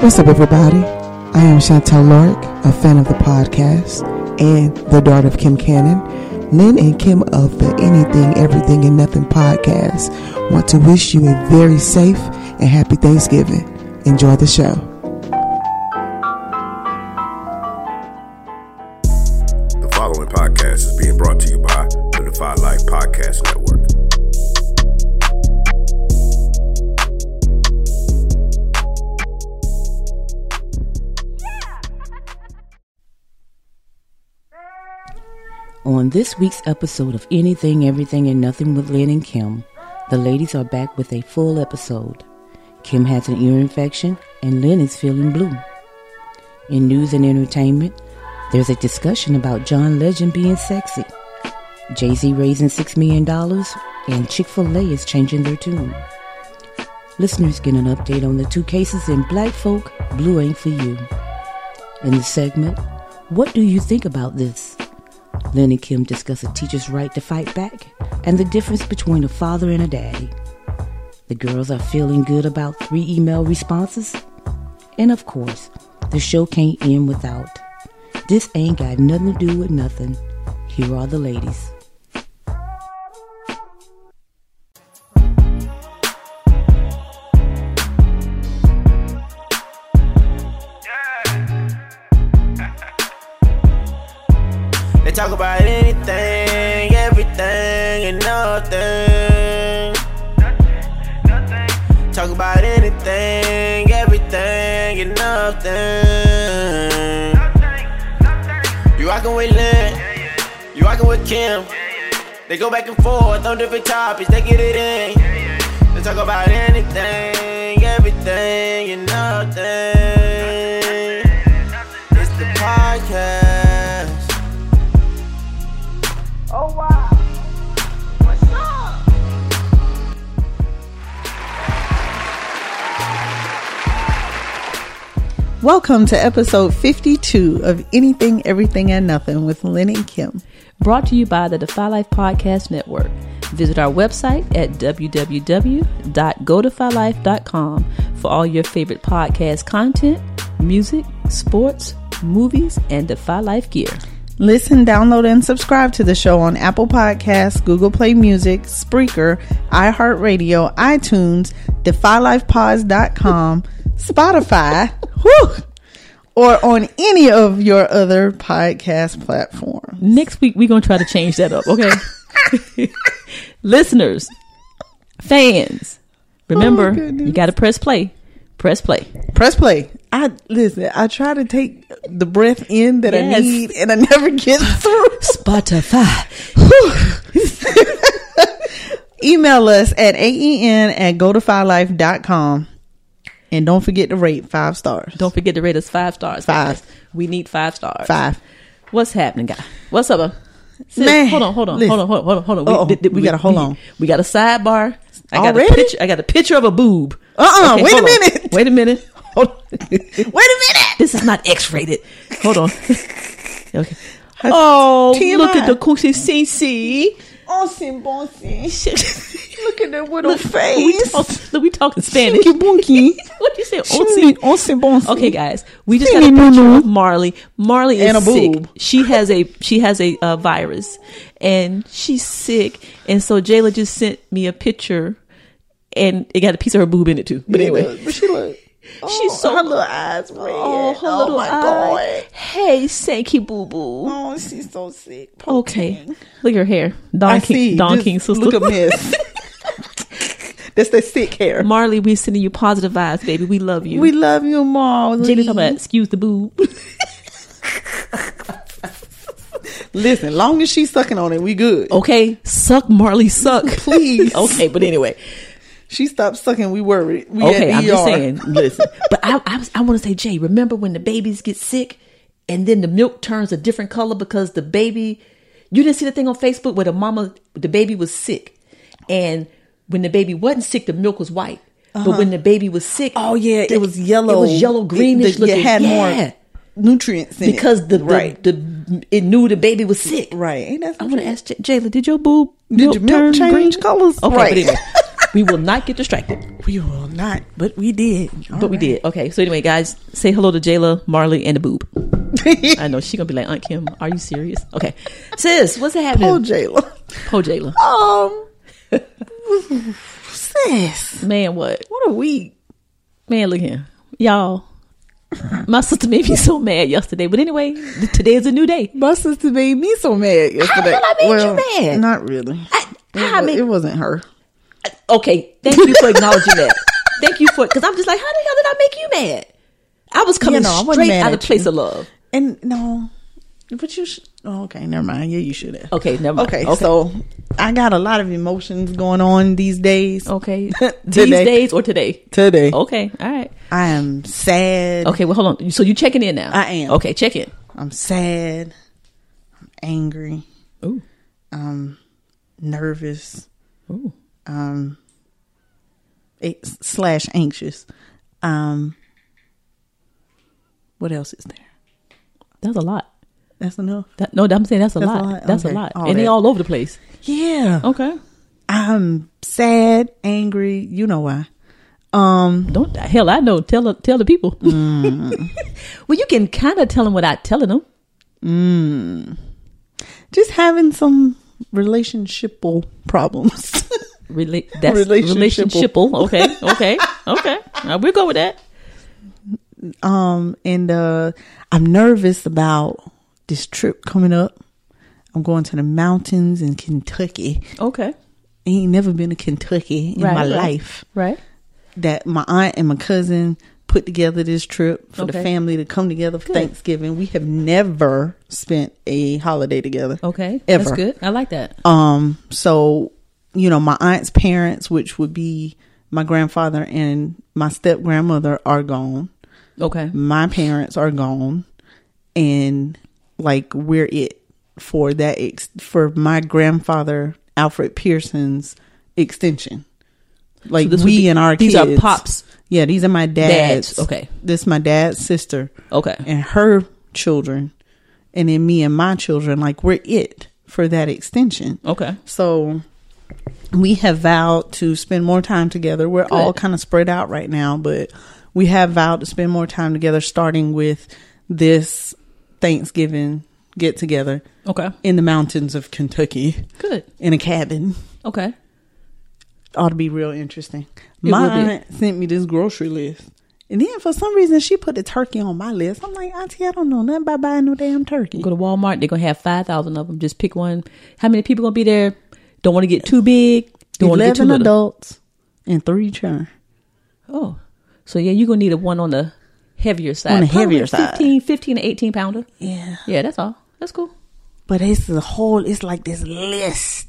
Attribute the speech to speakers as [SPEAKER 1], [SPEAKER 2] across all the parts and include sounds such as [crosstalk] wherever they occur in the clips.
[SPEAKER 1] What's up, everybody? I am Chantel Lorick, a fan of the podcast and the daughter of Kim Cannon. Lynn and Kim of the Anything, Everything, and Nothing podcast want to wish you a very safe and happy Thanksgiving. Enjoy the show.
[SPEAKER 2] The following podcast is being brought to you by the Defy Life Podcast Network.
[SPEAKER 3] On this week's episode of Anything, Everything, and Nothing with Lynn and Kim, the ladies are back with a full episode. Kim has an ear infection, and Lynn is feeling blue. In news and entertainment, there's a discussion about John Legend being sexy, Jay Z raising $6 million, and Chick fil A is changing their tune. Listeners get an update on the two cases in Black Folk, Blue Ain't For You. In the segment, What Do You Think About This? Lynn and Kim discuss a teacher's right to fight back and the difference between a father and a daddy. The girls are feeling good about three email responses. And of course, the show can't end without. This ain't got nothing to do with nothing. Here are the ladies.
[SPEAKER 4] They talk about anything, everything, and nothing. Talk about anything, everything, and nothing. You rockin' with Lynn, you rockin' with Kim. They go back and forth on different topics, they get it in. They talk about anything, everything, and nothing. It's the podcast.
[SPEAKER 5] Welcome to episode 52 of Anything, Everything, and Nothing with Lynn and Kim.
[SPEAKER 6] brought to you by the Defy Life Podcast Network. Visit our website at www.godefylife.com for all your favorite podcast content, music, sports, movies, and Defy Life gear.
[SPEAKER 5] Listen, download, and subscribe to the show on Apple Podcasts, Google Play Music, Spreaker, iHeartRadio, iTunes, DefyLifePods.com, Spotify, whew, or on any of your other podcast platforms.
[SPEAKER 6] Next week, we're going to try to change that up, okay? [laughs] Listeners, fans, remember,
[SPEAKER 5] Oh goodness.
[SPEAKER 6] you got to press play. Press play.
[SPEAKER 5] Press play. I listen. I try to take the breath in that I
[SPEAKER 6] Yes.
[SPEAKER 5] need, and I never get through.
[SPEAKER 6] uh, Spotify.
[SPEAKER 5] email us at aen at godefylife.com and don't forget to rate five stars
[SPEAKER 6] Don't forget to rate us five stars.
[SPEAKER 5] Five.
[SPEAKER 6] guys. We need five stars.
[SPEAKER 5] five
[SPEAKER 6] What's happening, guy? What's up? uh, Sis,
[SPEAKER 5] Man,
[SPEAKER 6] hold on, hold on,
[SPEAKER 5] listen.
[SPEAKER 6] hold on, hold on, hold on, hold on.
[SPEAKER 5] Uh-oh, we gotta hold
[SPEAKER 6] we-
[SPEAKER 5] on.
[SPEAKER 6] We got a sidebar. I got
[SPEAKER 5] Already?
[SPEAKER 6] a picture. I got a picture of a boob.
[SPEAKER 5] Uh-uh, wait a
[SPEAKER 6] hold on.
[SPEAKER 5] minute.
[SPEAKER 6] Wait a
[SPEAKER 5] [laughs]
[SPEAKER 6] minute. Hold on. [laughs]
[SPEAKER 5] wait a minute
[SPEAKER 6] this is not X-rated. Hold on. [laughs] okay. Oh,
[SPEAKER 5] TMI.
[SPEAKER 6] look at the coochie
[SPEAKER 5] [laughs]
[SPEAKER 6] CC.
[SPEAKER 5] awesome bossy [laughs] look at that little
[SPEAKER 6] Look, we
[SPEAKER 5] face
[SPEAKER 6] talk- Look, we talking Spanish.
[SPEAKER 5] Shinky bunky.
[SPEAKER 6] [laughs] what you say?
[SPEAKER 5] Shinky,
[SPEAKER 6] Osi?
[SPEAKER 5] osi bonsi. [laughs]
[SPEAKER 6] Okay, guys, we just got a
[SPEAKER 5] Shinky
[SPEAKER 6] picture
[SPEAKER 5] nunu.
[SPEAKER 6] of Marley. Marley is
[SPEAKER 5] And a
[SPEAKER 6] sick.
[SPEAKER 5] boob.
[SPEAKER 6] She has a she has a uh, virus, and she's sick. And so Jayla just sent me a picture, and it got a piece of her boob in it too. But anyway,
[SPEAKER 5] but she look oh,
[SPEAKER 6] [laughs] She's so-
[SPEAKER 5] her little eyes red
[SPEAKER 6] oh,
[SPEAKER 5] oh,
[SPEAKER 6] her little
[SPEAKER 5] my
[SPEAKER 6] eye.
[SPEAKER 5] god
[SPEAKER 6] Hey, Sankey Boo Boo.
[SPEAKER 5] oh she's so sick Poor
[SPEAKER 6] Okay,
[SPEAKER 5] thing.
[SPEAKER 6] look at her hair. Don
[SPEAKER 5] I
[SPEAKER 6] King,
[SPEAKER 5] see
[SPEAKER 6] Don
[SPEAKER 5] Just
[SPEAKER 6] King's sister.
[SPEAKER 5] look a mess [laughs] that's that sick hair
[SPEAKER 6] [laughs] Marley, we're sending you positive vibes, baby. We love you.
[SPEAKER 5] we love you Marley.
[SPEAKER 6] Jayla talking about excuse the boob.
[SPEAKER 5] listen long
[SPEAKER 6] [laughs]
[SPEAKER 5] as she's sucking on it we good
[SPEAKER 6] Oh, Okay, suck Marley, suck,
[SPEAKER 5] [laughs] Please.
[SPEAKER 6] okay, but anyway,
[SPEAKER 5] She stopped sucking. We worried. We
[SPEAKER 6] Okay,
[SPEAKER 5] at
[SPEAKER 6] I'm just
[SPEAKER 5] ER.
[SPEAKER 6] saying. Listen, but I I, was- I want to say, Jay, remember when the babies get sick, and then the milk turns a different color because the baby. You didn't see the thing on Facebook where the mama, the baby was sick, and when the baby wasn't sick, the milk was white. But when the baby was sick,
[SPEAKER 5] Uh-huh. Oh yeah,
[SPEAKER 6] the-
[SPEAKER 5] it was yellow.
[SPEAKER 6] It was yellow greenish
[SPEAKER 5] It, the-
[SPEAKER 6] looking.
[SPEAKER 5] It had
[SPEAKER 6] Yeah.
[SPEAKER 5] more nutrients in it.
[SPEAKER 6] because the, the
[SPEAKER 5] right,
[SPEAKER 6] the it knew the baby was sick.
[SPEAKER 5] right. Ain't that
[SPEAKER 6] I
[SPEAKER 5] some
[SPEAKER 6] want to
[SPEAKER 5] shit?
[SPEAKER 6] ask J- Jayla, did your boob
[SPEAKER 5] Did your milk change colours?
[SPEAKER 6] Okay,
[SPEAKER 5] Right.
[SPEAKER 6] but anyway, we will not get distracted.
[SPEAKER 5] We will not, but we did.
[SPEAKER 6] but we did. Okay, so anyway, guys, say hello to Jayla, Marley, and the
[SPEAKER 5] [laughs]
[SPEAKER 6] boob. I know she gonna be like Aunt Kim. Are you serious? Okay, sis, what's happening?
[SPEAKER 5] Oh, Jayla.
[SPEAKER 6] Po Jayla,
[SPEAKER 5] Um, [laughs] sis,
[SPEAKER 6] man, what?
[SPEAKER 5] what a week.
[SPEAKER 6] Man, look here, y'all. My sister made me so mad yesterday, but anyway, th- today is a new day.
[SPEAKER 5] My sister made me so mad yesterday.
[SPEAKER 6] did I make you mad?
[SPEAKER 5] Not really.
[SPEAKER 6] I-
[SPEAKER 5] it,
[SPEAKER 6] I
[SPEAKER 5] wa-
[SPEAKER 6] made-
[SPEAKER 5] it wasn't her.
[SPEAKER 6] Okay, thank you for acknowledging that. Thank you for because I'm just like, how the hell did I make you mad? I was coming
[SPEAKER 5] no, I wasn't
[SPEAKER 6] straight
[SPEAKER 5] mad
[SPEAKER 6] out
[SPEAKER 5] at
[SPEAKER 6] of place
[SPEAKER 5] you.
[SPEAKER 6] of love.
[SPEAKER 5] And no, but you should. Oh, okay, never mind. Yeah, you should have.
[SPEAKER 6] Okay, never mind.
[SPEAKER 5] Okay, so I got a lot of emotions going on these days.
[SPEAKER 6] Okay. These
[SPEAKER 5] [laughs] Today.
[SPEAKER 6] days or today?
[SPEAKER 5] Today,
[SPEAKER 6] Okay. All right.
[SPEAKER 5] I am sad.
[SPEAKER 6] Okay. Well, hold on. So you checking in now?
[SPEAKER 5] I am.
[SPEAKER 6] Okay. Check in.
[SPEAKER 5] I'm sad. I'm angry.
[SPEAKER 6] Ooh.
[SPEAKER 5] I'm nervous.
[SPEAKER 6] Ooh.
[SPEAKER 5] Um, a- eh, slash anxious. Um, what else is there?
[SPEAKER 6] That's a lot.
[SPEAKER 5] That's enough.
[SPEAKER 6] That, no, I'm saying that's a
[SPEAKER 5] That's a
[SPEAKER 6] lot.
[SPEAKER 5] lot?
[SPEAKER 6] That's
[SPEAKER 5] Okay.
[SPEAKER 6] a lot.
[SPEAKER 5] All
[SPEAKER 6] and they
[SPEAKER 5] that.
[SPEAKER 6] all over the place.
[SPEAKER 5] Yeah.
[SPEAKER 6] Okay.
[SPEAKER 5] I'm sad, angry. You know why? Um,
[SPEAKER 6] Don't hell I know. Tell the- tell the people.
[SPEAKER 5] Mm.
[SPEAKER 6] [laughs] well, you can kind of tell them without telling them.
[SPEAKER 5] just having some relationshipal problems. [laughs]
[SPEAKER 6] Rela- that's
[SPEAKER 5] Relationshipal.
[SPEAKER 6] relationshipal. Okay. Okay. okay. Uh, we'll go with that.
[SPEAKER 5] um, and uh, I'm nervous about this trip coming up. I'm going to the mountains in Kentucky.
[SPEAKER 6] Okay.
[SPEAKER 5] I ain't never been to Kentucky in
[SPEAKER 6] Right,
[SPEAKER 5] my
[SPEAKER 6] right.
[SPEAKER 5] life.
[SPEAKER 6] Right.
[SPEAKER 5] That my aunt and my cousin put together this trip for the
[SPEAKER 6] Okay.
[SPEAKER 5] family to come together for Thanksgiving. We have never spent a holiday together.
[SPEAKER 6] Okay.
[SPEAKER 5] Ever.
[SPEAKER 6] That's good. I like that.
[SPEAKER 5] Um, so you know, my aunt's parents, which would be my grandfather and my step grandmother, are gone.
[SPEAKER 6] Okay.
[SPEAKER 5] My parents are gone, and like we're it for that ex- for my grandfather Alfred Pearson's extension. Like
[SPEAKER 6] this would
[SPEAKER 5] we
[SPEAKER 6] be-
[SPEAKER 5] and our
[SPEAKER 6] these are
[SPEAKER 5] kids.
[SPEAKER 6] pops.
[SPEAKER 5] Yeah, these are my dad's.
[SPEAKER 6] Dads, okay.
[SPEAKER 5] this is my dad's sister
[SPEAKER 6] Okay.
[SPEAKER 5] and her children, and then me and my children. Like we're it for that extension.
[SPEAKER 6] Okay.
[SPEAKER 5] So we have vowed to spend more time together. We're all
[SPEAKER 6] Good.
[SPEAKER 5] kind of spread out right now, but we have vowed to spend more time together starting with this Thanksgiving get together
[SPEAKER 6] Okay.
[SPEAKER 5] in the mountains of Kentucky
[SPEAKER 6] Good.
[SPEAKER 5] in a cabin.
[SPEAKER 6] Okay.
[SPEAKER 5] Ought to be real interesting.
[SPEAKER 6] It
[SPEAKER 5] my
[SPEAKER 6] will be.
[SPEAKER 5] aunt sent me this grocery list. And then for some reason she put the turkey on my list. I'm like, Auntie, I don't know nothing about buying no damn turkey.
[SPEAKER 6] Go to Walmart. They're gonna have five thousand of them. Just pick one. How many people gonna be there? Don't want to get too big. Don't want to get too
[SPEAKER 5] Eleven
[SPEAKER 6] little.
[SPEAKER 5] adults and three children.
[SPEAKER 6] Oh, so yeah, you're gonna need a one on the heavier side.
[SPEAKER 5] On the
[SPEAKER 6] Probably
[SPEAKER 5] heavier side.
[SPEAKER 6] 15, 15 to eighteen pounder.
[SPEAKER 5] Yeah.
[SPEAKER 6] Yeah, that's all. That's cool.
[SPEAKER 5] But it's the whole, it's like this list.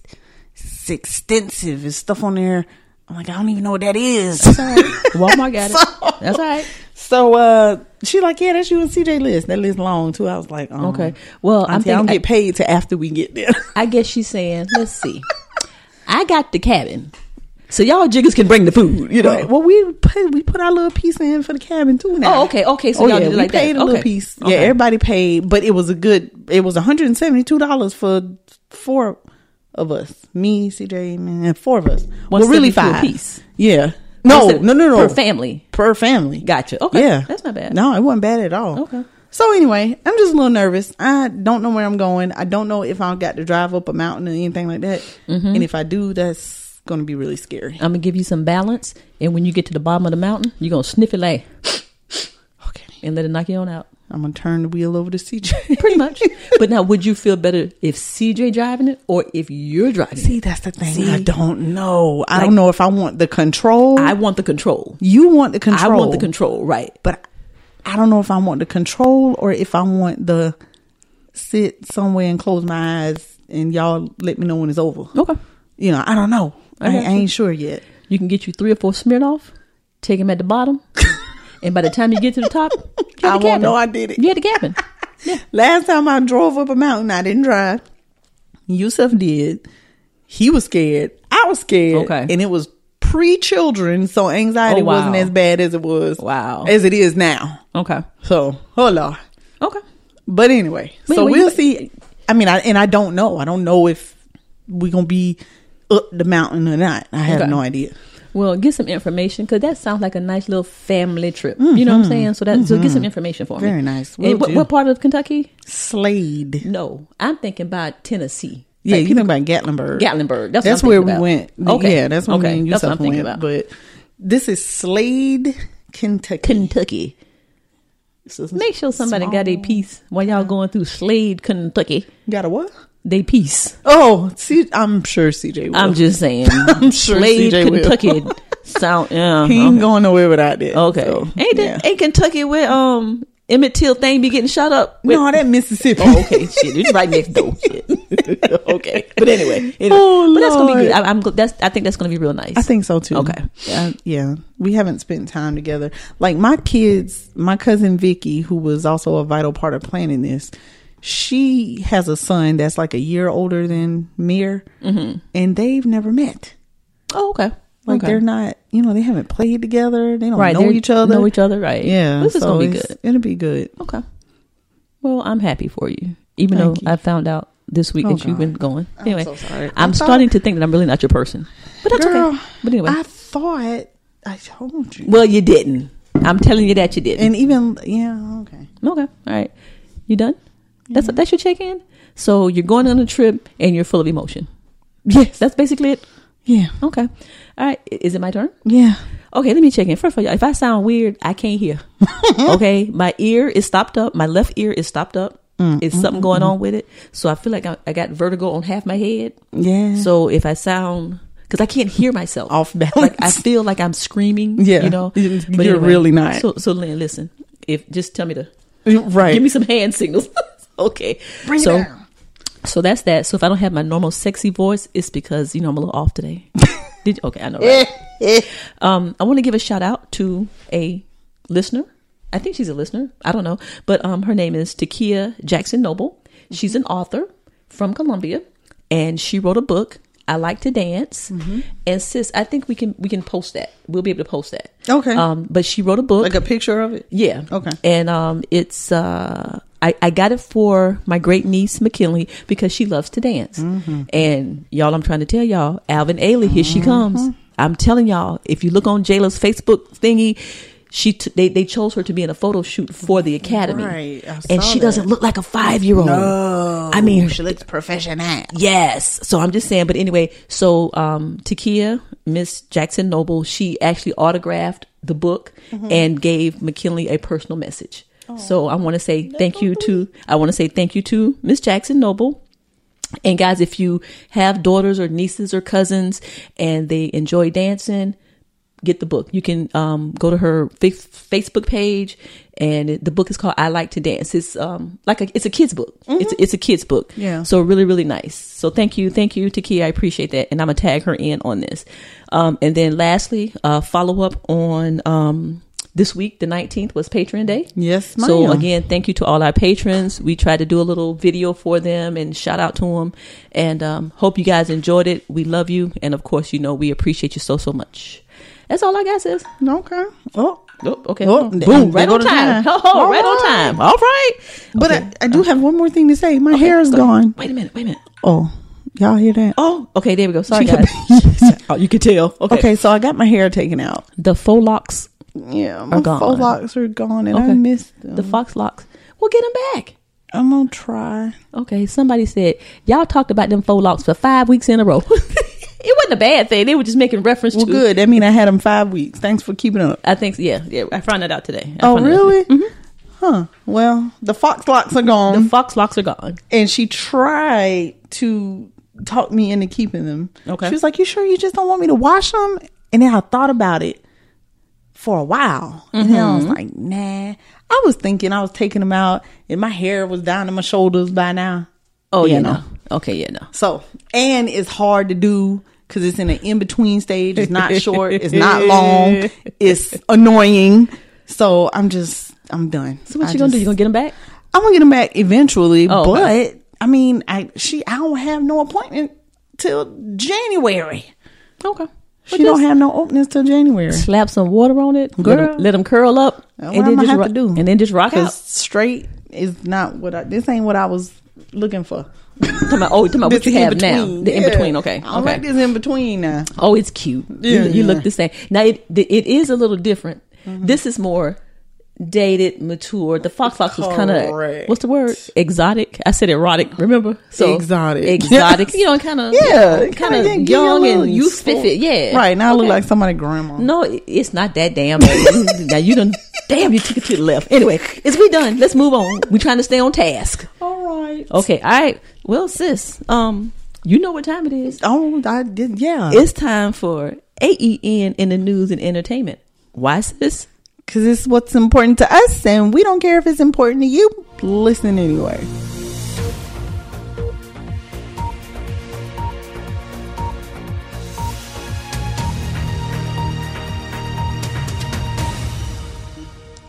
[SPEAKER 5] It's extensive. It's stuff on there. I'm like, I don't even know what that is. [laughs]
[SPEAKER 6] Walmart got it. That's all right.
[SPEAKER 5] so uh she like, yeah, that's you and CJ list. That list long too. I was like, um,
[SPEAKER 6] Okay. Well, I'm
[SPEAKER 5] auntie, I don't
[SPEAKER 6] thinking-
[SPEAKER 5] get paid till after we get there. [laughs]
[SPEAKER 6] I guess she's saying, let's see. I got the cabin, so y'all jiggers can bring the food. You know.
[SPEAKER 5] Right. Well, we put we put our little piece in for the cabin too. Now.
[SPEAKER 6] Oh, okay, okay, so y'all did it
[SPEAKER 5] we
[SPEAKER 6] like that.
[SPEAKER 5] paid a little
[SPEAKER 6] Okay,
[SPEAKER 5] piece.
[SPEAKER 6] okay.
[SPEAKER 5] Yeah, everybody paid, but it was a good. It was one hundred and seventy two dollars for four of us. Me, CJ, man, and four of us. Well, really
[SPEAKER 6] 172 a
[SPEAKER 5] five.
[SPEAKER 6] piece.
[SPEAKER 5] Yeah. No,
[SPEAKER 6] Instead-
[SPEAKER 5] no, no, no.
[SPEAKER 6] Per family.
[SPEAKER 5] Per family.
[SPEAKER 6] Gotcha. Okay.
[SPEAKER 5] Yeah.
[SPEAKER 6] That's not bad.
[SPEAKER 5] No, it wasn't bad at all.
[SPEAKER 6] Okay.
[SPEAKER 5] So anyway, I'm just a little nervous. I don't know where I'm going. I don't know if I've got to drive up a mountain or anything like that.
[SPEAKER 6] Mm-hmm.
[SPEAKER 5] And if I do, that's going to be really scary.
[SPEAKER 6] I'm gonna give you some balance, and when you get to the bottom of the mountain, you're gonna sniff it like,
[SPEAKER 5] Okay.
[SPEAKER 6] and let it knock you on out.
[SPEAKER 5] I'm going to turn the wheel over to CJ.
[SPEAKER 6] pretty much. but now, would you feel better if CJ driving it or if you're driving?
[SPEAKER 5] See,
[SPEAKER 6] it?
[SPEAKER 5] that's the thing.
[SPEAKER 6] [laughs] See?
[SPEAKER 5] I don't know. I don't know if I want the control.
[SPEAKER 6] I want the control.
[SPEAKER 5] you want the control.
[SPEAKER 6] I want the control, right?
[SPEAKER 5] But I don't know if I want the control or if I want the sit somewhere and close my eyes and y'all let me know when it's over.
[SPEAKER 6] Okay.
[SPEAKER 5] you know, I don't know. I,
[SPEAKER 6] got
[SPEAKER 5] I ain't sure yet.
[SPEAKER 6] You can get you three or four Smirnoff, take them at the bottom, and by the time you get to
[SPEAKER 5] [laughs]
[SPEAKER 6] the top, you
[SPEAKER 5] I
[SPEAKER 6] had the
[SPEAKER 5] won't
[SPEAKER 6] cabin.
[SPEAKER 5] know I did it.
[SPEAKER 6] You had the cabin.
[SPEAKER 5] [laughs] Last time I drove up a mountain, I didn't drive. Yusuf did. He was scared. I was scared.
[SPEAKER 6] Okay.
[SPEAKER 5] And it was pre children, so anxiety
[SPEAKER 6] Oh, wow.
[SPEAKER 5] wasn't as bad as it was.
[SPEAKER 6] Wow.
[SPEAKER 5] As it is now.
[SPEAKER 6] Okay.
[SPEAKER 5] So, oh Lord.
[SPEAKER 6] Okay.
[SPEAKER 5] But anyway,
[SPEAKER 6] Wait,
[SPEAKER 5] so
[SPEAKER 6] wait,
[SPEAKER 5] we'll
[SPEAKER 6] you-
[SPEAKER 5] see. I mean, I, and I don't know. I don't know if we're going to be up the mountain or not. I have
[SPEAKER 6] Okay.
[SPEAKER 5] no idea.
[SPEAKER 6] Well, get some information because that sounds like a nice little family trip. You know what I'm saying? So that so get some information for me.
[SPEAKER 5] Mm-hmm. Very nice.
[SPEAKER 6] And
[SPEAKER 5] Will
[SPEAKER 6] what,
[SPEAKER 5] do.
[SPEAKER 6] what part of Kentucky?
[SPEAKER 5] Slade.
[SPEAKER 6] No, I'm thinking about Tennessee.
[SPEAKER 5] Yeah,
[SPEAKER 6] Like
[SPEAKER 5] you know about Gatlinburg.
[SPEAKER 6] Gatlinburg. That's, what I'm
[SPEAKER 5] where
[SPEAKER 6] thinking
[SPEAKER 5] we
[SPEAKER 6] about.
[SPEAKER 5] went.
[SPEAKER 6] Okay.
[SPEAKER 5] Yeah, that's where
[SPEAKER 6] okay.
[SPEAKER 5] me and
[SPEAKER 6] that's what
[SPEAKER 5] Yusuf
[SPEAKER 6] I'm thinking
[SPEAKER 5] went.
[SPEAKER 6] about.
[SPEAKER 5] But this is Slade, Kentucky.
[SPEAKER 6] Kentucky. Make sure somebody got a piece while y'all going through Slade, Kentucky.
[SPEAKER 5] Got a what?
[SPEAKER 6] They piece.
[SPEAKER 5] Oh, see, I'm sure CJ will.
[SPEAKER 6] I'm just saying.
[SPEAKER 5] [laughs] I'm sure
[SPEAKER 6] Slade,
[SPEAKER 5] CJ will.
[SPEAKER 6] Kentucky.
[SPEAKER 5] [laughs]
[SPEAKER 6] Sound. Yeah.
[SPEAKER 5] he ain't
[SPEAKER 6] okay.
[SPEAKER 5] going nowhere without that.
[SPEAKER 6] uh-huh. Okay.
[SPEAKER 5] so,
[SPEAKER 6] ain't
[SPEAKER 5] yeah.
[SPEAKER 6] that, ain't Kentucky where um Emmett Till thing be getting shot up? With,
[SPEAKER 5] no, that Mississippi.
[SPEAKER 6] Oh,
[SPEAKER 5] [laughs]
[SPEAKER 6] okay, shit, it's right next door. Shit. okay, but anyway, anyway.
[SPEAKER 5] Oh,
[SPEAKER 6] [laughs] but that's gonna be
[SPEAKER 5] Lord.
[SPEAKER 6] good. I, I'm go- that's I think that's gonna be real nice.
[SPEAKER 5] I think so too.
[SPEAKER 6] Okay.
[SPEAKER 5] Uh, yeah. We haven't spent time together. Like my kids, my cousin Vicky, who was also a vital part of planning this, she has a son that's like a year older than Mir, and they've never met.
[SPEAKER 6] Oh, okay.
[SPEAKER 5] Like
[SPEAKER 6] Mm-hmm. okay.
[SPEAKER 5] they're not, you know, they haven't played together. They don't
[SPEAKER 6] right.
[SPEAKER 5] know
[SPEAKER 6] they're-
[SPEAKER 5] each other.
[SPEAKER 6] Know each other. Right.
[SPEAKER 5] Yeah.
[SPEAKER 6] This is
[SPEAKER 5] so
[SPEAKER 6] gonna be
[SPEAKER 5] it's-
[SPEAKER 6] good.
[SPEAKER 5] It'll be good.
[SPEAKER 6] Okay. Well, I'm happy for you, even
[SPEAKER 5] Thank
[SPEAKER 6] though
[SPEAKER 5] you.
[SPEAKER 6] I found out this week
[SPEAKER 5] Oh,
[SPEAKER 6] that you've been going. Anyway,
[SPEAKER 5] so sorry. I
[SPEAKER 6] I'm
[SPEAKER 5] thought-
[SPEAKER 6] starting to think that I'm really not your person, but that's okay.
[SPEAKER 5] Girl,
[SPEAKER 6] But anyway,
[SPEAKER 5] I thought I told you.
[SPEAKER 6] well, you didn't. I'm telling you that you didn't.
[SPEAKER 5] and even yeah, okay.
[SPEAKER 6] Okay. All right. You done? That's that's your check in. So you're going on a trip and you're full of emotion. Yes, that's basically it.
[SPEAKER 5] Yeah.
[SPEAKER 6] Okay. All right. I- Is it my turn?
[SPEAKER 5] Yeah.
[SPEAKER 6] Okay. Let me check in first of all. If I sound weird, I
[SPEAKER 5] [laughs]
[SPEAKER 6] can't hear. okay. My ear is stopped up. My left ear is stopped up.
[SPEAKER 5] Mm,
[SPEAKER 6] It's something going on with it. So I feel like I, I got vertigo on half my head.
[SPEAKER 5] Yeah.
[SPEAKER 6] So if I sound because I can't hear myself
[SPEAKER 5] Mm. Off balance.
[SPEAKER 6] like I feel like I'm screaming.
[SPEAKER 5] Yeah.
[SPEAKER 6] You know.
[SPEAKER 5] You're really not.
[SPEAKER 6] So so Lynn, listen. If just tell me to
[SPEAKER 5] right.
[SPEAKER 6] Give me some hand signals. [laughs] okay.
[SPEAKER 5] Bring it
[SPEAKER 6] so,
[SPEAKER 5] down.
[SPEAKER 6] So that's that. So if I don't have my normal sexy voice, it's because you know I'm a little
[SPEAKER 5] [laughs]
[SPEAKER 6] off today. Did okay, I know.
[SPEAKER 5] Eh,
[SPEAKER 6] Right? um, I want to give a shout out to a listener. I think she's a listener. I don't know, but um, her name is Takia Jackson Noble. She's an author from Columbia, and she wrote a book. I like to dance,
[SPEAKER 5] Mm-hmm.
[SPEAKER 6] and sis, I think we can we can post that. We'll be able to post that.
[SPEAKER 5] Okay.
[SPEAKER 6] Um, but she wrote a book.
[SPEAKER 5] like a picture of it.
[SPEAKER 6] Yeah.
[SPEAKER 5] Okay.
[SPEAKER 6] And um, it's uh, I I got it for my great niece McKinley because she loves to dance.
[SPEAKER 5] Mm-hmm.
[SPEAKER 6] And y'all, I'm trying to tell y'all, Alvin Ailey, here she comes.
[SPEAKER 5] Mm-hmm.
[SPEAKER 6] I'm telling y'all, if you look on Jayla's Facebook thingy. She t- they they chose her to be in a photo shoot for the academy,
[SPEAKER 5] Right, I
[SPEAKER 6] and
[SPEAKER 5] saw
[SPEAKER 6] she doesn't
[SPEAKER 5] that.
[SPEAKER 6] look like a five year old. I mean, she looks
[SPEAKER 5] professional.
[SPEAKER 6] Yes. So I'm just saying, but anyway, so um Takia, Miss Jackson Noble, she actually autographed the book and gave McKinley a personal message. So I want to say thank you to I want to say thank you to Miss Jackson Noble. And guys, if you have daughters or nieces or cousins and they enjoy dancing, get the book. You can um, go to her fa- Facebook page, and it, the book is called "I Like to Dance." It's um like a it's a kids book. It's it's a kids book.
[SPEAKER 5] Yeah.
[SPEAKER 6] So really really nice. So thank you thank you Takia. I appreciate that, and I'm gonna tag her in on this. Um, and then lastly, uh, follow up on um. This week, the 19th, was Patron Day.
[SPEAKER 5] Yes,
[SPEAKER 6] So,
[SPEAKER 5] ma'am.
[SPEAKER 6] again, thank you to all our patrons. We tried to do a little video for them and shout out to them. And um, hope you guys enjoyed it. We love you. And, of course, you know, we appreciate you so, so much. That's all I got, sis.
[SPEAKER 5] Okay. Oh,
[SPEAKER 6] Oh, okay.
[SPEAKER 5] Oh,
[SPEAKER 6] Boom.
[SPEAKER 5] they- they
[SPEAKER 6] Right
[SPEAKER 5] go
[SPEAKER 6] on
[SPEAKER 5] to time.
[SPEAKER 6] time. Ho, ho,
[SPEAKER 5] All
[SPEAKER 6] [laughs] right on
[SPEAKER 5] right.
[SPEAKER 6] time. All right.
[SPEAKER 5] but
[SPEAKER 6] Okay.
[SPEAKER 5] I, I do have one more thing to say. My hair is
[SPEAKER 6] Go
[SPEAKER 5] gone.
[SPEAKER 6] ahead. Wait a minute. Wait a minute.
[SPEAKER 5] Oh, y'all hear that?
[SPEAKER 6] Oh, okay. There
[SPEAKER 5] [laughs]
[SPEAKER 6] we go. Sorry,
[SPEAKER 5] She got-
[SPEAKER 6] guys.
[SPEAKER 5] [laughs]
[SPEAKER 6] oh, you can tell. Okay.
[SPEAKER 5] Okay, so I got my hair taken out.
[SPEAKER 6] The faux locks,
[SPEAKER 5] Yeah, my
[SPEAKER 6] gone.
[SPEAKER 5] faux locks are gone, and
[SPEAKER 6] Okay.
[SPEAKER 5] I missed them.
[SPEAKER 6] the fox locks. We'll get them back.
[SPEAKER 5] I'm gonna try.
[SPEAKER 6] Okay, somebody said y'all talked about them faux locks for five weeks in a row. [laughs] it wasn't a bad thing. They were just making reference
[SPEAKER 5] Well,
[SPEAKER 6] to.
[SPEAKER 5] good. That mean I had them five weeks. Thanks for keeping up.
[SPEAKER 6] I think yeah, yeah. I found that out today. I
[SPEAKER 5] Oh,
[SPEAKER 6] found that out
[SPEAKER 5] really? Huh. Well, the fox locks are
[SPEAKER 6] today. The
[SPEAKER 5] gone,
[SPEAKER 6] fox locks are gone.
[SPEAKER 5] and she tried to talk me into keeping them.
[SPEAKER 6] Okay.
[SPEAKER 5] She was like, "You sure you just don't want me to wash them?" And then I thought about it for a while, and then I
[SPEAKER 6] Mm-hmm.
[SPEAKER 5] was like, "Nah." I was thinking I was taking them out, and my hair was down to my shoulders by now.
[SPEAKER 6] Oh
[SPEAKER 5] You
[SPEAKER 6] yeah,
[SPEAKER 5] know.
[SPEAKER 6] no. Okay, yeah, no.
[SPEAKER 5] So, and it's hard to do because it's in an in between stage. It's not short. It's not
[SPEAKER 6] [laughs]
[SPEAKER 5] long. It's annoying. So I'm just I'm done.
[SPEAKER 6] So what you gonna do? You gonna get them back?
[SPEAKER 5] I'm gonna get him back eventually,
[SPEAKER 6] Oh,
[SPEAKER 5] but
[SPEAKER 6] okay.
[SPEAKER 5] I mean, I she I don't have no appointment till January.
[SPEAKER 6] Okay.
[SPEAKER 5] She don't have no openings till January.
[SPEAKER 6] slap some water on it, let 'em-
[SPEAKER 5] Girl.
[SPEAKER 6] let them curl up,
[SPEAKER 5] That's what I'm gonna
[SPEAKER 6] just
[SPEAKER 5] have
[SPEAKER 6] ro-
[SPEAKER 5] to do.
[SPEAKER 6] and then just rock
[SPEAKER 5] Because
[SPEAKER 6] out.
[SPEAKER 5] straight is not what I. This ain't what I was looking for.
[SPEAKER 6] Talking about, oh,
[SPEAKER 5] [laughs]
[SPEAKER 6] talking about what you have now, the in between.
[SPEAKER 5] Yeah.
[SPEAKER 6] Okay,
[SPEAKER 5] I don't
[SPEAKER 6] okay.
[SPEAKER 5] like this in between now.
[SPEAKER 6] Oh, it's cute.
[SPEAKER 5] Yeah. Mm-hmm.
[SPEAKER 6] you, you look the same. Now it it is a little different. This is more dated, mature. The fox fox was kind of
[SPEAKER 5] Correct.
[SPEAKER 6] what's the word? Exotic. I said erotic. Remember?
[SPEAKER 5] Exotic. [laughs]
[SPEAKER 6] exotic. You know, kind of
[SPEAKER 5] Yeah, it
[SPEAKER 6] kind
[SPEAKER 5] kinda
[SPEAKER 6] of
[SPEAKER 5] did give you a
[SPEAKER 6] Um, young
[SPEAKER 5] little
[SPEAKER 6] and
[SPEAKER 5] youthful.
[SPEAKER 6] spiffy. Yeah,
[SPEAKER 5] Right now, I look
[SPEAKER 6] Okay.
[SPEAKER 5] like somebody's grandma.
[SPEAKER 6] No, it- it's not that damn. bad. [laughs] now you done. Damn, you took it to the left. Anyway, it's we done. Let's move on. We trying to stay on task.
[SPEAKER 5] All right.
[SPEAKER 6] Okay, all right. Well, sis, um, you know what time it is.
[SPEAKER 5] Oh, I did. Yeah.
[SPEAKER 6] It's time for AEN in the news and entertainment. Why, sis?
[SPEAKER 5] Because it's what's important to us, and we don't care if it's important to you. Listen anyway.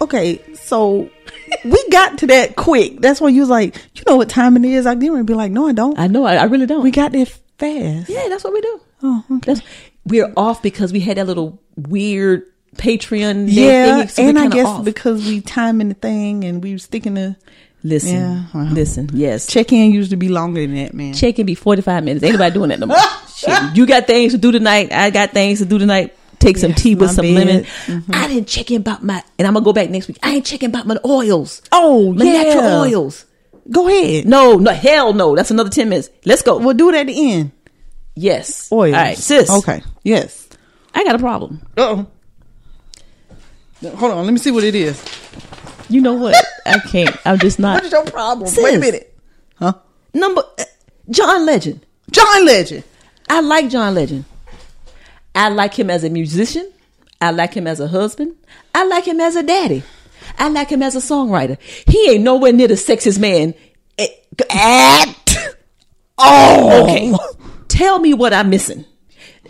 [SPEAKER 5] Okay, so [laughs] we got to that quick. That's why you was like, you know what time it is. I didn't really be like, no, I don't.
[SPEAKER 6] I know I, I really don't.
[SPEAKER 5] we got there fast.
[SPEAKER 6] yeah, that's what we do.
[SPEAKER 5] Oh, okay.
[SPEAKER 6] That's, we're off because we had that little weird Patreon.
[SPEAKER 5] Yeah,
[SPEAKER 6] thing, so we're
[SPEAKER 5] and I
[SPEAKER 6] kinda
[SPEAKER 5] guess
[SPEAKER 6] off.
[SPEAKER 5] because we timing the thing and we were sticking to
[SPEAKER 6] listen,
[SPEAKER 5] Yeah, well.
[SPEAKER 6] listen, yes, check
[SPEAKER 5] check in used to be longer than that, man.
[SPEAKER 6] check in be forty five minutes. Ain't nobody doing that
[SPEAKER 5] [laughs]
[SPEAKER 6] no more. Shit, you got things to do tonight. I got things to do tonight. Take some
[SPEAKER 5] Yes,
[SPEAKER 6] tea with
[SPEAKER 5] my
[SPEAKER 6] some
[SPEAKER 5] bed. Mm-hmm.
[SPEAKER 6] lemon. I didn't check in about my, and I'm gonna go back next week. I ain't checking about my oils.
[SPEAKER 5] Oh,
[SPEAKER 6] my natural
[SPEAKER 5] yeah.
[SPEAKER 6] oils.
[SPEAKER 5] Go ahead.
[SPEAKER 6] No, no, hell no. That's another ten minutes. Let's go.
[SPEAKER 5] We'll do it at the end.
[SPEAKER 6] Yes.
[SPEAKER 5] Oils.
[SPEAKER 6] All right, sis.
[SPEAKER 5] Okay. Yes.
[SPEAKER 6] I got a problem.
[SPEAKER 5] Oh. Hold on. Let me see what it is.
[SPEAKER 6] You know what? I can't. I'm just not.
[SPEAKER 5] What is your problem? Wait a
[SPEAKER 6] Sis.
[SPEAKER 5] minute. Huh?
[SPEAKER 6] Number uh, John Legend.
[SPEAKER 5] John Legend.
[SPEAKER 6] I like John Legend. I like him as a musician. I like him as a husband. I like him as a daddy. I like him as a songwriter. He ain't nowhere near the sexiest man a- at all. Okay. Tell me what I'm missing.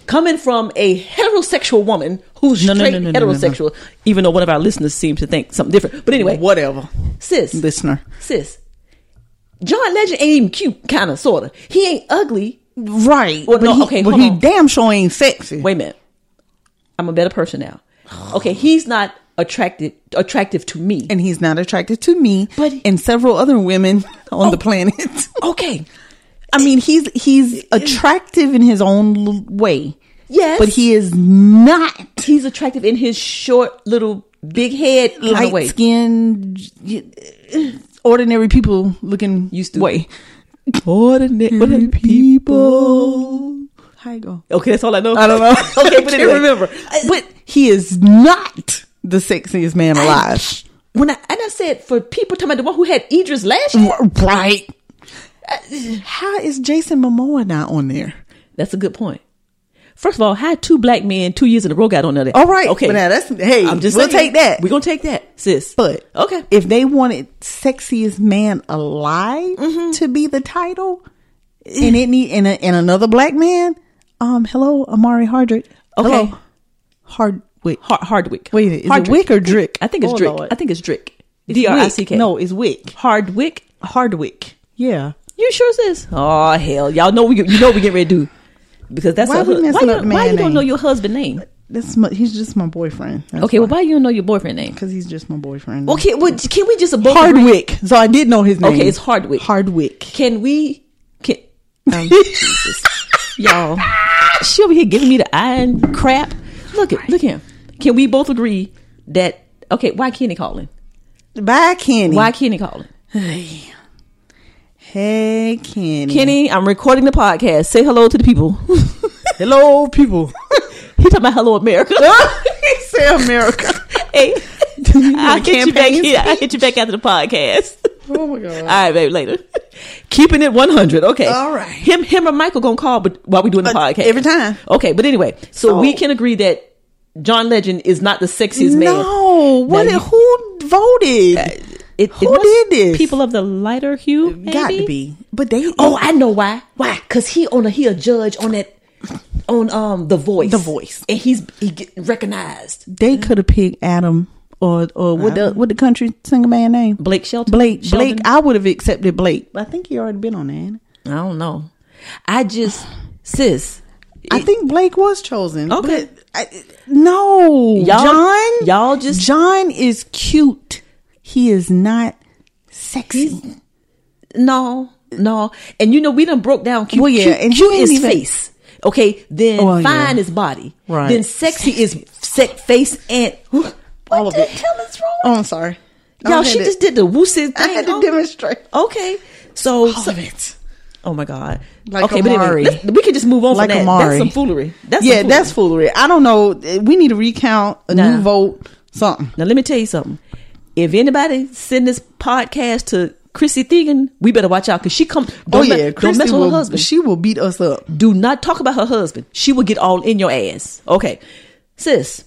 [SPEAKER 6] Coming from a heterosexual woman who's
[SPEAKER 5] No, no,
[SPEAKER 6] straight
[SPEAKER 5] no, no, no, no, no.
[SPEAKER 6] heterosexual, even though one of our listeners seems to think something different. But anyway,
[SPEAKER 5] Whatever.
[SPEAKER 6] sis,
[SPEAKER 5] Listener.
[SPEAKER 6] sis, John Legend ain't even cute, kind of, sort of. He ain't ugly.
[SPEAKER 5] Right.
[SPEAKER 6] Well,
[SPEAKER 5] but
[SPEAKER 6] no,
[SPEAKER 5] he,
[SPEAKER 6] okay,
[SPEAKER 5] But
[SPEAKER 6] hold
[SPEAKER 5] he
[SPEAKER 6] on.
[SPEAKER 5] damn sure ain't sexy.
[SPEAKER 6] wait a minute. I'm a better
[SPEAKER 5] [sighs]
[SPEAKER 6] person now. Okay, he's not attracted attractive to me.
[SPEAKER 5] And he's not attracted to me
[SPEAKER 6] But-
[SPEAKER 5] and several other women [laughs] on
[SPEAKER 6] Oh.
[SPEAKER 5] the planet.
[SPEAKER 6] [laughs] okay.
[SPEAKER 5] I mean, he's he's attractive in his own l- way.
[SPEAKER 6] Yes.
[SPEAKER 5] But he is not
[SPEAKER 6] He's attractive in his short little big head kind of way.
[SPEAKER 5] light skinned, uh, ordinary people looking
[SPEAKER 6] Used to.
[SPEAKER 5] way. Ordinary people. How you go?
[SPEAKER 6] Okay, that's all I
[SPEAKER 5] [laughs]
[SPEAKER 6] know.
[SPEAKER 5] I don't know.
[SPEAKER 6] [laughs] okay, but
[SPEAKER 5] Can't
[SPEAKER 6] anyway, Uh,
[SPEAKER 5] remember.
[SPEAKER 6] I-
[SPEAKER 5] But he is not the sexiest man alive.
[SPEAKER 6] when I and I said for people talking about the one who had Idris last year,
[SPEAKER 5] right. Uh, How is Jason Momoa not on there?
[SPEAKER 6] that's a good point. First of all, how two black men two years in a row got on there?
[SPEAKER 5] All right.
[SPEAKER 6] okay.
[SPEAKER 5] But now that's hey.
[SPEAKER 6] I'm just
[SPEAKER 5] we'll
[SPEAKER 6] saying,
[SPEAKER 5] take that.
[SPEAKER 6] We're gonna take that, sis.
[SPEAKER 5] But
[SPEAKER 6] okay,
[SPEAKER 5] if they wanted "Sexiest Man Alive"
[SPEAKER 6] Mm-hmm.
[SPEAKER 5] to be the title, and it need and, a, and another black man, um, hello, Amari Hardwick.
[SPEAKER 6] Okay.
[SPEAKER 5] Hello, Hardwick.
[SPEAKER 6] Har- Hardwick.
[SPEAKER 5] Wait, a minute, is
[SPEAKER 6] Hardwick.
[SPEAKER 5] it Wick or Drick?
[SPEAKER 6] I think it's
[SPEAKER 5] Oh,
[SPEAKER 6] Drick.
[SPEAKER 5] Lord.
[SPEAKER 6] I think it's Drick. D R I C K.
[SPEAKER 5] Wick. No, it's Wick.
[SPEAKER 6] Hardwick.
[SPEAKER 5] Hardwick. Yeah.
[SPEAKER 6] You sure sis? Oh hell, y'all know we you know we get ready to do because that's
[SPEAKER 5] Why
[SPEAKER 6] our
[SPEAKER 5] we
[SPEAKER 6] hu-
[SPEAKER 5] messing
[SPEAKER 6] why,
[SPEAKER 5] up
[SPEAKER 6] you,
[SPEAKER 5] the man
[SPEAKER 6] why you don't
[SPEAKER 5] name?
[SPEAKER 6] know your husband name?
[SPEAKER 5] That's my, he's just my boyfriend.
[SPEAKER 6] okay, well why you don't know your boyfriend name?
[SPEAKER 5] because he's just my boyfriend.
[SPEAKER 6] Okay, well can we just both agree-
[SPEAKER 5] Hardwick. So I did know his name.
[SPEAKER 6] Okay, it's Hardwick.
[SPEAKER 5] Hardwick.
[SPEAKER 6] Can we? Can [laughs] um, Jesus, y'all? [laughs] She over here giving me the eye and crap. Look at look at him. Can we both agree that? Okay, why Kenny calling?
[SPEAKER 5] Bye, Kenny.
[SPEAKER 6] Why Kenny calling?
[SPEAKER 5] Hey, Kenny.
[SPEAKER 6] Kenny, I'm recording the podcast. Say hello to the people. [laughs]
[SPEAKER 5] Hello, people.
[SPEAKER 6] he talking about
[SPEAKER 5] [laughs]
[SPEAKER 6] hello America.
[SPEAKER 5] he said
[SPEAKER 6] [laughs]
[SPEAKER 5] America.
[SPEAKER 6] hey, I'll
[SPEAKER 5] wanna
[SPEAKER 6] hit you back
[SPEAKER 5] campaign
[SPEAKER 6] here.
[SPEAKER 5] [laughs]
[SPEAKER 6] I'll hit you back after the podcast.
[SPEAKER 5] Oh my god.
[SPEAKER 6] All right, babe, later. Keeping it 100. Okay.
[SPEAKER 5] All right.
[SPEAKER 6] Him him or Michael going to call but while we doing the
[SPEAKER 5] Uh,
[SPEAKER 6] podcast.
[SPEAKER 5] every time.
[SPEAKER 6] Okay, but anyway, so,
[SPEAKER 5] So-
[SPEAKER 6] we can agree that John Legend is not the sexiest man.
[SPEAKER 5] No, what?
[SPEAKER 6] Now, you- Uh,
[SPEAKER 5] who voted?
[SPEAKER 6] It, it
[SPEAKER 5] who
[SPEAKER 6] must-
[SPEAKER 5] did this?
[SPEAKER 6] People of the lighter hue, maybe?
[SPEAKER 5] Got to be, but they.
[SPEAKER 6] Oh, I know why. Why? Because he on a, he a judge on that on um The Voice.
[SPEAKER 5] The Voice.
[SPEAKER 6] And he's he get recognized.
[SPEAKER 5] They could have picked Adam or or what the what the country singer man name
[SPEAKER 6] Uh-huh. Blake Shelton.
[SPEAKER 5] Blake
[SPEAKER 6] Sheldon?
[SPEAKER 5] Blake. I would have accepted Blake. I think he already been on that.
[SPEAKER 6] I don't know. I just sis.
[SPEAKER 5] I
[SPEAKER 6] it-
[SPEAKER 5] think Blake was chosen.
[SPEAKER 6] Okay.
[SPEAKER 5] but I, no,
[SPEAKER 6] Y'all-
[SPEAKER 5] John.
[SPEAKER 6] y'all just-
[SPEAKER 5] John is cute. He is not sexy.
[SPEAKER 6] No, no. And you know, we done broke down cute,
[SPEAKER 5] Well, yeah,
[SPEAKER 6] cute,
[SPEAKER 5] and
[SPEAKER 6] cute
[SPEAKER 5] you ain't
[SPEAKER 6] is
[SPEAKER 5] even-
[SPEAKER 6] face. Okay, then
[SPEAKER 5] Well,
[SPEAKER 6] fine
[SPEAKER 5] yeah.
[SPEAKER 6] is body.
[SPEAKER 5] Right.
[SPEAKER 6] Then sexy is sec face and [gasps] what
[SPEAKER 5] All of
[SPEAKER 6] the
[SPEAKER 5] it.
[SPEAKER 6] hell is wrong?
[SPEAKER 5] Oh, I'm sorry. I
[SPEAKER 6] Y'all,
[SPEAKER 5] had
[SPEAKER 6] she
[SPEAKER 5] to-
[SPEAKER 6] just did the woosy thing.
[SPEAKER 5] I had
[SPEAKER 6] Oh,
[SPEAKER 5] to demonstrate.
[SPEAKER 6] Okay, so
[SPEAKER 5] All
[SPEAKER 6] so-
[SPEAKER 5] of it.
[SPEAKER 6] Oh my god.
[SPEAKER 5] Like
[SPEAKER 6] okay, but
[SPEAKER 5] Amari.
[SPEAKER 6] anyway, let's- we could just move on
[SPEAKER 5] Like
[SPEAKER 6] from that.
[SPEAKER 5] Amari.
[SPEAKER 6] That's some foolery. That's
[SPEAKER 5] yeah,
[SPEAKER 6] some foolery.
[SPEAKER 5] that's foolery. I don't know. We need to recount a
[SPEAKER 6] Nah.
[SPEAKER 5] new vote. Something.
[SPEAKER 6] Now let me tell you something. If anybody send this podcast to Chrissy Teigen, we better watch out because she come.
[SPEAKER 5] Oh
[SPEAKER 6] Don't me-
[SPEAKER 5] yeah,
[SPEAKER 6] don't
[SPEAKER 5] Christy
[SPEAKER 6] mess with
[SPEAKER 5] will,
[SPEAKER 6] her husband.
[SPEAKER 5] She will beat us up.
[SPEAKER 6] Do not talk about her husband. She will get all in your ass. Okay, sis.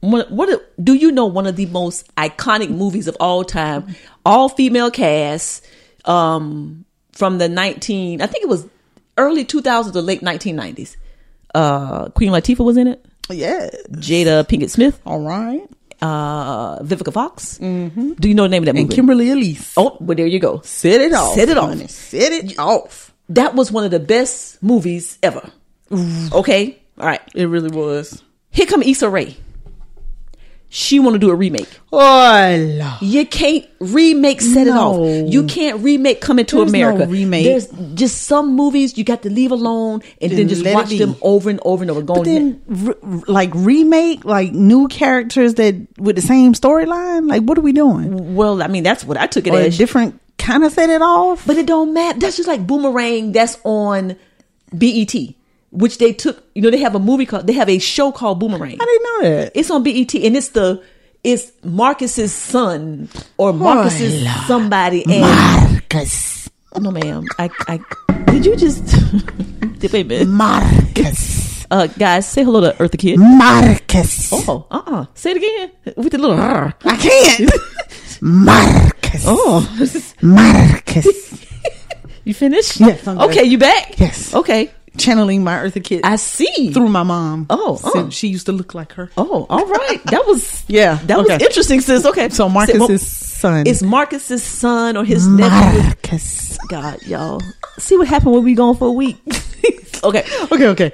[SPEAKER 6] What, what do you know? One of the most iconic movies of all time, all female cast, um, from the nineteen, I think it was early two thousands or late nineteen nineties. Uh, Queen Latifah was in it.
[SPEAKER 5] Yeah.
[SPEAKER 6] Jada Pinkett Smith,
[SPEAKER 5] All right.
[SPEAKER 6] uh, Vivica Fox. Do you know the name of that
[SPEAKER 5] Mm-hmm. And
[SPEAKER 6] movie?
[SPEAKER 5] Kimberly Elise.
[SPEAKER 6] Oh, well, there you go.
[SPEAKER 5] Set it off.
[SPEAKER 6] Set it off.
[SPEAKER 5] honey. Set it off.
[SPEAKER 6] That was one of the best movies ever. Okay, all right.
[SPEAKER 5] It really was.
[SPEAKER 6] Here come Issa Rae. She want to do a remake.
[SPEAKER 5] Oh, Lord.
[SPEAKER 6] You can't remake Set It
[SPEAKER 5] No.
[SPEAKER 6] Off. You can't remake Coming to
[SPEAKER 5] There's no
[SPEAKER 6] America.
[SPEAKER 5] remake.
[SPEAKER 6] There's just some movies you got to leave alone and then
[SPEAKER 5] Then
[SPEAKER 6] just
[SPEAKER 5] let it
[SPEAKER 6] watch
[SPEAKER 5] be.
[SPEAKER 6] them over and over and over. Going
[SPEAKER 5] But then, re- re- like remake, like new characters that with the same storyline. Like, what are we doing?
[SPEAKER 6] well, I mean that's what I took it
[SPEAKER 5] Or a
[SPEAKER 6] as.
[SPEAKER 5] different kind of set it off.
[SPEAKER 6] But it don't matter. That's just like Boomerang that's on BET, which they took, you know, they have a movie called, they have a show called Boomerang.
[SPEAKER 5] I didn't know that.
[SPEAKER 6] It's on BET and it's the, it's Marcus's son or Marcus's somebody. And
[SPEAKER 5] Marcus.
[SPEAKER 6] no, ma'am. I, I, did you just, [laughs] wait a minute.
[SPEAKER 5] Marcus.
[SPEAKER 6] Uh, guys, say hello to Eartha Kid.
[SPEAKER 5] Marcus.
[SPEAKER 6] Oh, uh uh Say it again with the little, "Rrr."
[SPEAKER 5] I
[SPEAKER 6] [laughs]
[SPEAKER 5] can't. Marcus.
[SPEAKER 6] oh,
[SPEAKER 5] Marcus.
[SPEAKER 6] you finished?
[SPEAKER 5] Yes, I'm good.
[SPEAKER 6] Okay, you back?
[SPEAKER 5] Yes.
[SPEAKER 6] Okay.
[SPEAKER 5] [laughs] Channeling my Eartha Kid
[SPEAKER 6] I see.
[SPEAKER 5] through my mom.
[SPEAKER 6] Oh,
[SPEAKER 5] Since
[SPEAKER 6] oh.
[SPEAKER 5] she used to look like her.
[SPEAKER 6] Oh, all right. That was
[SPEAKER 5] Yeah,
[SPEAKER 6] That was
[SPEAKER 5] okay.
[SPEAKER 6] interesting, sis.
[SPEAKER 5] So
[SPEAKER 6] Okay, Sis, well,
[SPEAKER 5] Marcus's son.
[SPEAKER 6] It's Marcus's son or his nephew.
[SPEAKER 5] Marcus.
[SPEAKER 6] God, y'all. See what happened when we gone for a week.
[SPEAKER 5] [laughs]
[SPEAKER 6] okay.
[SPEAKER 5] Okay, okay.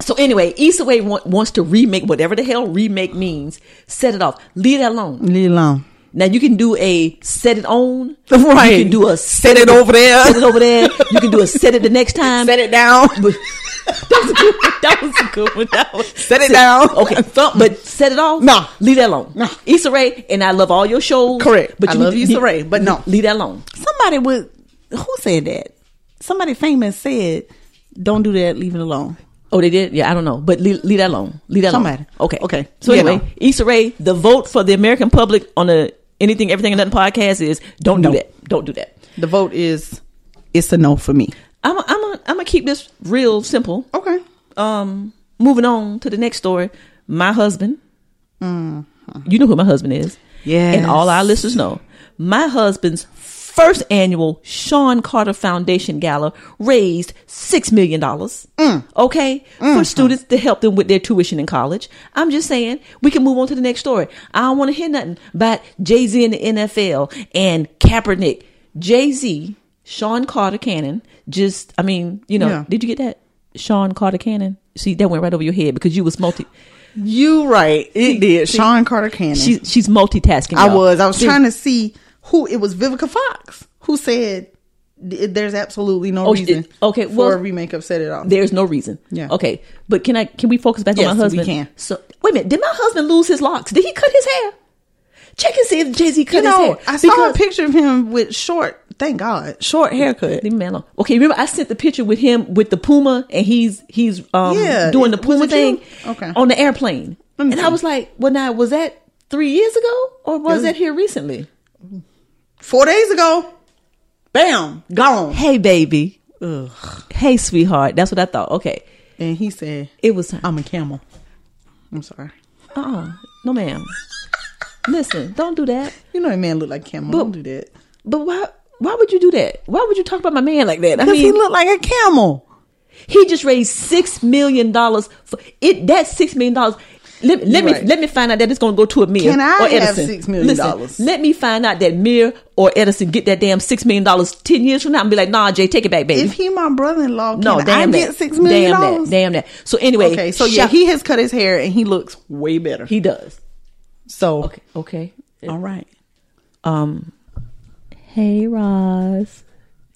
[SPEAKER 6] So anyway, Issa Rae wa- wants to remake whatever the hell remake means. Set it off. Leave that alone.
[SPEAKER 5] Leave it alone.
[SPEAKER 6] Now you can do a set it on.
[SPEAKER 5] Right.
[SPEAKER 6] You can do a
[SPEAKER 5] Set it over there.
[SPEAKER 6] Set it over there. You can do a set it the
[SPEAKER 5] [laughs]
[SPEAKER 6] next time.
[SPEAKER 5] Set it down.
[SPEAKER 6] That was a good one. That was a good one. That was,
[SPEAKER 5] Set it down. [laughs]
[SPEAKER 6] Okay, something. But set it off.
[SPEAKER 5] Nah.
[SPEAKER 6] leave that alone.
[SPEAKER 5] Nah.
[SPEAKER 6] Issa Rae and I love all your shows.
[SPEAKER 5] Correct.
[SPEAKER 6] but
[SPEAKER 5] I
[SPEAKER 6] you
[SPEAKER 5] love
[SPEAKER 6] need-
[SPEAKER 5] Issa
[SPEAKER 6] need-
[SPEAKER 5] Rae, but no.
[SPEAKER 6] leave that alone.
[SPEAKER 5] [laughs] Somebody would. Who said that? Somebody famous said, "Don't do that. Leave it alone."
[SPEAKER 6] Oh, they did. Yeah, I don't know, but leave, leave that alone. Leave that alone.
[SPEAKER 5] Somebody.
[SPEAKER 6] Okay,
[SPEAKER 5] Okay.
[SPEAKER 6] So
[SPEAKER 5] Yeah,
[SPEAKER 6] anyway, Issa Rae, the vote for the American public on the anything, everything, and nothing podcast is don't
[SPEAKER 5] No.
[SPEAKER 6] do that. Don't do that.
[SPEAKER 5] The vote is. It's a no for me.
[SPEAKER 6] I'm i I'm i am I'm gonna keep this real simple.
[SPEAKER 5] Okay.
[SPEAKER 6] Um, moving on to the next story. My husband. You know who my husband is.
[SPEAKER 5] Mm-hmm. Yes.
[SPEAKER 6] And all our listeners know. My husband's first annual Sean Carter Foundation Gala raised $6 million.
[SPEAKER 5] Mm.
[SPEAKER 6] Okay?
[SPEAKER 5] Mm-hmm.
[SPEAKER 6] For students to help them with their tuition in college. I'm just saying, we can move on to the next story. I don't want to hear nothing about Jay Z and the NFL and Kaepernick. Jay Z, Sean Carter Cannon, just, I mean, you know,
[SPEAKER 5] Yeah.
[SPEAKER 6] did you get that? Sean Carter Cannon? See, that went right over your head because you was multi.
[SPEAKER 5] You right. It did.
[SPEAKER 6] see-
[SPEAKER 5] Sean Carter Cannon.
[SPEAKER 6] She, she's multitasking.
[SPEAKER 5] I
[SPEAKER 6] y'all.
[SPEAKER 5] was. I was
[SPEAKER 6] See,
[SPEAKER 5] trying to see who it was. Vivica Fox who said "Th- there's absolutely no
[SPEAKER 6] Oh, she-
[SPEAKER 5] reason.
[SPEAKER 6] okay,
[SPEAKER 5] for
[SPEAKER 6] well-
[SPEAKER 5] a remake of Set It Off.
[SPEAKER 6] There's no reason.
[SPEAKER 5] Yeah.
[SPEAKER 6] Okay. But can I? Can we focus back
[SPEAKER 5] Yes,
[SPEAKER 6] on
[SPEAKER 5] we
[SPEAKER 6] my husband?
[SPEAKER 5] can.
[SPEAKER 6] So wait a minute. Did my husband lose his locks? Did he cut his hair? Check and see if Jay Z cut
[SPEAKER 5] you
[SPEAKER 6] his
[SPEAKER 5] know,
[SPEAKER 6] hair.
[SPEAKER 5] I saw
[SPEAKER 6] Because-
[SPEAKER 5] a picture of him with short. Thank God, short haircut.
[SPEAKER 6] Leave me alone. Okay, remember I sent the picture with him with the puma, and he's he's um
[SPEAKER 5] Yeah,
[SPEAKER 6] doing the
[SPEAKER 5] it- was
[SPEAKER 6] puma
[SPEAKER 5] it you?
[SPEAKER 6] thing
[SPEAKER 5] Okay.
[SPEAKER 6] on the airplane,
[SPEAKER 5] Let me
[SPEAKER 6] and
[SPEAKER 5] see.
[SPEAKER 6] I was like, "Well, now was that three years ago, or was that here recently?"
[SPEAKER 5] Four days ago, bam, gone.
[SPEAKER 6] Hey, baby. Hey, sweetheart. That's what I thought. Okay,
[SPEAKER 5] And he said,
[SPEAKER 6] it was time.
[SPEAKER 5] "I'm a camel." I'm sorry.
[SPEAKER 6] Uh-uh. No, ma'am. Listen, don't do that.
[SPEAKER 5] You know, a man look like camel. Don't do that.
[SPEAKER 6] But why? Why would you do that? Why would you talk about my man like that? I
[SPEAKER 5] Because
[SPEAKER 6] mean,
[SPEAKER 5] he looked like a camel.
[SPEAKER 6] He just raised six million dollars for it. That six million dollars. Let, let
[SPEAKER 5] Right.
[SPEAKER 6] me let me find out that it's going to go to a Amir
[SPEAKER 5] Can I
[SPEAKER 6] or
[SPEAKER 5] have
[SPEAKER 6] Edison.
[SPEAKER 5] $6 million?
[SPEAKER 6] Listen, let me find out that Mir or Edison get that damn six million dollars ten years from now and be like, Nah, Jay, take it back, baby.
[SPEAKER 5] If he my brother in law,
[SPEAKER 6] no,
[SPEAKER 5] no, I
[SPEAKER 6] damn that.
[SPEAKER 5] get six million
[SPEAKER 6] Damn
[SPEAKER 5] dollars.
[SPEAKER 6] that. Damn that. So anyway,
[SPEAKER 5] Okay, so yeah,
[SPEAKER 6] Shaq-
[SPEAKER 5] he has cut his hair and he looks way better.
[SPEAKER 6] he does.
[SPEAKER 5] so
[SPEAKER 6] Okay, okay.
[SPEAKER 5] all right.
[SPEAKER 6] Um. Hey, Roz.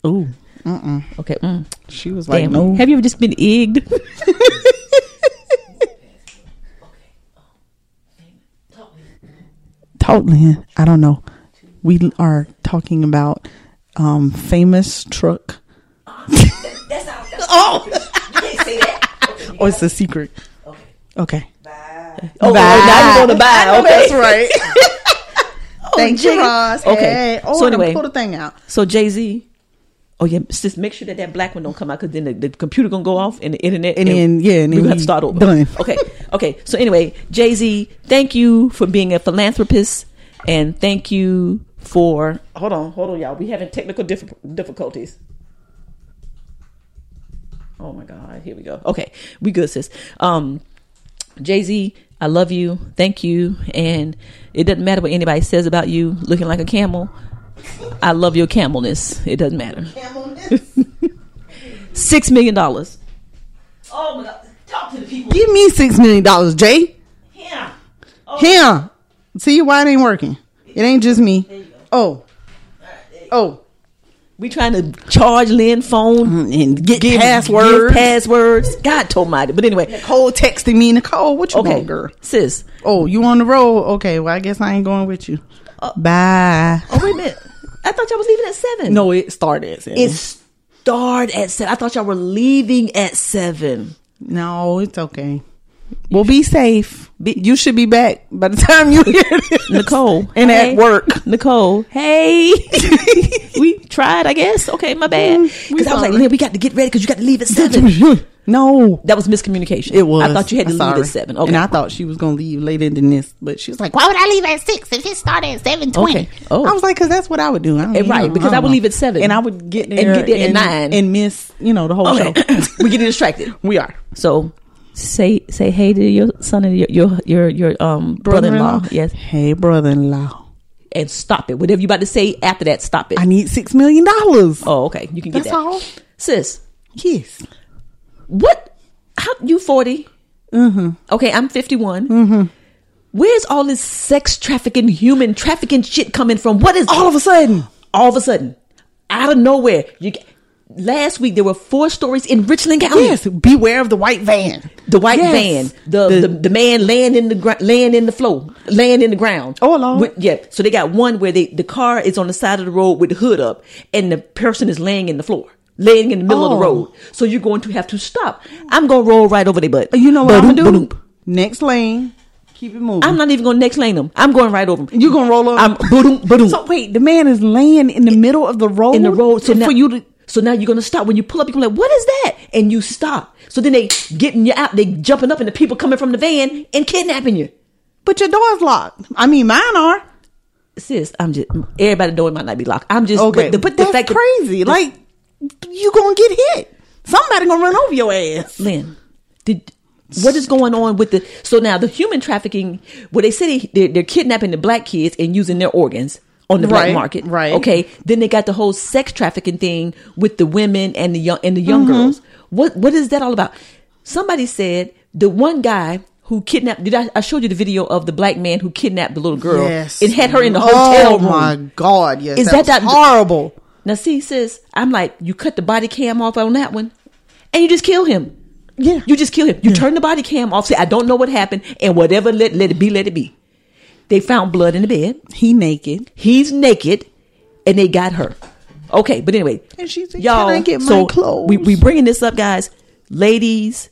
[SPEAKER 6] Ooh. Mm-mm. Okay. Mm.
[SPEAKER 5] She was like,
[SPEAKER 6] Damn.
[SPEAKER 5] no,
[SPEAKER 6] Have you ever just been egged? [laughs]
[SPEAKER 5] Totlin. I don't know. We are talking about um famous truck. that's oh, oh, it's a secret. Okay.
[SPEAKER 6] Oh, now you want to buy. Okay.
[SPEAKER 5] That's right. Thank you,
[SPEAKER 6] Jay.
[SPEAKER 5] Ross.
[SPEAKER 6] Okay.
[SPEAKER 5] Hey. Oh,
[SPEAKER 6] So
[SPEAKER 5] I done
[SPEAKER 6] anyway-
[SPEAKER 5] pull the thing out.
[SPEAKER 6] So Jay Z. Oh yeah, just make sure that that black one don't come out because then the, the computer gonna go off and the internet
[SPEAKER 5] And then, yeah, and
[SPEAKER 6] we
[SPEAKER 5] then
[SPEAKER 6] gonna have
[SPEAKER 5] we
[SPEAKER 6] to start over.
[SPEAKER 5] done.
[SPEAKER 6] [laughs] Okay, okay. So anyway, Jay Z, thank you for being a philanthropist and thank you for hold on, hold on, y'all. We having technical diff- difficulties. Oh my God, here we go. Okay, we good, sis. Um, Jay Z, I love you, thank you, and it doesn't matter what anybody says about you looking like a camel. I love your camelness. It doesn't matter. [laughs] Six million dollars. Oh my God! Talk to the people.
[SPEAKER 5] Give me six million dollars, Jay.
[SPEAKER 6] Yeah.
[SPEAKER 5] Him. See why it ain't working. It ain't just me. Oh. Oh.
[SPEAKER 6] We trying to charge Lynn phone
[SPEAKER 5] Mm, And get
[SPEAKER 6] give-
[SPEAKER 5] passwords.
[SPEAKER 6] give passwords. God told mighty. But anyway,
[SPEAKER 5] Cole texting me, Nicole, what you
[SPEAKER 6] okay,
[SPEAKER 5] want, girl?
[SPEAKER 6] sis.
[SPEAKER 5] Oh, you on the road? Okay, well, I guess I ain't going with you. Bye.
[SPEAKER 6] Oh wait a minute. I thought y'all was leaving at seven.
[SPEAKER 5] No, it started. At
[SPEAKER 6] it started at seven. I thought y'all were leaving at seven.
[SPEAKER 5] no, it's okay. Well, be safe. Be, you should be back by the time you hear this.
[SPEAKER 6] Nicole
[SPEAKER 5] and
[SPEAKER 6] hey.
[SPEAKER 5] at work.
[SPEAKER 6] Nicole, hey,
[SPEAKER 5] [laughs]
[SPEAKER 6] we tried, I guess. Okay, my bad.
[SPEAKER 5] Mm, we
[SPEAKER 6] Because I was like,
[SPEAKER 5] sorry.
[SPEAKER 6] Lynn, we got to get ready because you got
[SPEAKER 5] [laughs]
[SPEAKER 6] to leave at seven.
[SPEAKER 5] No,
[SPEAKER 6] that was miscommunication.
[SPEAKER 5] it was.
[SPEAKER 6] I thought you had to
[SPEAKER 5] I'm
[SPEAKER 6] leave
[SPEAKER 5] sorry.
[SPEAKER 6] at seven. Okay.
[SPEAKER 5] and I thought she was gonna leave later than this, but she was like, "Why would I leave at six if it started at seven
[SPEAKER 6] Okay. Oh.
[SPEAKER 5] I was like, "Cause that's what I would do." I don't-
[SPEAKER 6] Eh, right,
[SPEAKER 5] you know,
[SPEAKER 6] because I would
[SPEAKER 5] don't
[SPEAKER 6] leave
[SPEAKER 5] know.
[SPEAKER 6] at seven.
[SPEAKER 5] and I would get there
[SPEAKER 6] And get there at nine.
[SPEAKER 5] and miss you know the whole
[SPEAKER 6] okay.
[SPEAKER 5] show.
[SPEAKER 6] [laughs] we getting distracted.
[SPEAKER 5] we are.
[SPEAKER 6] So say say hey to your son and your your your, your um brother in law. Yes.
[SPEAKER 5] Hey, brother-in-law.
[SPEAKER 6] And stop it. Whatever you about to say after that, stop it.
[SPEAKER 5] I need six million dollars.
[SPEAKER 6] Eh. oh, okay. You can get
[SPEAKER 5] That's
[SPEAKER 6] that.
[SPEAKER 5] all.
[SPEAKER 6] Sis,
[SPEAKER 5] Yes.
[SPEAKER 6] what how you 40
[SPEAKER 5] Mm-hmm.
[SPEAKER 6] okay i'm 51 where's all this sex trafficking human trafficking shit coming from what is
[SPEAKER 5] All of a sudden.
[SPEAKER 6] all of a sudden out of nowhere you g- last week there were four stories in richland county
[SPEAKER 5] Yes. Beware of the white van.
[SPEAKER 6] the white
[SPEAKER 5] Yes.
[SPEAKER 6] van, the, the, the man laying in the ground, laying in the floor, laying in the ground.
[SPEAKER 5] Oh, Lord.
[SPEAKER 6] With- yeah. So they got one where they the car is on the side of the road with the hood up, and the person is laying in the floor, laying in the middle of the
[SPEAKER 5] Oh.
[SPEAKER 6] road. So you're going to have to stop. I'm gonna roll right over their butt.
[SPEAKER 5] You know what I'm gonna
[SPEAKER 6] Ba-doop,
[SPEAKER 5] do?
[SPEAKER 6] ba-doop.
[SPEAKER 5] Next lane. Keep it moving.
[SPEAKER 6] I'm not even gonna next lane them. I'm going right over them.
[SPEAKER 5] You gonna roll over?
[SPEAKER 6] I'm boom boom
[SPEAKER 5] so wait, the man is laying in the middle of the road.
[SPEAKER 6] in the road. So
[SPEAKER 5] So
[SPEAKER 6] now,
[SPEAKER 5] for you to
[SPEAKER 6] so now you're gonna stop when you pull up. You're gonna be like, what is that? And you stop. So then they getting you out. They jumping up, and the people coming from the van and kidnapping you.
[SPEAKER 5] but your door's locked. I mean mine are.
[SPEAKER 6] sis, I'm just everybody door might not be locked. I'm just
[SPEAKER 5] Okay.
[SPEAKER 6] but, the,
[SPEAKER 5] but
[SPEAKER 6] the
[SPEAKER 5] that's
[SPEAKER 6] fact that-
[SPEAKER 5] crazy.
[SPEAKER 6] the-
[SPEAKER 5] like you gonna get hit. Somebody gonna run over your ass.
[SPEAKER 6] Lynn, did what is going on with the so now the human trafficking? Well, they say they, they're, they're kidnapping the black kids and using their organs on the black
[SPEAKER 5] Right,
[SPEAKER 6] market,
[SPEAKER 5] right.
[SPEAKER 6] Okay, then they got the whole sex trafficking thing with the women and the young and the
[SPEAKER 5] Mm-hmm.
[SPEAKER 6] young girls. What what is that all about? Somebody said the one guy. Who kidnapped? Did I, I showed you the video of the black man who kidnapped the little girl? It had her in the hotel
[SPEAKER 5] Oh
[SPEAKER 6] room.
[SPEAKER 5] my god, yes.
[SPEAKER 6] Is that
[SPEAKER 5] that
[SPEAKER 6] that-
[SPEAKER 5] was horrible?
[SPEAKER 6] Now, see, sis, I'm like, you cut the body cam off on that one, and you just kill him.
[SPEAKER 5] Yeah.
[SPEAKER 6] You just kill him. You turn the body cam off. Say, I don't know what happened, and whatever, let let it be, let it be. They found blood in the bed.
[SPEAKER 5] He naked.
[SPEAKER 6] He's naked, and they got her. Okay, but anyway,
[SPEAKER 5] And she said, "Can I get my clothes?"
[SPEAKER 6] We we bringing this up, guys, ladies,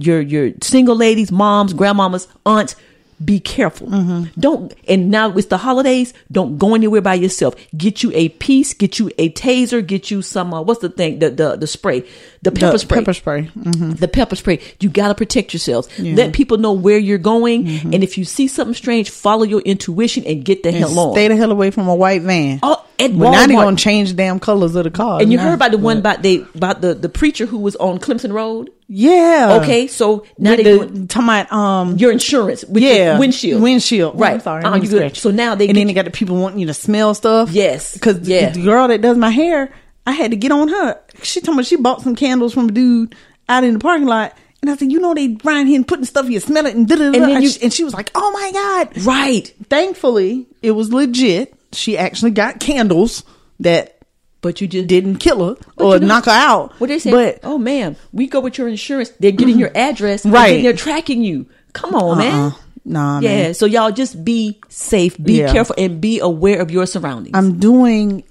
[SPEAKER 6] your your single ladies, moms, grandmamas, aunts. be careful.
[SPEAKER 5] Mm-hmm.
[SPEAKER 6] Don't and now it's the holidays. Don't go anywhere by yourself. Get you a piece. Get you a taser. Get you some. Uh, what's the thing? The the the spray. The pepper
[SPEAKER 5] The
[SPEAKER 6] spray
[SPEAKER 5] Pepper spray. Mhm.
[SPEAKER 6] the pepper spray. You got to protect yourselves. Let people know where you're going. And if you see something strange, follow your intuition and get the
[SPEAKER 5] Mm-hmm. And
[SPEAKER 6] hell on.
[SPEAKER 5] Stay the hell away from a white van.
[SPEAKER 6] Oh, at
[SPEAKER 5] Well, now they
[SPEAKER 6] Walmart.
[SPEAKER 5] gonna change the damn colors of the car.
[SPEAKER 6] and you
[SPEAKER 5] Now.
[SPEAKER 6] heard about the one about they about the, the preacher who was on Clemson Road.
[SPEAKER 5] yeah.
[SPEAKER 6] Okay, so now
[SPEAKER 5] Uh, With
[SPEAKER 6] they
[SPEAKER 5] the,
[SPEAKER 6] doing
[SPEAKER 5] talking about um
[SPEAKER 6] your insurance with
[SPEAKER 5] yeah
[SPEAKER 6] your windshield
[SPEAKER 5] windshield. Oh,
[SPEAKER 6] Right.
[SPEAKER 5] I'm sorry.
[SPEAKER 6] Uh-uh,
[SPEAKER 5] let me
[SPEAKER 6] you good.
[SPEAKER 5] scratch.
[SPEAKER 6] So now they
[SPEAKER 5] and
[SPEAKER 6] get
[SPEAKER 5] then
[SPEAKER 6] you-
[SPEAKER 5] they got the people wanting you to smell stuff.
[SPEAKER 6] Yes.
[SPEAKER 5] Because
[SPEAKER 6] Yeah.
[SPEAKER 5] the girl that does my hair, I had to get on her. She told me she bought some candles from a dude out in the parking lot. And I said, you know, they grind here and putting stuff, you smell it, and da da
[SPEAKER 6] then
[SPEAKER 5] da.
[SPEAKER 6] you-
[SPEAKER 5] And she was like, oh my God.
[SPEAKER 6] Right.
[SPEAKER 5] Thankfully, it was legit. She actually got candles that
[SPEAKER 6] But you just
[SPEAKER 5] didn't kill her
[SPEAKER 6] But
[SPEAKER 5] or
[SPEAKER 6] you know-
[SPEAKER 5] knock her out.
[SPEAKER 6] What they say?
[SPEAKER 5] But
[SPEAKER 6] oh, ma'am, we go with your insurance. They're getting your address.
[SPEAKER 5] Right. Uh-uh.
[SPEAKER 6] And then they're tracking you. Come on, man.
[SPEAKER 5] Nah,
[SPEAKER 6] yeah.
[SPEAKER 5] man.
[SPEAKER 6] So y'all just be safe, be
[SPEAKER 5] Yeah.
[SPEAKER 6] careful, and be aware of your surroundings.
[SPEAKER 5] I'm doing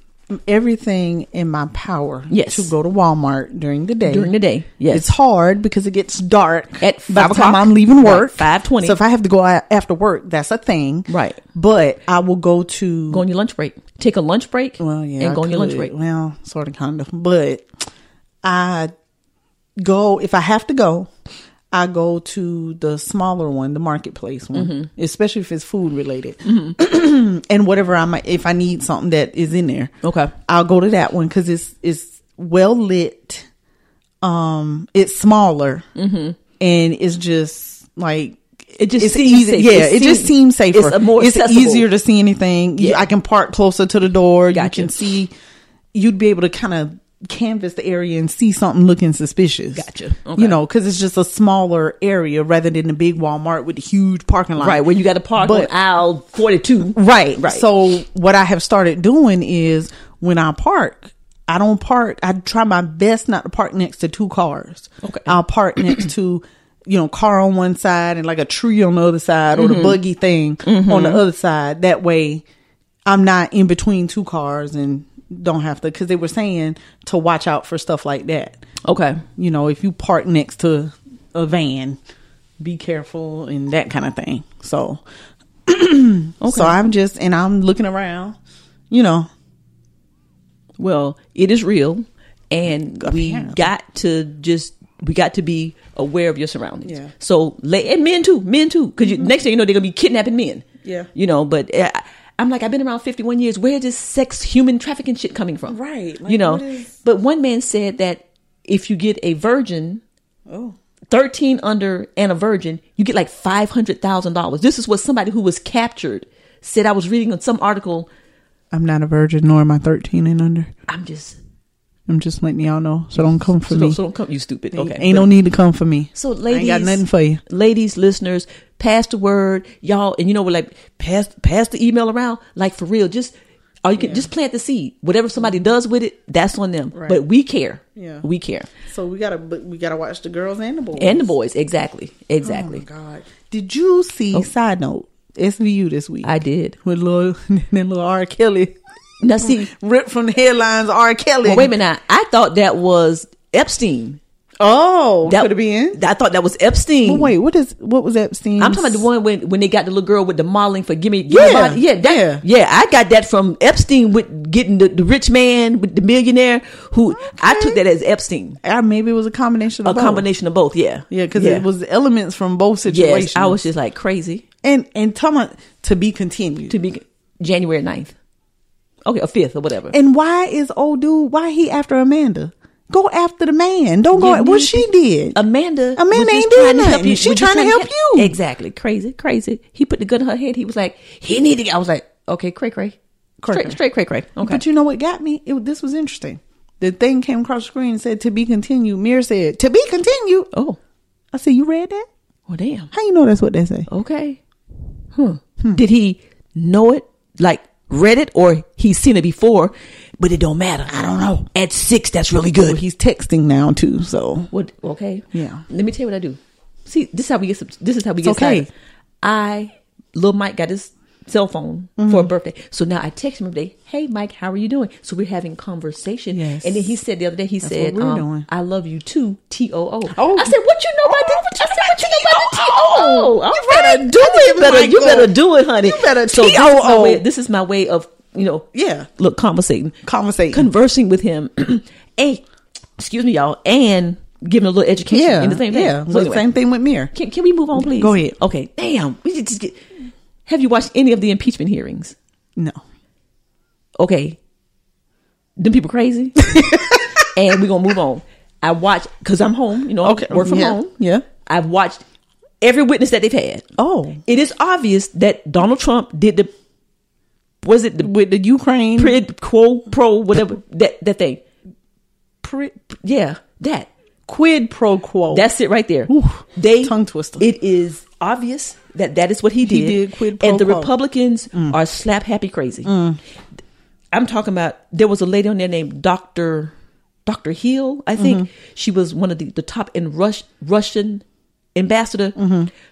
[SPEAKER 5] everything in my power
[SPEAKER 6] Yes.
[SPEAKER 5] to go to Walmart during the day.
[SPEAKER 6] During the day, yes.
[SPEAKER 5] It's hard because it gets dark
[SPEAKER 6] At
[SPEAKER 5] by
[SPEAKER 6] five
[SPEAKER 5] the time
[SPEAKER 6] o'clock.
[SPEAKER 5] I'm leaving
[SPEAKER 6] Right,
[SPEAKER 5] work.
[SPEAKER 6] 5:20.
[SPEAKER 5] So if I have to go out after work, that's a thing.
[SPEAKER 6] Right.
[SPEAKER 5] But I will go to
[SPEAKER 6] go on your lunch break. Take a lunch break.
[SPEAKER 5] well, yeah,
[SPEAKER 6] and
[SPEAKER 5] I
[SPEAKER 6] go on your lunch
[SPEAKER 5] could.
[SPEAKER 6] break.
[SPEAKER 5] Well, sort of, kind of, but I go if I have to go. I go to the smaller one, the marketplace one,
[SPEAKER 6] Mm-hmm.
[SPEAKER 5] especially if it's food related, [clears throat] and whatever I might, if I need something that is in there,
[SPEAKER 6] Okay.
[SPEAKER 5] I'll go to that one because it's it's well lit. Um, it's smaller, and it's just like
[SPEAKER 6] Mm-hmm. It just
[SPEAKER 5] it's
[SPEAKER 6] seems
[SPEAKER 5] easy.
[SPEAKER 6] safe.
[SPEAKER 5] Yeah, it,
[SPEAKER 6] It
[SPEAKER 5] just seems
[SPEAKER 6] seems-
[SPEAKER 5] safer.
[SPEAKER 6] it's a more accessible.
[SPEAKER 5] easier to see anything. You-
[SPEAKER 6] Yeah.
[SPEAKER 5] I can park closer to the door.
[SPEAKER 6] Gotcha.
[SPEAKER 5] You can see. You'd be able to kind of canvas the area and see something looking suspicious.
[SPEAKER 6] Gotcha. Okay.
[SPEAKER 5] You know, because it's just a smaller area rather than the big Walmart with the huge parking lot.
[SPEAKER 6] Right where you got to park
[SPEAKER 5] But-
[SPEAKER 6] on aisle forty-two.
[SPEAKER 5] Right.
[SPEAKER 6] Right.
[SPEAKER 5] So what I have started doing is when I park, I don't park. I try my best not to park next to two cars.
[SPEAKER 6] Okay.
[SPEAKER 5] I'll park [clears throat] next to, you know, car on one side and like a tree on the other side or the buggy thing on the other side. That way I'm not in between two cars and don't have to, cause they were saying to watch out for stuff like that.
[SPEAKER 6] Okay.
[SPEAKER 5] You know, if you park next to a van, be careful and that kind of thing. So so I'm just and I'm looking around, you know.
[SPEAKER 6] Well, it is real, and we
[SPEAKER 5] Apparently.
[SPEAKER 6] got to just we got to be aware of your surroundings.
[SPEAKER 5] Yeah. Mm-hmm.
[SPEAKER 6] So, la- and men too, men too, because you next thing you know they're gonna be kidnapping men.
[SPEAKER 5] Yeah.
[SPEAKER 6] You know, but uh, I- I'm like I've been around 51 years. Where is this sex human trafficking shit coming from?
[SPEAKER 5] Right. Like,
[SPEAKER 6] you know.
[SPEAKER 5] what is-
[SPEAKER 6] But one man said that if you get a virgin.
[SPEAKER 5] Oh.
[SPEAKER 6] 13 under and a virgin, you get like $500,000. This is what somebody who was captured said. I was reading on some article.
[SPEAKER 5] I'm not a virgin nor am I 13 and under.
[SPEAKER 6] I'm just,
[SPEAKER 5] I'm just letting y'all know. So don't come for
[SPEAKER 6] so
[SPEAKER 5] me.
[SPEAKER 6] don't, so don't come, you stupid. Okay.
[SPEAKER 5] Ain't
[SPEAKER 6] But-
[SPEAKER 5] no need to come for me.
[SPEAKER 6] So, ladies,
[SPEAKER 5] I ain't got nothing for you.
[SPEAKER 6] Ladies, listeners, pass the word, y'all, and you know, we're like pass pass the email around, like for real. Just or you can just plant the seed. Whatever somebody does with it, that's on them. But we care.
[SPEAKER 5] Mm-hmm. Yeah.
[SPEAKER 6] we care,
[SPEAKER 5] So we gotta but we gotta watch the girls and the boys.
[SPEAKER 6] and the boys exactly, exactly.
[SPEAKER 5] Oh, God, did you see? Side note, SVU this week
[SPEAKER 6] I did.
[SPEAKER 5] Oh. with little [laughs] then little R. Kelly [laughs]
[SPEAKER 6] Now see,
[SPEAKER 5] ripped from the headlines. R. Kelly.
[SPEAKER 6] well, wait a minute. now. I thought that was Epstein.
[SPEAKER 5] Oh,
[SPEAKER 6] That
[SPEAKER 5] could it be in?
[SPEAKER 6] I thought that was Epstein.
[SPEAKER 5] Well, wait, what is what was Epstein?
[SPEAKER 6] I'm talking about the one when when they got the little girl with the modeling for gimme, give
[SPEAKER 5] Yeah,
[SPEAKER 6] me body. yeah, that,
[SPEAKER 5] yeah.
[SPEAKER 6] yeah, I got that from Epstein with getting the, the rich man with the millionaire who I took that as Epstein,
[SPEAKER 5] Ah, maybe it was a combination.
[SPEAKER 6] a
[SPEAKER 5] of both.
[SPEAKER 6] combination of both. Yeah,
[SPEAKER 5] Yeah, because it was elements from both situations.
[SPEAKER 6] Yes, I was just like crazy
[SPEAKER 5] and and Tama to be continued.
[SPEAKER 6] to be January 9th. okay, or fifth or whatever.
[SPEAKER 5] and why is old dude? Why he after Amanda? Go after the man. Don't go.
[SPEAKER 6] Yeah, Um,
[SPEAKER 5] what
[SPEAKER 6] dude,
[SPEAKER 5] she did.
[SPEAKER 6] Amanda.
[SPEAKER 5] Amanda
[SPEAKER 6] was just
[SPEAKER 5] ain't doing
[SPEAKER 6] trying to help
[SPEAKER 5] nothing.
[SPEAKER 6] you.
[SPEAKER 5] She
[SPEAKER 6] was
[SPEAKER 5] trying
[SPEAKER 6] just
[SPEAKER 5] to help you.
[SPEAKER 6] Exactly. Crazy. Crazy. He put the gun in her head. He was like, he needed. I was like, okay, cray cray.
[SPEAKER 5] Cray-cray.
[SPEAKER 6] Straight, straight, cray, cray. Okay.
[SPEAKER 5] But you know what got me? It, this was interesting. The thing came across the screen and said to be continued. Mir said to be continued.
[SPEAKER 6] oh,
[SPEAKER 5] I said you read that?
[SPEAKER 6] well, damn.
[SPEAKER 5] How you know that's what they say?
[SPEAKER 6] Okay. Huh. Did he know it? Like read it or he's seen it before, but it don't matter. I don't know. At six, that's really
[SPEAKER 5] Well,
[SPEAKER 6] good.
[SPEAKER 5] he's texting now too. So
[SPEAKER 6] What okay.
[SPEAKER 5] Yeah.
[SPEAKER 6] Let me tell you what I do. See, this is how we get some, this is how we get
[SPEAKER 5] It's okay.
[SPEAKER 6] started. I little Mike got his cell phone
[SPEAKER 5] Mm-hmm.
[SPEAKER 6] for a birthday. So now I text him every day, Hey Mike, how are you doing? So we're having conversation.
[SPEAKER 5] Yes.
[SPEAKER 6] And then he said the other day, he
[SPEAKER 5] That's
[SPEAKER 6] said,
[SPEAKER 5] what we're
[SPEAKER 6] um,
[SPEAKER 5] doing.
[SPEAKER 6] I love you too, T O O.
[SPEAKER 5] Oh.
[SPEAKER 6] I said, What you know about
[SPEAKER 5] Oh,
[SPEAKER 6] this? I said, What you know about the T Oh, all
[SPEAKER 5] you
[SPEAKER 6] right.
[SPEAKER 5] better do it,
[SPEAKER 6] You better, you
[SPEAKER 5] Michael.
[SPEAKER 6] better do it, honey.
[SPEAKER 5] You better
[SPEAKER 6] so this is, my
[SPEAKER 5] T.O.O..
[SPEAKER 6] way, this is my way of you know,
[SPEAKER 5] Yeah.
[SPEAKER 6] look, conversating,
[SPEAKER 5] Conversating.
[SPEAKER 6] conversing with him, [clears throat] and excuse me, y'all, and giving a little education
[SPEAKER 5] Yeah,
[SPEAKER 6] in the same thing.
[SPEAKER 5] yeah.
[SPEAKER 6] So
[SPEAKER 5] So
[SPEAKER 6] anyway,
[SPEAKER 5] same thing with Mir.
[SPEAKER 6] Can, can we move on, please?
[SPEAKER 5] Go ahead.
[SPEAKER 6] Okay, damn, we should just get. Have you watched any of the impeachment hearings?
[SPEAKER 5] No,
[SPEAKER 6] okay, them
[SPEAKER 5] [laughs]
[SPEAKER 6] people crazy, and we're gonna move on. I watch because I'm home, you know, okay. work from
[SPEAKER 5] Yeah.
[SPEAKER 6] home.
[SPEAKER 5] Yeah.
[SPEAKER 6] I've watched every witness that they've had.
[SPEAKER 5] Oh.
[SPEAKER 6] it is obvious that Donald Trump did the was it the
[SPEAKER 5] with the Ukraine,
[SPEAKER 6] prid quo pro whatever that that thing. Pri, yeah, that
[SPEAKER 5] quid pro quo.
[SPEAKER 6] that's it right there.
[SPEAKER 5] Oof.
[SPEAKER 6] they
[SPEAKER 5] Tongue twister.
[SPEAKER 6] It is obvious that that is what he did.
[SPEAKER 5] did quid pro
[SPEAKER 6] and the
[SPEAKER 5] quo. Mm.
[SPEAKER 6] Republicans are slap happy crazy. I'm talking about. There was a lady on there named Doctor Doctor Hill. I think she was one of the, the top in Rush Russian ambassador.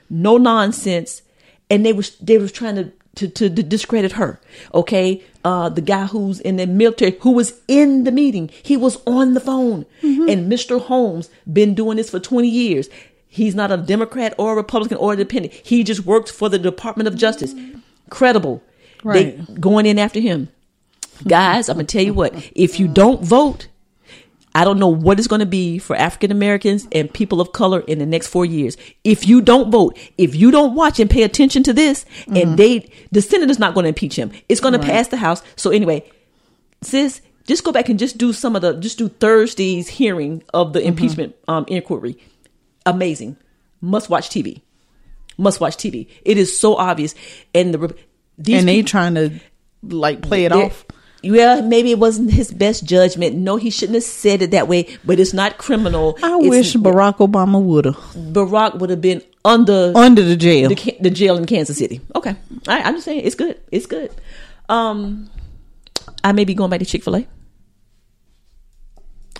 [SPEAKER 6] No nonsense, and they was they was trying to. To, to, to discredit her, okay. Uh, the guy who's in the military, who was in the meeting, he was on the phone. And Mr. Holmes been doing this for twenty years. He's not a Democrat or a Republican or independent. He just works for the Department of Justice. Credible, They
[SPEAKER 5] Right.
[SPEAKER 6] going in after him guys i'm gonna tell you what if you don't vote i don't know what it's gonna be for african americans and people of color in the next four years if you don't vote if you don't watch and pay attention to this and they the senate is not gonna impeach him it's gonna pass the house so anyway sis just go back and just do some of the just do thursday's hearing of
[SPEAKER 5] Mm-hmm.
[SPEAKER 6] the impeachment um inquiry amazing must watch tv must watch tv it is so obvious and the rep- these
[SPEAKER 5] and they
[SPEAKER 6] peop-
[SPEAKER 5] trying to like play it
[SPEAKER 6] there-
[SPEAKER 5] off.
[SPEAKER 6] Yeah, maybe it wasn't his best judgment. No, he shouldn't have said it that way. But it's not criminal.
[SPEAKER 5] I
[SPEAKER 6] It's-
[SPEAKER 5] wish Barack Obama would have
[SPEAKER 6] Barack would have been under
[SPEAKER 5] under the jail.
[SPEAKER 6] the, ca- the jail in Kansas City. Okay, I, I'm just saying it's good. It's good. Um, I may be going back to Chick Fil A.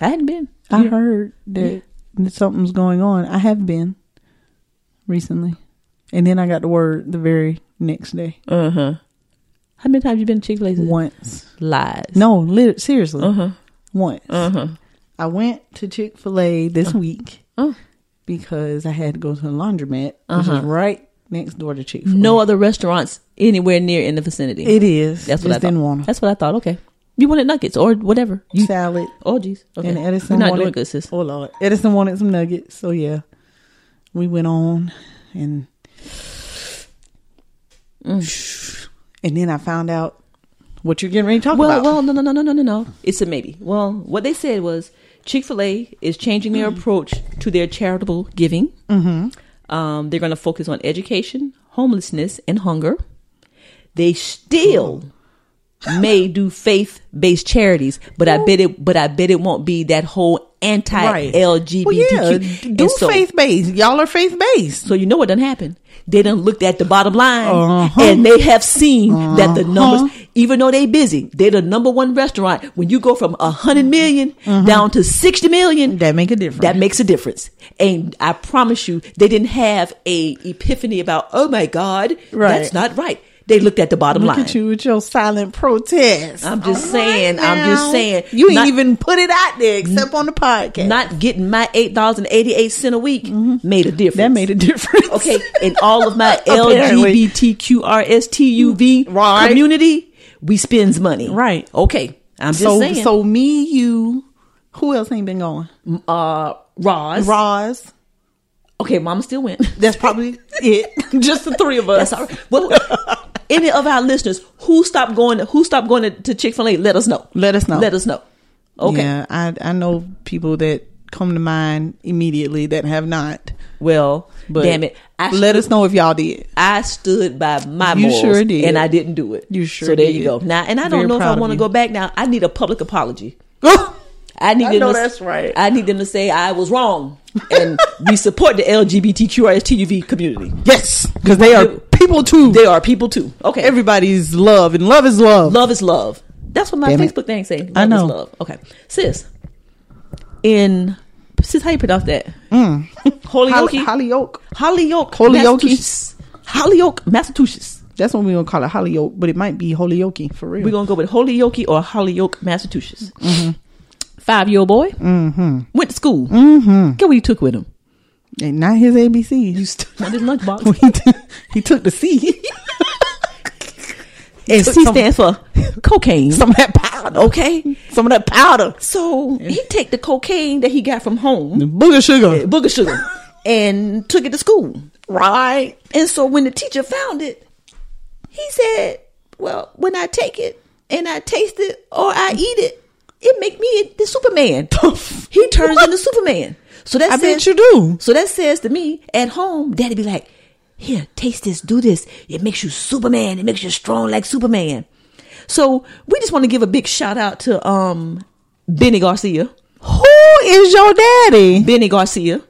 [SPEAKER 6] I hadn't been.
[SPEAKER 5] I heard that something's going on. I have been recently, and then I got the word the very next day.
[SPEAKER 6] Uh huh. How many times you been to Chick Fil A?
[SPEAKER 5] Once,
[SPEAKER 6] Lies.
[SPEAKER 5] no, lit seriously, once. I went to Chick Fil A this week because I had to go to the laundromat, which is right next door to Chick Fil A.
[SPEAKER 6] no other restaurants anywhere near in the vicinity.
[SPEAKER 5] it is.
[SPEAKER 6] That's what
[SPEAKER 5] Just
[SPEAKER 6] I thought.
[SPEAKER 5] didn't want 'em.
[SPEAKER 6] That's what I thought. Okay, you wanted nuggets or whatever. You,
[SPEAKER 5] salad.
[SPEAKER 6] Oh geez. Okay.
[SPEAKER 5] And Edison
[SPEAKER 6] You're not
[SPEAKER 5] wanted,
[SPEAKER 6] doing good, sis.
[SPEAKER 5] Oh Lord, Edison wanted some nuggets. So yeah, we went on, and [sighs] and then I found out what you're getting ready to talk
[SPEAKER 6] Well,
[SPEAKER 5] about.
[SPEAKER 6] well, no, no, no, no, no, no, no. It's a maybe. Well, what they said was Chick Fil A is changing their
[SPEAKER 5] Mm.
[SPEAKER 6] approach to their charitable giving. Mm-hmm. Um, they're going to focus on education, homelessness, and hunger.
[SPEAKER 5] [laughs]
[SPEAKER 6] They still may do faith based charities, but I bet it. But I bet it won't be that whole anti LGBTQ.
[SPEAKER 5] Well, yeah, do faith based. Y'all are faith based.
[SPEAKER 6] So you know what done happened? They done looked at the bottom line
[SPEAKER 5] Uh-huh.
[SPEAKER 6] and they have seen that the numbers, even though they busy, they're the number one restaurant. When you go from a hundred million down to 60 million,
[SPEAKER 5] Uh-huh. That make a difference.
[SPEAKER 6] that makes a difference. And I promise you, they didn't have a epiphany about, oh my God,
[SPEAKER 5] Right.
[SPEAKER 6] that's not right. They looked at the bottom
[SPEAKER 5] Look
[SPEAKER 6] line.
[SPEAKER 5] at you with your silent protest.
[SPEAKER 6] I'm just
[SPEAKER 5] All
[SPEAKER 6] saying, I'm just
[SPEAKER 5] now.
[SPEAKER 6] saying.
[SPEAKER 5] You ain't
[SPEAKER 6] Not-
[SPEAKER 5] even put it out there except on the podcast.
[SPEAKER 6] Not getting my $8.88 a week made a difference.
[SPEAKER 5] Mm-hmm. that made a difference.
[SPEAKER 6] [laughs] Okay, and all of my
[SPEAKER 5] [laughs] Apparently.
[SPEAKER 6] LGBTQRSTUV
[SPEAKER 5] Right.
[SPEAKER 6] community, we spends money.
[SPEAKER 5] Right.
[SPEAKER 6] Okay. I'm just
[SPEAKER 5] So
[SPEAKER 6] saying.
[SPEAKER 5] so me, you, who else ain't been going?
[SPEAKER 6] uh, Roz.
[SPEAKER 5] Roz.
[SPEAKER 6] Okay, Mama still went. [laughs]
[SPEAKER 5] That's probably it. [laughs] Just the three of us.
[SPEAKER 6] That's all right. Well,
[SPEAKER 5] [laughs]
[SPEAKER 6] any of our listeners who stopped going, who stopped going to, Chick Fil A, let us know.
[SPEAKER 5] Let us know.
[SPEAKER 6] Let us know. Okay.
[SPEAKER 5] Yeah, I I know people that come to mind immediately that have not.
[SPEAKER 6] Well,
[SPEAKER 5] But
[SPEAKER 6] damn it. I
[SPEAKER 5] let
[SPEAKER 6] stood-
[SPEAKER 5] us know if y'all
[SPEAKER 6] [laughs]
[SPEAKER 5] did.
[SPEAKER 6] I stood by my
[SPEAKER 5] You
[SPEAKER 6] morals,
[SPEAKER 5] sure did.
[SPEAKER 6] and I didn't do it.
[SPEAKER 5] You sure
[SPEAKER 6] So there you
[SPEAKER 5] did.
[SPEAKER 6] go. Now, and I
[SPEAKER 5] Very
[SPEAKER 6] don't know if I
[SPEAKER 5] proud of
[SPEAKER 6] want to
[SPEAKER 5] you.
[SPEAKER 6] go back. Now, I need a public apology. I need
[SPEAKER 5] I
[SPEAKER 6] them
[SPEAKER 5] know
[SPEAKER 6] to,
[SPEAKER 5] that's right.
[SPEAKER 6] I need them to say I was wrong, and we support the LGBTQISTUV community.
[SPEAKER 5] yes, because they are people too.
[SPEAKER 6] They are people too. Okay,
[SPEAKER 5] Everybody's love and love is love.
[SPEAKER 6] love is love. That's what my
[SPEAKER 5] Damn it.
[SPEAKER 6] Facebook thing say. Love
[SPEAKER 5] I know.
[SPEAKER 6] Is love. Okay, sis. In sis, how you pronounce that?
[SPEAKER 5] Hol-
[SPEAKER 6] Holyoke,
[SPEAKER 5] Hollyoke.
[SPEAKER 6] Holyoke,
[SPEAKER 5] Mm. Holyoke.
[SPEAKER 6] Massachusetts. Holyoke, Massachusetts.
[SPEAKER 5] That's what we're gonna call it Hollyoke, but it might be Holyoke for real.
[SPEAKER 6] We're gonna go with Holyoke or Holyoke, Massachusetts.
[SPEAKER 5] Mm-hmm.
[SPEAKER 6] Five year old boy mm-hmm. went to school. Mm-hmm. Get what he took with him.
[SPEAKER 5] And not his ABCs.
[SPEAKER 6] You st- not his lunchbox.
[SPEAKER 5] [laughs] he, t- he took the C. [laughs]
[SPEAKER 6] and
[SPEAKER 5] took
[SPEAKER 6] C
[SPEAKER 5] some-
[SPEAKER 6] stands for cocaine.
[SPEAKER 5] Some of that powder.
[SPEAKER 6] okay,
[SPEAKER 5] Some of that powder.
[SPEAKER 6] so he take the cocaine that he got from home,
[SPEAKER 5] Booger sugar.
[SPEAKER 6] booger
[SPEAKER 5] [laughs]
[SPEAKER 6] sugar, and took it to school.
[SPEAKER 5] Right.
[SPEAKER 6] And so when the teacher found it, he said, "Well, when I take it and I taste it or I eat it, it make me the Superman. [laughs] he turns into Superman. So that
[SPEAKER 5] I
[SPEAKER 6] says,
[SPEAKER 5] bet you do.
[SPEAKER 6] So that says to me at home, Daddy be like, "Here, taste this, do this. It makes you Superman. It makes you strong like Superman." So we just want to give a big shout out to um Benny Garcia.
[SPEAKER 5] Who is your daddy?
[SPEAKER 6] Benny Garcia.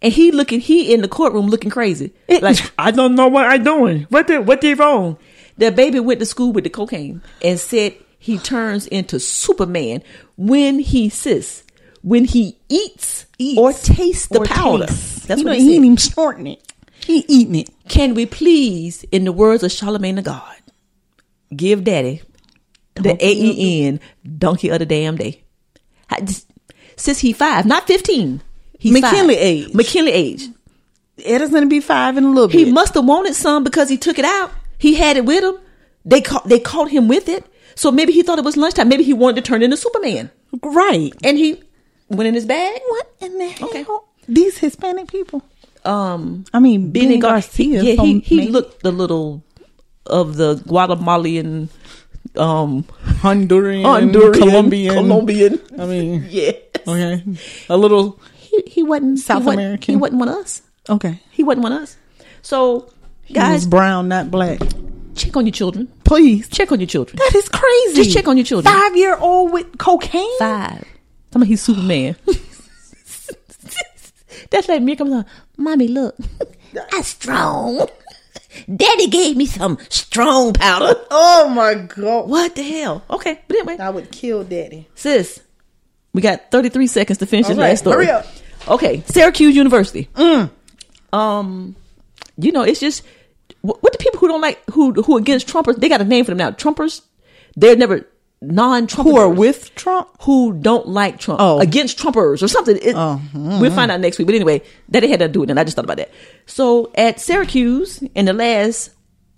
[SPEAKER 6] And he looking, he in the courtroom looking crazy. Like [laughs] I don't know what I doing. What they what they wrong? The baby went to school with the cocaine and said he turns into Superman when he sits, when he eats, or tastes the
[SPEAKER 5] Or
[SPEAKER 6] powder.
[SPEAKER 5] taste.
[SPEAKER 6] That's
[SPEAKER 5] You know,
[SPEAKER 6] what he, said.
[SPEAKER 5] ain't even snorting it. He eating it.
[SPEAKER 6] Can we please, in the words of Charlemagne the God, give Daddy the A E N donkey of the damn day? I just- since he five, not fifteen, he
[SPEAKER 5] McKinley
[SPEAKER 6] five.
[SPEAKER 5] age.
[SPEAKER 6] McKinley age.
[SPEAKER 5] Ed's gonna be five in a little
[SPEAKER 6] He
[SPEAKER 5] bit.
[SPEAKER 6] must have wanted some because he took it out. He had it with him. They caught they caught him with it. So maybe he thought it was lunchtime. Maybe he wanted to turn into Superman,
[SPEAKER 5] right.
[SPEAKER 6] and he went in his bag.
[SPEAKER 5] What in the hell?
[SPEAKER 6] Okay.
[SPEAKER 5] These Hispanic people.
[SPEAKER 6] Um,
[SPEAKER 5] I mean, Benny,
[SPEAKER 6] Gar-
[SPEAKER 5] Garcia.
[SPEAKER 6] Yeah, he
[SPEAKER 5] from
[SPEAKER 6] he
[SPEAKER 5] Mex-
[SPEAKER 6] looked the little of the Guatemalan. Um,
[SPEAKER 5] Honduran,
[SPEAKER 6] Honduran,
[SPEAKER 5] Colombian, [laughs]
[SPEAKER 6] Colombian.
[SPEAKER 5] I mean,
[SPEAKER 6] yeah.
[SPEAKER 5] okay, a little
[SPEAKER 6] He, he wasn't
[SPEAKER 5] South
[SPEAKER 6] he wasn't-
[SPEAKER 5] American.
[SPEAKER 6] He wasn't one of us.
[SPEAKER 5] okay.
[SPEAKER 6] He wasn't one of us. So,
[SPEAKER 5] He
[SPEAKER 6] guys,
[SPEAKER 5] was brown, not black.
[SPEAKER 6] check on your children.
[SPEAKER 5] Please,
[SPEAKER 6] Check on your children. [laughs]
[SPEAKER 5] that is crazy.
[SPEAKER 6] Just check on your children.
[SPEAKER 5] Five year old with cocaine.
[SPEAKER 6] Five. Tell me he's Superman. [laughs] That's like me coming on.
[SPEAKER 5] [laughs]
[SPEAKER 6] Mommy, look. I'm strong. [laughs] Daddy gave me some strong powder.
[SPEAKER 5] Oh my god!
[SPEAKER 6] What the hell? Okay, but anyway.
[SPEAKER 5] I would kill daddy.
[SPEAKER 6] Sis, we got 33 seconds to finish this
[SPEAKER 5] All right,
[SPEAKER 6] last story.
[SPEAKER 5] hurry up.
[SPEAKER 6] Okay, Syracuse University. Mm. Um, you know, it's just wh- what the people who don't like who who against Trumpers. They got a name for them now. Trumpers. They're never non-Trumpers
[SPEAKER 5] Who are with Trump?
[SPEAKER 6] who don't like Trump.
[SPEAKER 5] Oh. Uh-huh.
[SPEAKER 6] against Trumpers or something. It- We'll find out next week. But anyway, that it had to do with it. And I just thought about that. So at Syracuse in the last.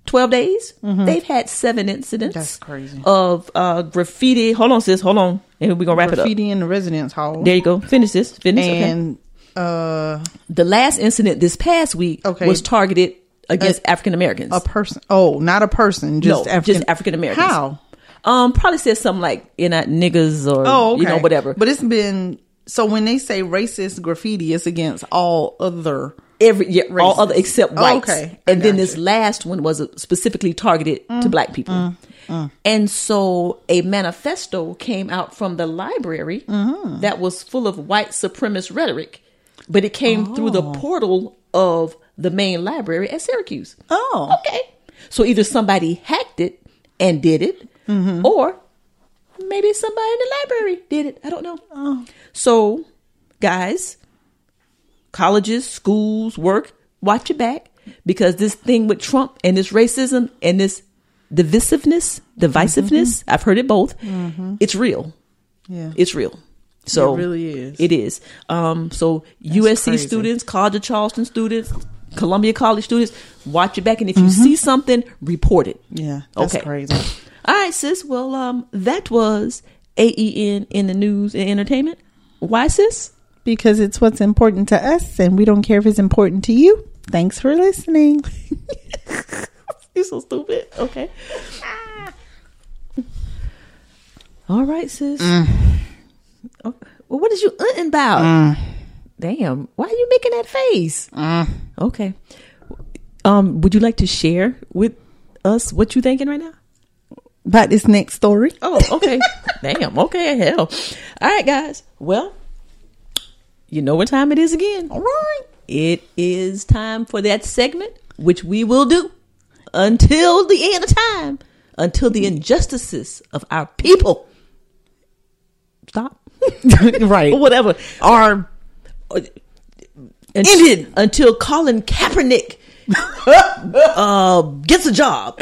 [SPEAKER 6] 12 days, they've had seven incidents
[SPEAKER 5] Mm-hmm. That's crazy.
[SPEAKER 6] of uh, graffiti. Hold on, sis. Hold on. And we're going to wrap it up.
[SPEAKER 5] Graffiti in the residence hall.
[SPEAKER 6] There you go. Finish this. Finish. okay.
[SPEAKER 5] and uh,
[SPEAKER 6] The last incident this past week
[SPEAKER 5] Okay.
[SPEAKER 6] was targeted against African Americans.
[SPEAKER 5] a person. Oh, not a person. Just
[SPEAKER 6] No,
[SPEAKER 5] African.
[SPEAKER 6] just African-Americans.
[SPEAKER 5] How?
[SPEAKER 6] um, probably said something like "you know niggas" or
[SPEAKER 5] Oh, okay.
[SPEAKER 6] you know whatever.
[SPEAKER 5] But it's been so when they say racist graffiti, it's against all other.
[SPEAKER 6] every yeah, all
[SPEAKER 5] Racist.
[SPEAKER 6] other except
[SPEAKER 5] Oh,
[SPEAKER 6] whites.
[SPEAKER 5] okay. I
[SPEAKER 6] And then this
[SPEAKER 5] gotcha. Mm,
[SPEAKER 6] last one was specifically targeted to black people. And so a manifesto came out from the library
[SPEAKER 5] Mm-hmm.
[SPEAKER 6] that was full of white supremacist rhetoric, but it came through
[SPEAKER 5] Oh.
[SPEAKER 6] the portal of the main library at Syracuse.
[SPEAKER 5] Oh.
[SPEAKER 6] Okay. So either somebody hacked it and did it,
[SPEAKER 5] Mm-hmm.
[SPEAKER 6] or maybe somebody in the library did it. I don't know.
[SPEAKER 5] Oh.
[SPEAKER 6] So, guys, colleges, schools, work, watch your back because this thing with Trump and this racism and this divisiveness,
[SPEAKER 5] Mm-hmm.
[SPEAKER 6] divisiveness, I've heard it both. It's real.
[SPEAKER 5] Yeah.
[SPEAKER 6] It's real. So
[SPEAKER 5] Mm-hmm. It really is.
[SPEAKER 6] It is. Um, so USC
[SPEAKER 5] crazy.
[SPEAKER 6] students, College of Charleston students, Columbia College students, watch your back, and if you
[SPEAKER 5] Mm-hmm.
[SPEAKER 6] see something, report it.
[SPEAKER 5] yeah. That's
[SPEAKER 6] Okay.
[SPEAKER 5] crazy.
[SPEAKER 6] All right, sis. Well, um, that was AEN in the news and entertainment. Why, sis?
[SPEAKER 5] Because it's what's important to us, and we don't care if it's important to you. Thanks for listening.
[SPEAKER 6] [laughs] You're so stupid. Okay. All right, sis. Oh, Well, what is you unting about? Damn. Why are you making that face? Okay. Um, would you like to share with us what you thinking right now?
[SPEAKER 5] About this next story.
[SPEAKER 6] Oh, [laughs] okay. Damn. Okay. Hell. All right, guys. Well, you know what time it is again. All right. It is time for that segment, which we will do until the end of time, until the injustices of our people [laughs] stop.
[SPEAKER 5] right.
[SPEAKER 6] Or [laughs] whatever.
[SPEAKER 5] Our
[SPEAKER 6] Until, until Colin [laughs] Kaepernick uh, gets a job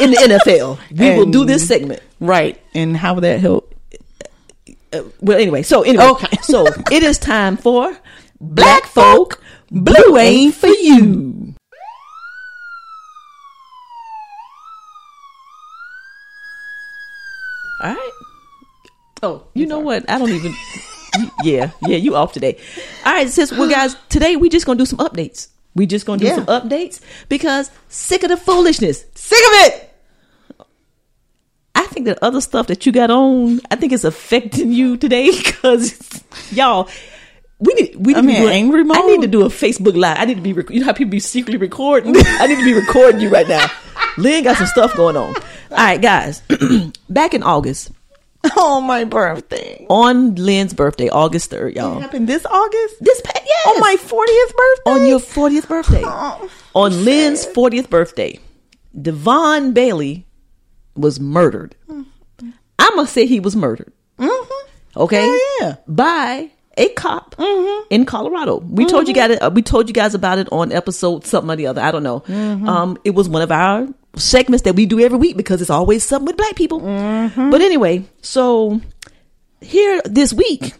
[SPEAKER 6] in the NFL. We will do this segment.
[SPEAKER 5] right. And how would that help?
[SPEAKER 6] Well, anyway, [laughs] so anyway,
[SPEAKER 5] Okay.
[SPEAKER 6] so it is time for Black folk, blue ain't for you. All right. Oh, you know what? I don't even. yeah, yeah, you off today. All right, since well, guys, today we just gonna do some updates. We just gonna do
[SPEAKER 5] Yeah.
[SPEAKER 6] some updates because sick of the foolishness, sick of it. [laughs] I think the other stuff that you got on, I think it's affecting you today [laughs] because y'all. We need, we need
[SPEAKER 5] I'm
[SPEAKER 6] to
[SPEAKER 5] in
[SPEAKER 6] do a-
[SPEAKER 5] angry
[SPEAKER 6] I need
[SPEAKER 5] mode.
[SPEAKER 6] to do a Facebook live. I need to be, rec- you know how people be secretly recording? [laughs] I need to be recording you right now. Lynn got some stuff going on. All right, guys. [clears throat] Back in August,
[SPEAKER 5] Oh, my birthday.
[SPEAKER 6] on Lynn's birthday, August 3rd, y'all.
[SPEAKER 5] Happened this August?
[SPEAKER 6] This pa- yes.
[SPEAKER 5] On my 40th birthday?
[SPEAKER 6] on your 40th birthday.
[SPEAKER 5] Oh,
[SPEAKER 6] on Lynn's 40th birthday, Devon Bailey was murdered.
[SPEAKER 5] Mm-hmm.
[SPEAKER 6] I'm going to say he was murdered. Okay?
[SPEAKER 5] Yeah, Mm-hmm. yeah.
[SPEAKER 6] By a cop in Colorado. We told you
[SPEAKER 5] Mm-hmm.
[SPEAKER 6] guys uh, we told you guys about it on episode something or the other. I don't know.
[SPEAKER 5] Mm-hmm.
[SPEAKER 6] Um it was one of our segments that we do every week because it's always something with black people.
[SPEAKER 5] Mm-hmm.
[SPEAKER 6] But anyway, so here this week,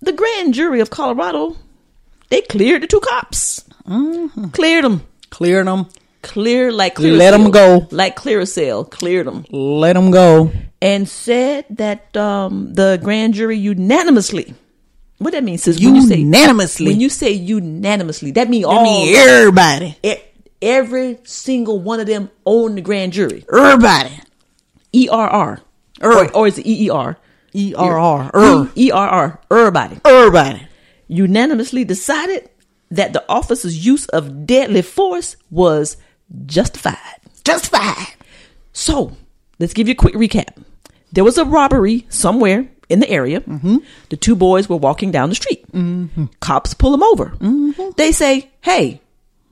[SPEAKER 6] the grand jury of Colorado, they cleared the two cops. Cleared them
[SPEAKER 5] Mm-hmm. Cleared them.
[SPEAKER 6] clear like clear
[SPEAKER 5] Let 'em go.
[SPEAKER 6] like clear sale cleared them
[SPEAKER 5] Let them go.
[SPEAKER 6] and said that um the grand jury unanimously what that means is
[SPEAKER 5] Unanimously.
[SPEAKER 6] when you say unanimously that means all
[SPEAKER 5] I mean, everybody.
[SPEAKER 6] e- every single one of them on the grand jury
[SPEAKER 5] Everybody.
[SPEAKER 6] err or, or is it E eer
[SPEAKER 5] E-R-R.
[SPEAKER 6] err
[SPEAKER 5] Er.
[SPEAKER 6] err E everybody
[SPEAKER 5] Everybody.
[SPEAKER 6] unanimously decided that the officer's use of deadly force was justified
[SPEAKER 5] Just five.
[SPEAKER 6] So let's give you a quick recap. There was a robbery somewhere in the area. The two boys were walking down the street. Cops pull them over. They say, Hey,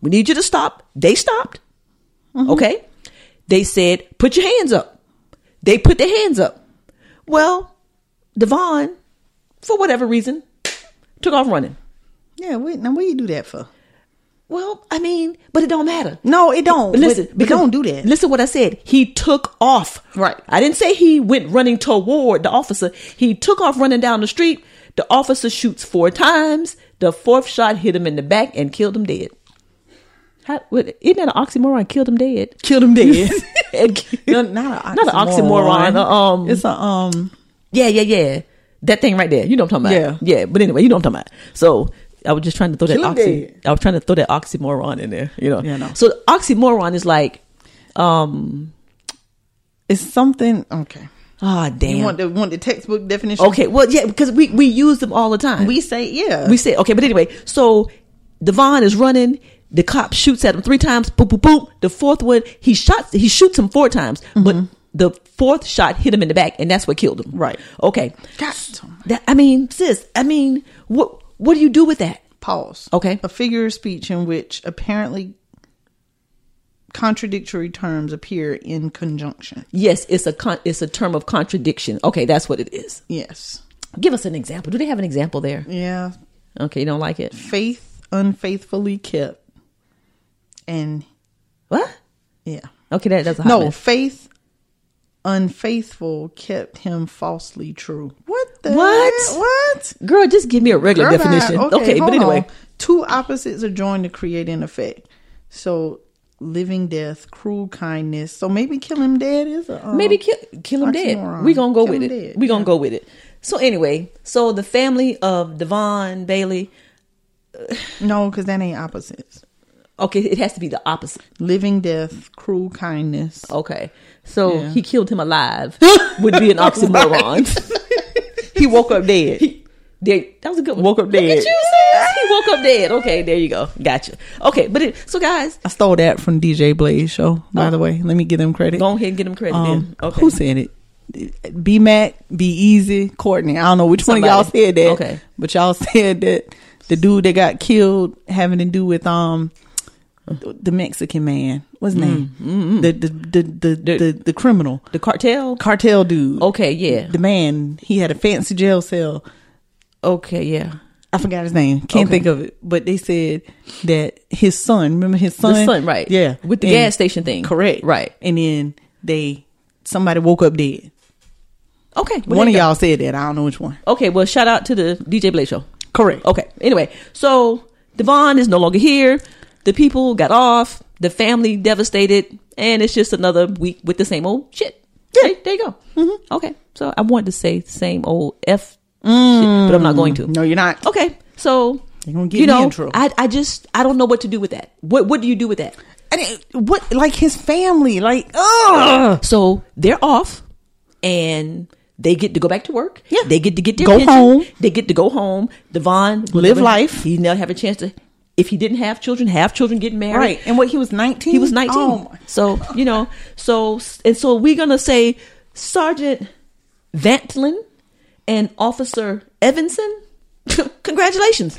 [SPEAKER 6] we need you to stop. They stopped. Okay. They said, Put your hands up. They put their hands up. Well, Devon, for whatever reason, took off running.
[SPEAKER 5] Yeah, we, now what you do that for?
[SPEAKER 6] Well, I mean, but it don't matter.
[SPEAKER 5] No, it don't.
[SPEAKER 6] But listen,
[SPEAKER 5] But- but
[SPEAKER 6] because-
[SPEAKER 5] don't do that.
[SPEAKER 6] Listen what I said. He took off.
[SPEAKER 5] Right.
[SPEAKER 6] I didn't say he went running toward the officer. He took off running down the street. The officer shoots four times. The fourth shot hit him in the back and killed him dead. How, what, isn't that an oxymoron? Killed him dead.
[SPEAKER 5] Killed him
[SPEAKER 6] [laughs]
[SPEAKER 5] dead. [laughs]
[SPEAKER 6] And-
[SPEAKER 5] not, not, an
[SPEAKER 6] Not an oxymoron. a, um,
[SPEAKER 5] it's a, um,
[SPEAKER 6] yeah, yeah, yeah. That thing right there. You know what I'm talking about.
[SPEAKER 5] Yeah.
[SPEAKER 6] Yeah. But anyway, you know what I'm talking about. So I was just trying to throw that
[SPEAKER 5] Kill
[SPEAKER 6] oxy.
[SPEAKER 5] dead.
[SPEAKER 6] I was trying to throw that oxymoron in there. You know.
[SPEAKER 5] Yeah, I know.
[SPEAKER 6] So the oxymoron is like, um,
[SPEAKER 5] it's something, okay.
[SPEAKER 6] ah, damn.
[SPEAKER 5] You want the, want the textbook definition?
[SPEAKER 6] okay. Well, yeah, because we we use them all the time.
[SPEAKER 5] We say, yeah.
[SPEAKER 6] we say okay, but anyway, so Devon is running. The cop shoots at him three times. Boop boop boop. The fourth one, he shot. He shoots him four times, but the fourth shot hit him in the back, and that's what killed him.
[SPEAKER 5] Mm-hmm. Right.
[SPEAKER 6] Okay.
[SPEAKER 5] God.
[SPEAKER 6] That I mean, sis. I mean, what what do you do with that?
[SPEAKER 5] Pause.
[SPEAKER 6] Okay.
[SPEAKER 5] A figure of speech in which apparently contradictory terms appear in conjunction.
[SPEAKER 6] Yes, it's a con- it's a term of contradiction. Okay, that's what it is.
[SPEAKER 5] Yes.
[SPEAKER 6] Give us an example. Do they have an example there?
[SPEAKER 5] Yeah.
[SPEAKER 6] Okay, you don't like it.
[SPEAKER 5] Faith unfaithfully kept. And
[SPEAKER 6] What?
[SPEAKER 5] yeah.
[SPEAKER 6] Okay, that doesn't.
[SPEAKER 5] No, faith unfaithful kept him falsely true. What the
[SPEAKER 6] What?
[SPEAKER 5] heck? What?
[SPEAKER 6] girl, just give me a regular
[SPEAKER 5] Girl,
[SPEAKER 6] definition.
[SPEAKER 5] bye.
[SPEAKER 6] Okay, but
[SPEAKER 5] hold
[SPEAKER 6] anyway.
[SPEAKER 5] on. two opposites are joined to create an effect. So, living death, cruel kindness. So maybe kill him dead is a um,
[SPEAKER 6] Maybe kill kill him dead.
[SPEAKER 5] oxymoron.
[SPEAKER 6] We gonna go
[SPEAKER 5] Kill
[SPEAKER 6] with it.
[SPEAKER 5] him dead,
[SPEAKER 6] We gonna go with it. So anyway, so the family of Devon Bailey.
[SPEAKER 5] no, because that ain't opposites.
[SPEAKER 6] Okay, it has to be the opposite.
[SPEAKER 5] Living death, cruel kindness.
[SPEAKER 6] Okay, so he killed
[SPEAKER 5] [laughs]
[SPEAKER 6] him alive would be an oxymoron.
[SPEAKER 5] He woke up dead.
[SPEAKER 6] They- that was a good one.
[SPEAKER 5] Woke up
[SPEAKER 6] Look
[SPEAKER 5] dead.
[SPEAKER 6] at you, sis. He woke up dead. Okay, there you go. Gotcha. Okay, but it, so guys,
[SPEAKER 5] I stole that from DJ Blaze show. By the way, let me give them credit.
[SPEAKER 6] go ahead and get him credit.
[SPEAKER 5] Um,
[SPEAKER 6] Oh, then. Okay.
[SPEAKER 5] Who said it? B Mac, Be Easy, Courtney. I don't know which one of y'all
[SPEAKER 6] Somebody.
[SPEAKER 5] said that.
[SPEAKER 6] Okay.
[SPEAKER 5] But y'all [laughs] said that the dude that got killed having to do with um the Mexican man. What's his
[SPEAKER 6] Mm,
[SPEAKER 5] name? The, the, the, the, the, the criminal.
[SPEAKER 6] the cartel?
[SPEAKER 5] Cartel dude.
[SPEAKER 6] Okay, yeah.
[SPEAKER 5] The man. He had a fancy jail cell.
[SPEAKER 6] Okay, yeah.
[SPEAKER 5] I forgot his name. Can't
[SPEAKER 6] Okay.
[SPEAKER 5] think of it. But they said that his son, remember his son?
[SPEAKER 6] The son, right?
[SPEAKER 5] Yeah.
[SPEAKER 6] with the
[SPEAKER 5] And-
[SPEAKER 6] gas station thing.
[SPEAKER 5] Correct.
[SPEAKER 6] Right.
[SPEAKER 5] And then they somebody woke up dead.
[SPEAKER 6] Okay.
[SPEAKER 5] one
[SPEAKER 6] well, there
[SPEAKER 5] of
[SPEAKER 6] you go.
[SPEAKER 5] y'all said that. I don't know which one.
[SPEAKER 6] Okay, well, shout out to the DJ Blaze show.
[SPEAKER 5] Correct.
[SPEAKER 6] Okay. Anyway, so Devon is no longer here. The people got off. The family devastated, and it's just another week with the same old shit. Yeah. There, there you go. Mm-hmm. Okay. So I wanted to say same old f, shit, but I'm not going to.
[SPEAKER 5] Mm. No, you're not.
[SPEAKER 6] Okay. So
[SPEAKER 5] You're gonna get
[SPEAKER 6] you
[SPEAKER 5] me
[SPEAKER 6] know,
[SPEAKER 5] in trouble.
[SPEAKER 6] I I just I don't know what to do with that. What what do you do with that?
[SPEAKER 5] And it, what, like his family, like, ugh.
[SPEAKER 6] So they're off, and they get to go back to work.
[SPEAKER 5] Yeah.
[SPEAKER 6] they get to get their
[SPEAKER 5] Go
[SPEAKER 6] pension.
[SPEAKER 5] home.
[SPEAKER 6] They get to go home. Devon will
[SPEAKER 5] Live
[SPEAKER 6] never-
[SPEAKER 5] life.
[SPEAKER 6] He never have a chance to. If he didn't have children, have children, get married.
[SPEAKER 5] Right. Oh And what, he was 19?
[SPEAKER 6] He was 19. so, you know, so, and so we're going to say Sergeant Vantlin and Officer Evanson, [laughs] congratulations.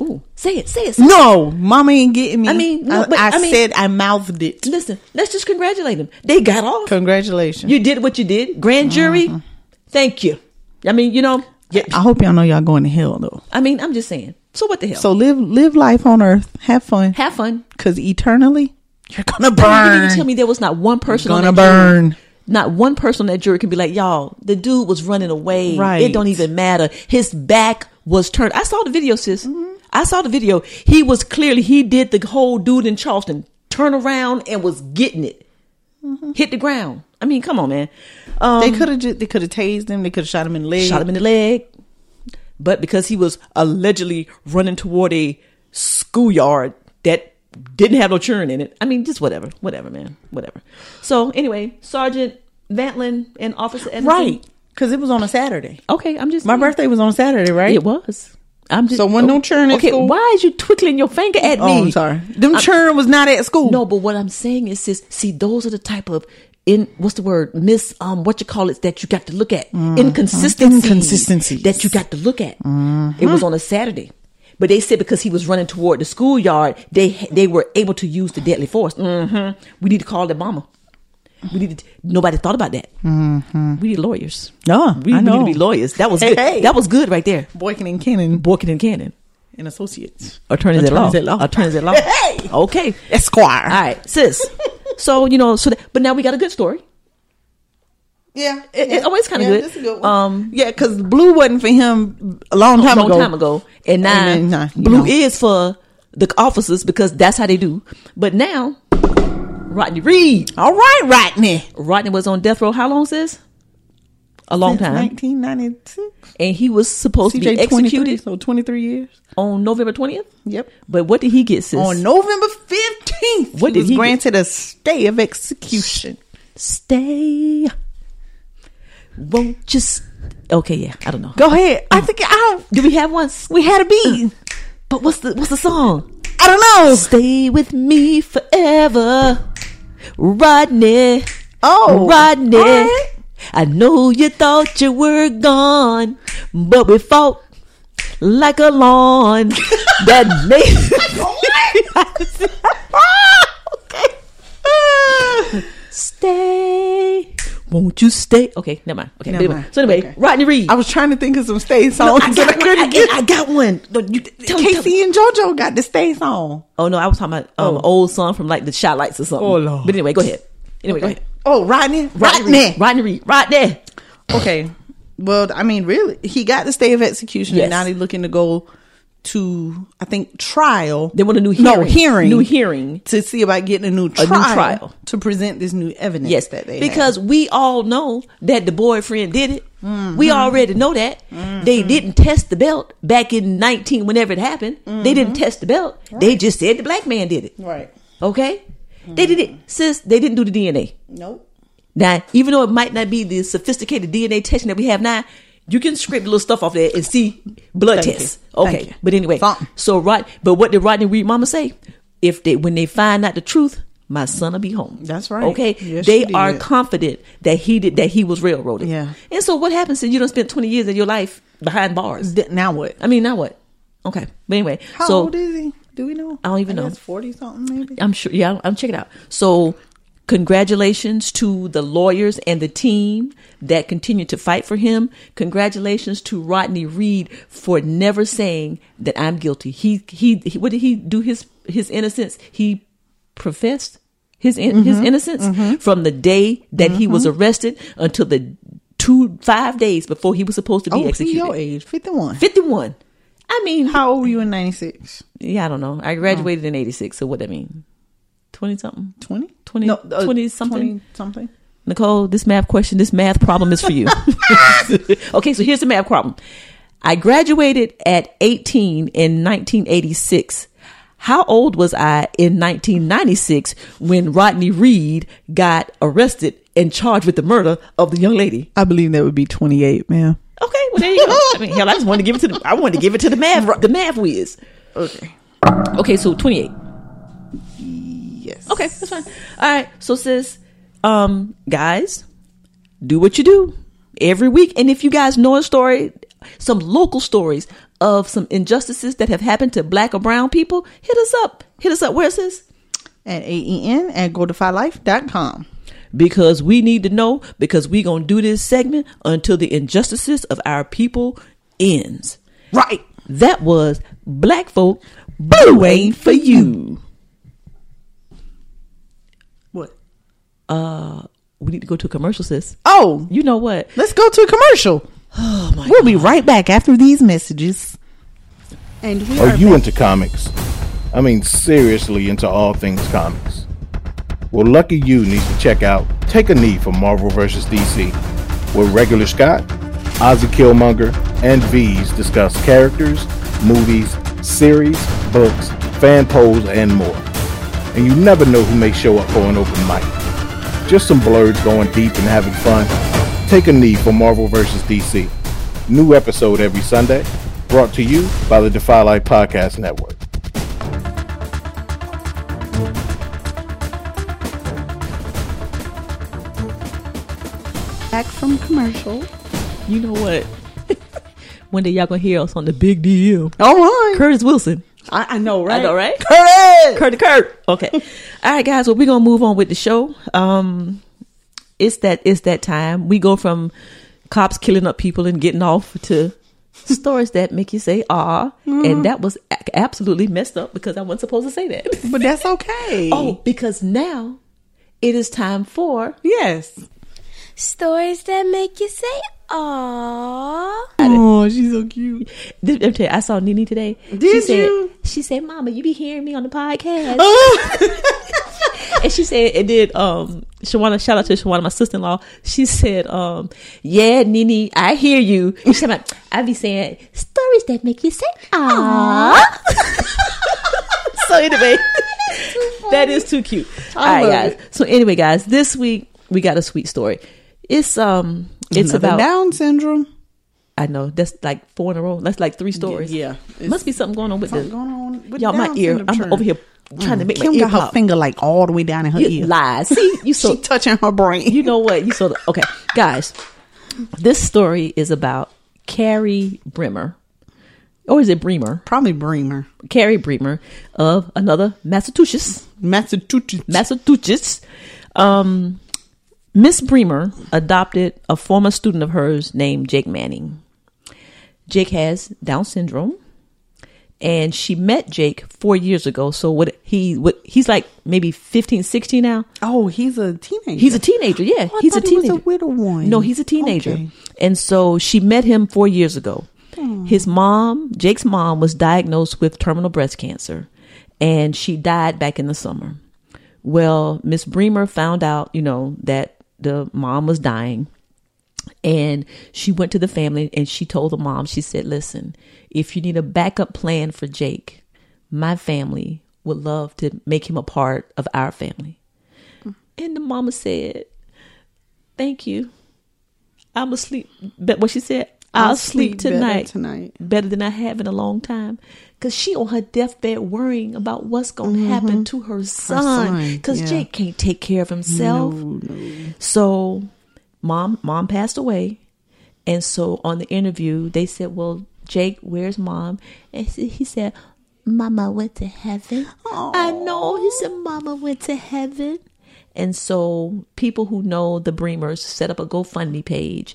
[SPEAKER 6] Ooh, say it, say it. Say it.
[SPEAKER 5] no, mama ain't getting me.
[SPEAKER 6] I mean, no,
[SPEAKER 5] I,
[SPEAKER 6] but,
[SPEAKER 5] I
[SPEAKER 6] I mean-
[SPEAKER 5] said I mouthed it.
[SPEAKER 6] Listen, let's just congratulate them. They got off.
[SPEAKER 5] Congratulations.
[SPEAKER 6] you did what you did. Grand jury,
[SPEAKER 5] Mm-hmm.
[SPEAKER 6] thank you. I mean, you know, yeah,
[SPEAKER 5] I hope y'all know y'all going to hell though.
[SPEAKER 6] I mean, I'm just saying. So what the hell?
[SPEAKER 5] So live live life on earth. Have fun.
[SPEAKER 6] have fun.
[SPEAKER 5] Cause eternally you're gonna
[SPEAKER 6] You mean
[SPEAKER 5] burn.
[SPEAKER 6] to tell me there was not one person on
[SPEAKER 5] gonna
[SPEAKER 6] that jury-
[SPEAKER 5] burn.
[SPEAKER 6] Not one person on that jury can be like, y'all, the dude was running away.
[SPEAKER 5] Right.
[SPEAKER 6] It don't even matter. His back was turned. I saw the video, sis.
[SPEAKER 5] Mm-hmm.
[SPEAKER 6] I saw the video. He was clearly he did the whole dude in Charleston turn around and was getting it.
[SPEAKER 5] Mm-hmm.
[SPEAKER 6] Hit the ground. I mean, come on, man. Um,
[SPEAKER 5] they could have just they could have tased him. They could have shot him in the leg.
[SPEAKER 6] shot him in the leg. But because he was allegedly running toward a schoolyard that didn't have no children in it, I mean, just whatever, whatever, man, whatever. So anyway, Sergeant Vantlin and Officer Edmondson.
[SPEAKER 5] right. Cause it was on a Saturday.
[SPEAKER 6] Okay, I'm just
[SPEAKER 5] My birthday was on Saturday, right?
[SPEAKER 6] Mm-hmm. It was. I'm just
[SPEAKER 5] So when no children at
[SPEAKER 6] Okay,
[SPEAKER 5] school-
[SPEAKER 6] why is you twinkling your finger at me?
[SPEAKER 5] Oh, I'm sorry. Them children was not at school.
[SPEAKER 6] No, but what I'm saying is this. See, those are the type of in what's the word miss um what you call it that you got to look at inconsistencies
[SPEAKER 5] Mm-hmm. Inconsistencies. Mm-hmm.
[SPEAKER 6] that you got to look at. It was on a Saturday, but they said because he was running toward the schoolyard, they they were able to use the deadly force. hmm We need to call their mama. We need to, nobody thought about that. We need lawyers.
[SPEAKER 5] Mm-hmm. Yeah,
[SPEAKER 6] we,
[SPEAKER 5] I
[SPEAKER 6] we need
[SPEAKER 5] know.
[SPEAKER 6] to be lawyers. That was
[SPEAKER 5] Hey,
[SPEAKER 6] good.
[SPEAKER 5] hey.
[SPEAKER 6] That was good right there.
[SPEAKER 5] Boykin and Cannon
[SPEAKER 6] Borkin and Cannon,
[SPEAKER 5] and associates.
[SPEAKER 6] attorneys,
[SPEAKER 5] Attorneys
[SPEAKER 6] at law,
[SPEAKER 5] at law.
[SPEAKER 6] attorneys at
[SPEAKER 5] [laughs]
[SPEAKER 6] law.
[SPEAKER 5] Hey!
[SPEAKER 6] Okay,
[SPEAKER 5] Esquire.
[SPEAKER 6] all
[SPEAKER 5] [laughs]
[SPEAKER 6] right, sis. so you know, so that, but now we got a good story.
[SPEAKER 5] Yeah,
[SPEAKER 6] It- it's always kinda good.
[SPEAKER 5] that's a good one.
[SPEAKER 6] Um,
[SPEAKER 5] yeah, because blue wasn't for him a long time
[SPEAKER 6] a long
[SPEAKER 5] ago.
[SPEAKER 6] time ago, and now
[SPEAKER 5] And then, nah, you
[SPEAKER 6] blue
[SPEAKER 5] know.
[SPEAKER 6] is for the officers because that's how they do. But now, Rodney Reed,
[SPEAKER 5] All right, Rodney.
[SPEAKER 6] Rodney was on death row. How long, sis? A long
[SPEAKER 5] Since
[SPEAKER 6] time,
[SPEAKER 5] 1996.
[SPEAKER 6] and he was supposed to be
[SPEAKER 5] CJ 23,
[SPEAKER 6] executed
[SPEAKER 5] so 23 years.
[SPEAKER 6] on November twentieth.
[SPEAKER 5] Yep.
[SPEAKER 6] But what did he get, sis?
[SPEAKER 5] On November 15th,
[SPEAKER 6] What
[SPEAKER 5] he
[SPEAKER 6] did
[SPEAKER 5] was
[SPEAKER 6] he get?
[SPEAKER 5] granted a stay of execution.
[SPEAKER 6] stay. Won't just okay? Yeah, I don't know.
[SPEAKER 5] Go ahead. I think I don't,
[SPEAKER 6] Do we have one? Uh,
[SPEAKER 5] we had a
[SPEAKER 6] [laughs]
[SPEAKER 5] beat.
[SPEAKER 6] But what's the what's the song?
[SPEAKER 5] I don't know.
[SPEAKER 6] Stay with me forever, Rodney.
[SPEAKER 5] Oh,
[SPEAKER 6] Rodney.
[SPEAKER 5] all right.
[SPEAKER 6] I know you thought you were gone, but we fought like
[SPEAKER 5] [laughs]
[SPEAKER 6] a lawn that made. [laughs] stay. Won't you stay? Okay, never mind. Okay,
[SPEAKER 5] Never
[SPEAKER 6] anyway.
[SPEAKER 5] mind.
[SPEAKER 6] So anyway,
[SPEAKER 5] Okay.
[SPEAKER 6] Rodney Reed.
[SPEAKER 5] I was trying to think of some stay
[SPEAKER 6] No,
[SPEAKER 5] songs,
[SPEAKER 6] I,
[SPEAKER 5] and I
[SPEAKER 6] got one.
[SPEAKER 5] couldn't
[SPEAKER 6] I-
[SPEAKER 5] get.
[SPEAKER 6] I got one. No, you- tell me, tell me.
[SPEAKER 5] Casey and JoJo got the stay song.
[SPEAKER 6] Oh no, I was talking about um, old song from like the Shy Lights or something.
[SPEAKER 5] Oh, Lord.
[SPEAKER 6] But anyway, go ahead. Anyway, go ahead.
[SPEAKER 5] Oh, Rodney, Rodney.
[SPEAKER 6] Rodney, Rodney Reed, right there. Uh,
[SPEAKER 5] okay. Well, I mean, really, he got the stay of execution,
[SPEAKER 6] Yes.
[SPEAKER 5] and now they're looking to go to, I think, trial.
[SPEAKER 6] They want a new
[SPEAKER 5] no
[SPEAKER 6] hearing.
[SPEAKER 5] hearing,
[SPEAKER 6] New hearing.
[SPEAKER 5] to see about getting a new
[SPEAKER 6] new
[SPEAKER 5] trial,
[SPEAKER 6] trial.
[SPEAKER 5] to present this new evidence.
[SPEAKER 6] Yes,
[SPEAKER 5] that they
[SPEAKER 6] because we all know that the boyfriend did it.
[SPEAKER 5] Mm-hmm.
[SPEAKER 6] We already know that they didn't test the belt back in nineteen whenever it happened. They didn't
[SPEAKER 5] Mm-hmm.
[SPEAKER 6] test the belt. They just said the black man did it.
[SPEAKER 5] have. right.
[SPEAKER 6] Okay, they did
[SPEAKER 5] Mm-hmm.
[SPEAKER 6] it. Sis, they didn't do the DNA.
[SPEAKER 5] Nope.
[SPEAKER 6] Now, even though it might not be the sophisticated DNA testing that we have now, you can scrape the little stuff off there and see blood
[SPEAKER 5] Thank
[SPEAKER 6] tests.
[SPEAKER 5] you. Thank
[SPEAKER 6] Okay,
[SPEAKER 5] you.
[SPEAKER 6] but anyway,
[SPEAKER 5] Something.
[SPEAKER 6] so right. But what did Rodney Reed Mama say? If they when they find out the truth, my son will be home.
[SPEAKER 5] That's right.
[SPEAKER 6] Okay,
[SPEAKER 5] Yes,
[SPEAKER 6] they
[SPEAKER 5] she
[SPEAKER 6] are
[SPEAKER 5] did.
[SPEAKER 6] confident that he did that he was railroaded.
[SPEAKER 5] Yeah.
[SPEAKER 6] And so what happens if you don't spend twenty years of your life behind bars?
[SPEAKER 5] Th- Now what?
[SPEAKER 6] I mean, now what? Okay, but anyway,
[SPEAKER 5] How
[SPEAKER 6] so
[SPEAKER 5] old is he? Do we know?
[SPEAKER 6] I don't even know.
[SPEAKER 5] Forty something, maybe.
[SPEAKER 6] I'm sure. Yeah, I'm checking it out. So, congratulations to the lawyers and the team that continue to fight for him. Congratulations to Rodney Reed for never saying that I'm guilty. He he. he- what did he do? His his innocence. He professed his in,
[SPEAKER 5] Mm-hmm.
[SPEAKER 6] his innocence from the day that he was arrested until the two five days before he was supposed to be
[SPEAKER 5] Oh, he
[SPEAKER 6] executed.
[SPEAKER 5] your age, fifty-one.
[SPEAKER 6] 51. I mean,
[SPEAKER 5] How old were you in 96?
[SPEAKER 6] yeah, I don't know. I graduated in 86, so what that mean? 20 something?
[SPEAKER 5] 20?
[SPEAKER 6] 20
[SPEAKER 5] uh,
[SPEAKER 6] 20 something?
[SPEAKER 5] 20 something.
[SPEAKER 6] Nicole, this math question, this math problem is for you. okay, so here's the math problem. I graduated at 18 in 1986. How old was I in 1996 when Rodney Reed got arrested and charged with the murder of the young lady?
[SPEAKER 5] I believe that would be 28, ma'am.
[SPEAKER 6] Okay, well there you go. I mean, hell, I just wanted to give it to the I wanted to give it to the math the math whiz.
[SPEAKER 5] Okay.
[SPEAKER 6] Okay, so 28.
[SPEAKER 5] Yes.
[SPEAKER 6] Okay, that's fine. All right. So sis, um, guys, do what you do every week. And if you guys know a story, some local stories of some injustices that have happened to black or brown people, hit us up. Hit us up. Where's this?
[SPEAKER 5] At AEN at goldifylife.com.
[SPEAKER 6] Because we need to know because we gonna do this segment until the injustices of our people ends.
[SPEAKER 5] Right.
[SPEAKER 6] That was black folk boo ain't for you.
[SPEAKER 5] What?
[SPEAKER 6] We need to go to a commercial, sis.
[SPEAKER 5] Oh,
[SPEAKER 6] You know what?
[SPEAKER 5] let's go to a commercial.
[SPEAKER 6] Oh my
[SPEAKER 5] We'll be right back after these messages.
[SPEAKER 7] And we
[SPEAKER 8] Are you into comics? I mean, seriously into all things comics. Well, lucky you needs to check out Take a Knee for Marvel vs. DC, where regular Scott, Ozzy Killmonger, and V's discuss characters, movies, series, books, fan polls, and more. And you never know who may show up for an open mic. Just some blurs going deep and having fun. Take a Knee for Marvel vs. DC. New episode every Sunday, brought to you by the Defy Life Podcast Network.
[SPEAKER 7] back from commercial.
[SPEAKER 6] You know what? [laughs] One day y'all gonna hear us on the big deal.
[SPEAKER 5] All right.
[SPEAKER 6] Curtis Wilson.
[SPEAKER 5] I, Oh, I know,
[SPEAKER 6] I know, [laughs] right?
[SPEAKER 5] Curtis!
[SPEAKER 6] Kurt to Kurt. Okay. [laughs] All right, guys. Well, we're gonna move on with the show. Um, it's that it's that time. We go from cops killing up people and getting off to stories that make you say ah, and that was a- absolutely messed up because I wasn't supposed to say that.
[SPEAKER 5] But that's okay.
[SPEAKER 6] oh, because now it is time for
[SPEAKER 5] yes.
[SPEAKER 7] Stories that make you say, aww.
[SPEAKER 5] Oh, she's so cute.
[SPEAKER 6] Did- I'm tell you, I saw Nene today. she
[SPEAKER 5] Did
[SPEAKER 6] said,
[SPEAKER 5] you?
[SPEAKER 6] She said, "Mama, you be hearing me on the podcast."
[SPEAKER 5] Oh.
[SPEAKER 6] [laughs] and she said, and then um, Shawana, shout out to Shawana, my sister in law. She said, um, "Yeah, Nene, I hear you." And she said, "I be saying stories that make you say ah." [laughs] so anyway,
[SPEAKER 5] [laughs]
[SPEAKER 6] that is too cute. All right,
[SPEAKER 5] love
[SPEAKER 6] guys. So anyway, guys, this week we got a sweet story. It's um, it's
[SPEAKER 5] Another
[SPEAKER 6] about
[SPEAKER 5] Down syndrome.
[SPEAKER 6] I know that's like four in a row. That's like three stories.
[SPEAKER 5] yeah.
[SPEAKER 6] must be something going on with
[SPEAKER 5] Something
[SPEAKER 6] the
[SPEAKER 5] going on with
[SPEAKER 6] y'all. My
[SPEAKER 5] Down
[SPEAKER 6] ear.
[SPEAKER 5] syndrome
[SPEAKER 6] I'm
[SPEAKER 5] trend.
[SPEAKER 6] over here trying to make
[SPEAKER 5] Kim
[SPEAKER 6] my ear
[SPEAKER 5] got her
[SPEAKER 6] pop.
[SPEAKER 5] finger like all the way down in her
[SPEAKER 6] You
[SPEAKER 5] ear.
[SPEAKER 6] lies. See,
[SPEAKER 5] [laughs]
[SPEAKER 6] you so
[SPEAKER 5] she touching her brain.
[SPEAKER 6] you know what you saw. The, okay, guys, this story is about Carrie Bremer, or is it Bremer?
[SPEAKER 5] Probably Bremer.
[SPEAKER 6] Carrie Bremer of another Massachusetts.
[SPEAKER 5] Massachusetts.
[SPEAKER 6] Massachusetts. Um, Miss Bremer adopted a former student of hers named Jake Manning. Jake has Down syndrome, and she met Jake four years ago. So what he what he's like maybe 15, 16 now.
[SPEAKER 5] oh, he's a teenager.
[SPEAKER 6] He's a teenager, yeah.
[SPEAKER 5] Oh, I
[SPEAKER 6] he's a
[SPEAKER 5] thought he was
[SPEAKER 6] teenager.
[SPEAKER 5] a widow one.
[SPEAKER 6] No, he's a teenager.
[SPEAKER 5] Okay. Hmm.
[SPEAKER 6] And so she met him four years ago. His mom, Jake's mom, was diagnosed with terminal breast cancer and she died back in the summer. Well, Miss Bremer found out, you know, that the mom was dying and she went to the family and she told the mom, she said, Listen, if you need a backup plan for Jake, my family would love to make him a part of our family. And the mama said, Thank you. I'm asleep. But what she said, I'll, sleep,
[SPEAKER 5] better
[SPEAKER 6] tonight,
[SPEAKER 5] tonight.
[SPEAKER 6] better than I have in a long time. Cause she on her deathbed worrying about what's gonna happen to Mm-hmm. her son.
[SPEAKER 5] son,
[SPEAKER 6] Cause
[SPEAKER 5] yeah.
[SPEAKER 6] Jake can't take care of himself. So mom mom passed away. And so on the interview they said, Well, Jake, where's mom? And he he said, Mama went to heaven. I know. He said, Mama went to heaven. And so people who know the Bremers set up a GoFundMe page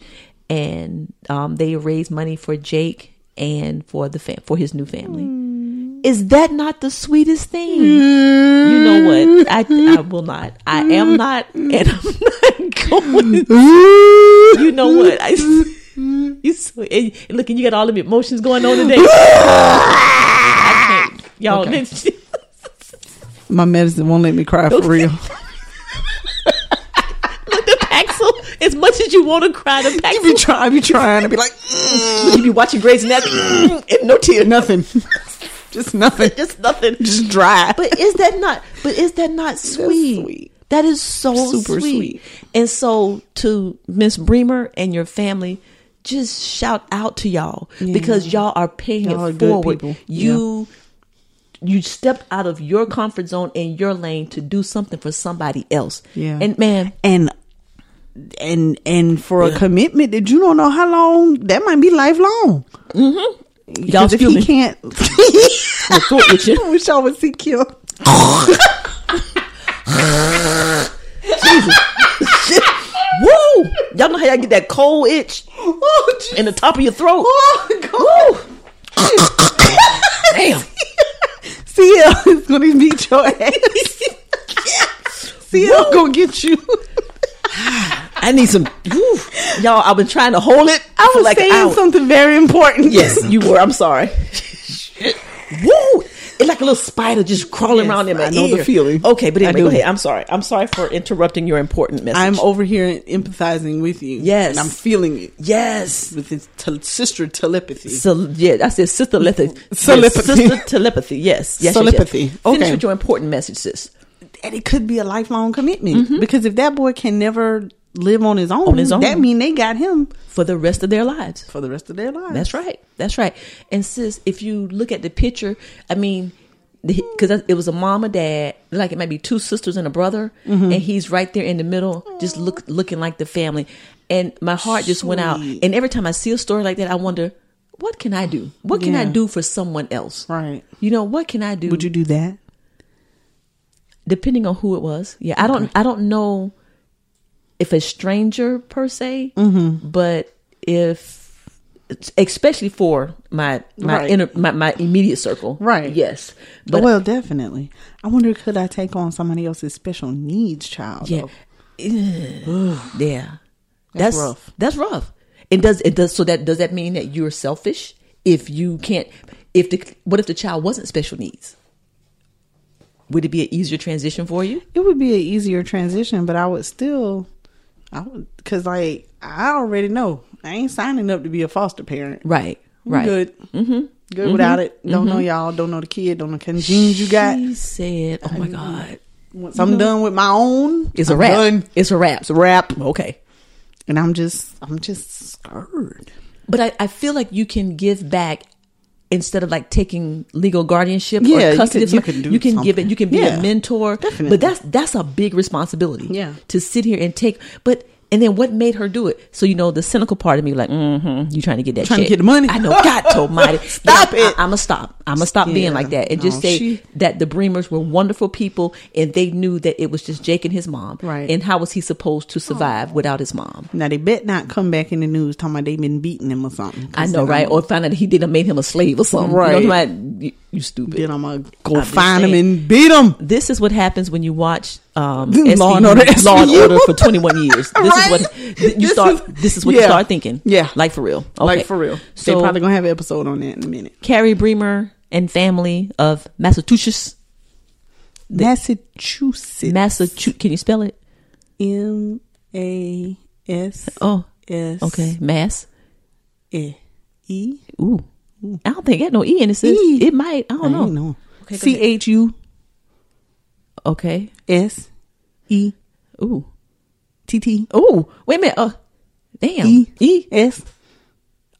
[SPEAKER 6] and um, they raise money for Jake and for the fam- for his new family. Is that not the sweetest thing? You know what? I, I will not. I [laughs] am not, and I'm not going. you know what? I, You so and, and look, and you got all the emotions going on today. I can't, y'all.
[SPEAKER 5] Okay. My medicine won't let me cry for real.
[SPEAKER 6] Look, the Paxil. As much as you want to cry, the Paxil. You be
[SPEAKER 5] trying, be trying to be like. [laughs]
[SPEAKER 6] Look, you be watching Grey's Anatomy, mm, and no tears,
[SPEAKER 5] nothing, [laughs] just nothing,
[SPEAKER 6] just nothing,
[SPEAKER 5] just dry.
[SPEAKER 6] But is that not? But is that not sweet? That is so
[SPEAKER 5] Super
[SPEAKER 6] super sweet.
[SPEAKER 5] sweet.
[SPEAKER 6] And so to Miss Bremer and your family, just shout out to y'all because y'all are paying
[SPEAKER 5] Y'all are
[SPEAKER 6] it
[SPEAKER 5] good
[SPEAKER 6] forward.
[SPEAKER 5] people.
[SPEAKER 6] You you stepped out of your comfort zone and your lane to do something for somebody else.
[SPEAKER 5] Yeah. [laughs]
[SPEAKER 6] And man,
[SPEAKER 5] and and and for a commitment that you don't know how long that might be lifelong. Mm-hmm.
[SPEAKER 6] Y'all
[SPEAKER 5] if he
[SPEAKER 6] human. [laughs]
[SPEAKER 5] can't, [laughs]
[SPEAKER 6] I'm through with you.
[SPEAKER 5] I wish I was secure.
[SPEAKER 6] Woo! Y'all know how y'all get that cold
[SPEAKER 5] [laughs]
[SPEAKER 6] itch
[SPEAKER 5] Oh,
[SPEAKER 6] in the top of your throat. Oh, Damn.
[SPEAKER 5] [laughs] CL is going to beat your ass. [laughs] CL going to get you.
[SPEAKER 6] I need some. woo. Y'all, I've been trying to hold it.
[SPEAKER 5] I
[SPEAKER 6] for
[SPEAKER 5] was
[SPEAKER 6] like an
[SPEAKER 5] saying
[SPEAKER 6] hour.
[SPEAKER 5] something very important. [laughs]
[SPEAKER 6] Yes, [laughs] you were. I'm sorry. Woo! It's like a little spider just crawling
[SPEAKER 5] Yes,
[SPEAKER 6] around in my
[SPEAKER 5] I know the
[SPEAKER 6] ear.
[SPEAKER 5] feeling.
[SPEAKER 6] Okay, but
[SPEAKER 5] I
[SPEAKER 6] anyway, go
[SPEAKER 5] do.
[SPEAKER 6] ahead. I'm sorry. I'm sorry for interrupting your important message.
[SPEAKER 5] I'm over here empathizing with you.
[SPEAKER 6] Yes.
[SPEAKER 5] And I'm feeling it
[SPEAKER 6] yes.
[SPEAKER 5] with this tel- sister telepathy.
[SPEAKER 6] So yeah, I said sister telepathy.
[SPEAKER 5] Telepathy.
[SPEAKER 6] Sister telepathy. Yes. yes yes, yes.
[SPEAKER 5] Telepathy.
[SPEAKER 6] Finish
[SPEAKER 5] Okay.
[SPEAKER 6] with your important message, sis.
[SPEAKER 5] and it could be a lifelong commitment because if that boy can never live Mm-hmm. on his own,
[SPEAKER 6] On his own.
[SPEAKER 5] that mean they got him
[SPEAKER 6] For the rest of their lives.
[SPEAKER 5] for the rest of their life.
[SPEAKER 6] That's right. That's right. And sis, if you look at the picture, I mean, because it was a mom and dad, like it might be two sisters and a brother,
[SPEAKER 5] Mm-hmm.
[SPEAKER 6] and he's right there in the middle, just look looking like the family. And my heart just went out.
[SPEAKER 5] Sweet.
[SPEAKER 6] And every time I see a story like that, I wonder, what can I do? What can I
[SPEAKER 5] Yeah.
[SPEAKER 6] do for someone else?
[SPEAKER 5] right.
[SPEAKER 6] You know, what can I do?
[SPEAKER 5] Would you do that?
[SPEAKER 6] depending on who it was. Yeah, I don't I don't know if a stranger per se,
[SPEAKER 5] Mm-hmm.
[SPEAKER 6] but if especially for my my
[SPEAKER 5] Right.
[SPEAKER 6] inner my, my immediate circle.
[SPEAKER 5] Right.
[SPEAKER 6] Yes. But
[SPEAKER 5] well, definitely. I wonder could I take on somebody else's special needs child?
[SPEAKER 6] yeah.
[SPEAKER 5] though?
[SPEAKER 6] [sighs] yeah. That's,
[SPEAKER 5] oh. rough.
[SPEAKER 6] That's rough. It does it does so that does that mean that you're selfish if you can't if the what if the child wasn't special needs? Would it be an easier transition for you?
[SPEAKER 5] it would be an easier transition, but I would still, I would because like I already know I ain't signing up to be a foster parent.
[SPEAKER 6] Right.
[SPEAKER 5] I'm
[SPEAKER 6] Right. Mm-hmm.
[SPEAKER 5] Good. Mm-hmm. Good without it. Don't know y'all. Don't know the kid. Don't know the kind of genes you got.
[SPEAKER 6] She said, "Oh my God,
[SPEAKER 5] Once I'm done with my own,
[SPEAKER 6] Mm-hmm. it's a
[SPEAKER 5] I'm
[SPEAKER 6] wrap.
[SPEAKER 5] done.
[SPEAKER 6] It's a wrap.
[SPEAKER 5] It's a wrap.
[SPEAKER 6] Okay."
[SPEAKER 5] And I'm just, I'm just scared.
[SPEAKER 6] But I, I feel like you can give back instead of like taking legal guardianship
[SPEAKER 5] Yeah,
[SPEAKER 6] or
[SPEAKER 5] you
[SPEAKER 6] custody.
[SPEAKER 5] could-
[SPEAKER 6] of
[SPEAKER 5] you
[SPEAKER 6] somebody,
[SPEAKER 5] could do
[SPEAKER 6] you can give it. You can be
[SPEAKER 5] something.
[SPEAKER 6] a
[SPEAKER 5] Yeah,
[SPEAKER 6] mentor.
[SPEAKER 5] definitely.
[SPEAKER 6] But that's that's a big responsibility.
[SPEAKER 5] Yeah.
[SPEAKER 6] To sit here and take, but. And then what made her do it? So you know the cynical part of me, like, mm-hmm, you trying to get that
[SPEAKER 5] Trying to
[SPEAKER 6] check.
[SPEAKER 5] get the money.
[SPEAKER 6] I know,
[SPEAKER 5] [laughs]
[SPEAKER 6] God Almighty,
[SPEAKER 5] Stop it.
[SPEAKER 6] I, am gonna stop. I'm gonna stop
[SPEAKER 5] Yeah,
[SPEAKER 6] being like that and just
[SPEAKER 5] no,
[SPEAKER 6] say
[SPEAKER 5] she-
[SPEAKER 6] that the Bremers were wonderful people and they knew that it was just Jake and his mom.
[SPEAKER 5] Right. Oh.
[SPEAKER 6] And how was he supposed to survive without his mom?
[SPEAKER 5] Now they bet not come back in the news talking about they been beating him or something. 'cause
[SPEAKER 6] I know,
[SPEAKER 5] then
[SPEAKER 6] right?
[SPEAKER 5] I'm-
[SPEAKER 6] Or find out he did not made him a slave or something.
[SPEAKER 5] Right.
[SPEAKER 6] You, know, what I'm like, you, you stupid.
[SPEAKER 5] then I'm gonna go
[SPEAKER 6] I'm just
[SPEAKER 5] find him
[SPEAKER 6] saying.
[SPEAKER 5] and beat him.
[SPEAKER 6] This is what happens when you watch um,
[SPEAKER 5] Law and Order
[SPEAKER 6] Law and
[SPEAKER 5] SVU.
[SPEAKER 6] Order for 21 years. This
[SPEAKER 5] Right?
[SPEAKER 6] is what th- you
[SPEAKER 5] This
[SPEAKER 6] start.
[SPEAKER 5] is-
[SPEAKER 6] this is what
[SPEAKER 5] yeah.
[SPEAKER 6] you start thinking.
[SPEAKER 5] Yeah.
[SPEAKER 6] like for real. Okay.
[SPEAKER 5] Like for real.
[SPEAKER 6] So
[SPEAKER 5] they probably gonna have an episode on that in a minute.
[SPEAKER 6] Carrie Bremer and family of Massachusetts,
[SPEAKER 5] Massachusetts.
[SPEAKER 6] Massachusetts. Can you spell it?
[SPEAKER 5] M A S
[SPEAKER 6] Oh,
[SPEAKER 5] S
[SPEAKER 6] okay, Mass.
[SPEAKER 5] E E
[SPEAKER 6] Ooh, I don't think it got no e in it. Sis.
[SPEAKER 5] E.
[SPEAKER 6] It might. I
[SPEAKER 5] I
[SPEAKER 6] don't know.
[SPEAKER 5] don't know.
[SPEAKER 6] Okay, go
[SPEAKER 5] C H U
[SPEAKER 6] Okay.
[SPEAKER 5] S E
[SPEAKER 6] Ooh.
[SPEAKER 5] T T
[SPEAKER 6] Ooh. Wait a minute. Uh, damn.
[SPEAKER 5] E
[SPEAKER 6] E.
[SPEAKER 5] S.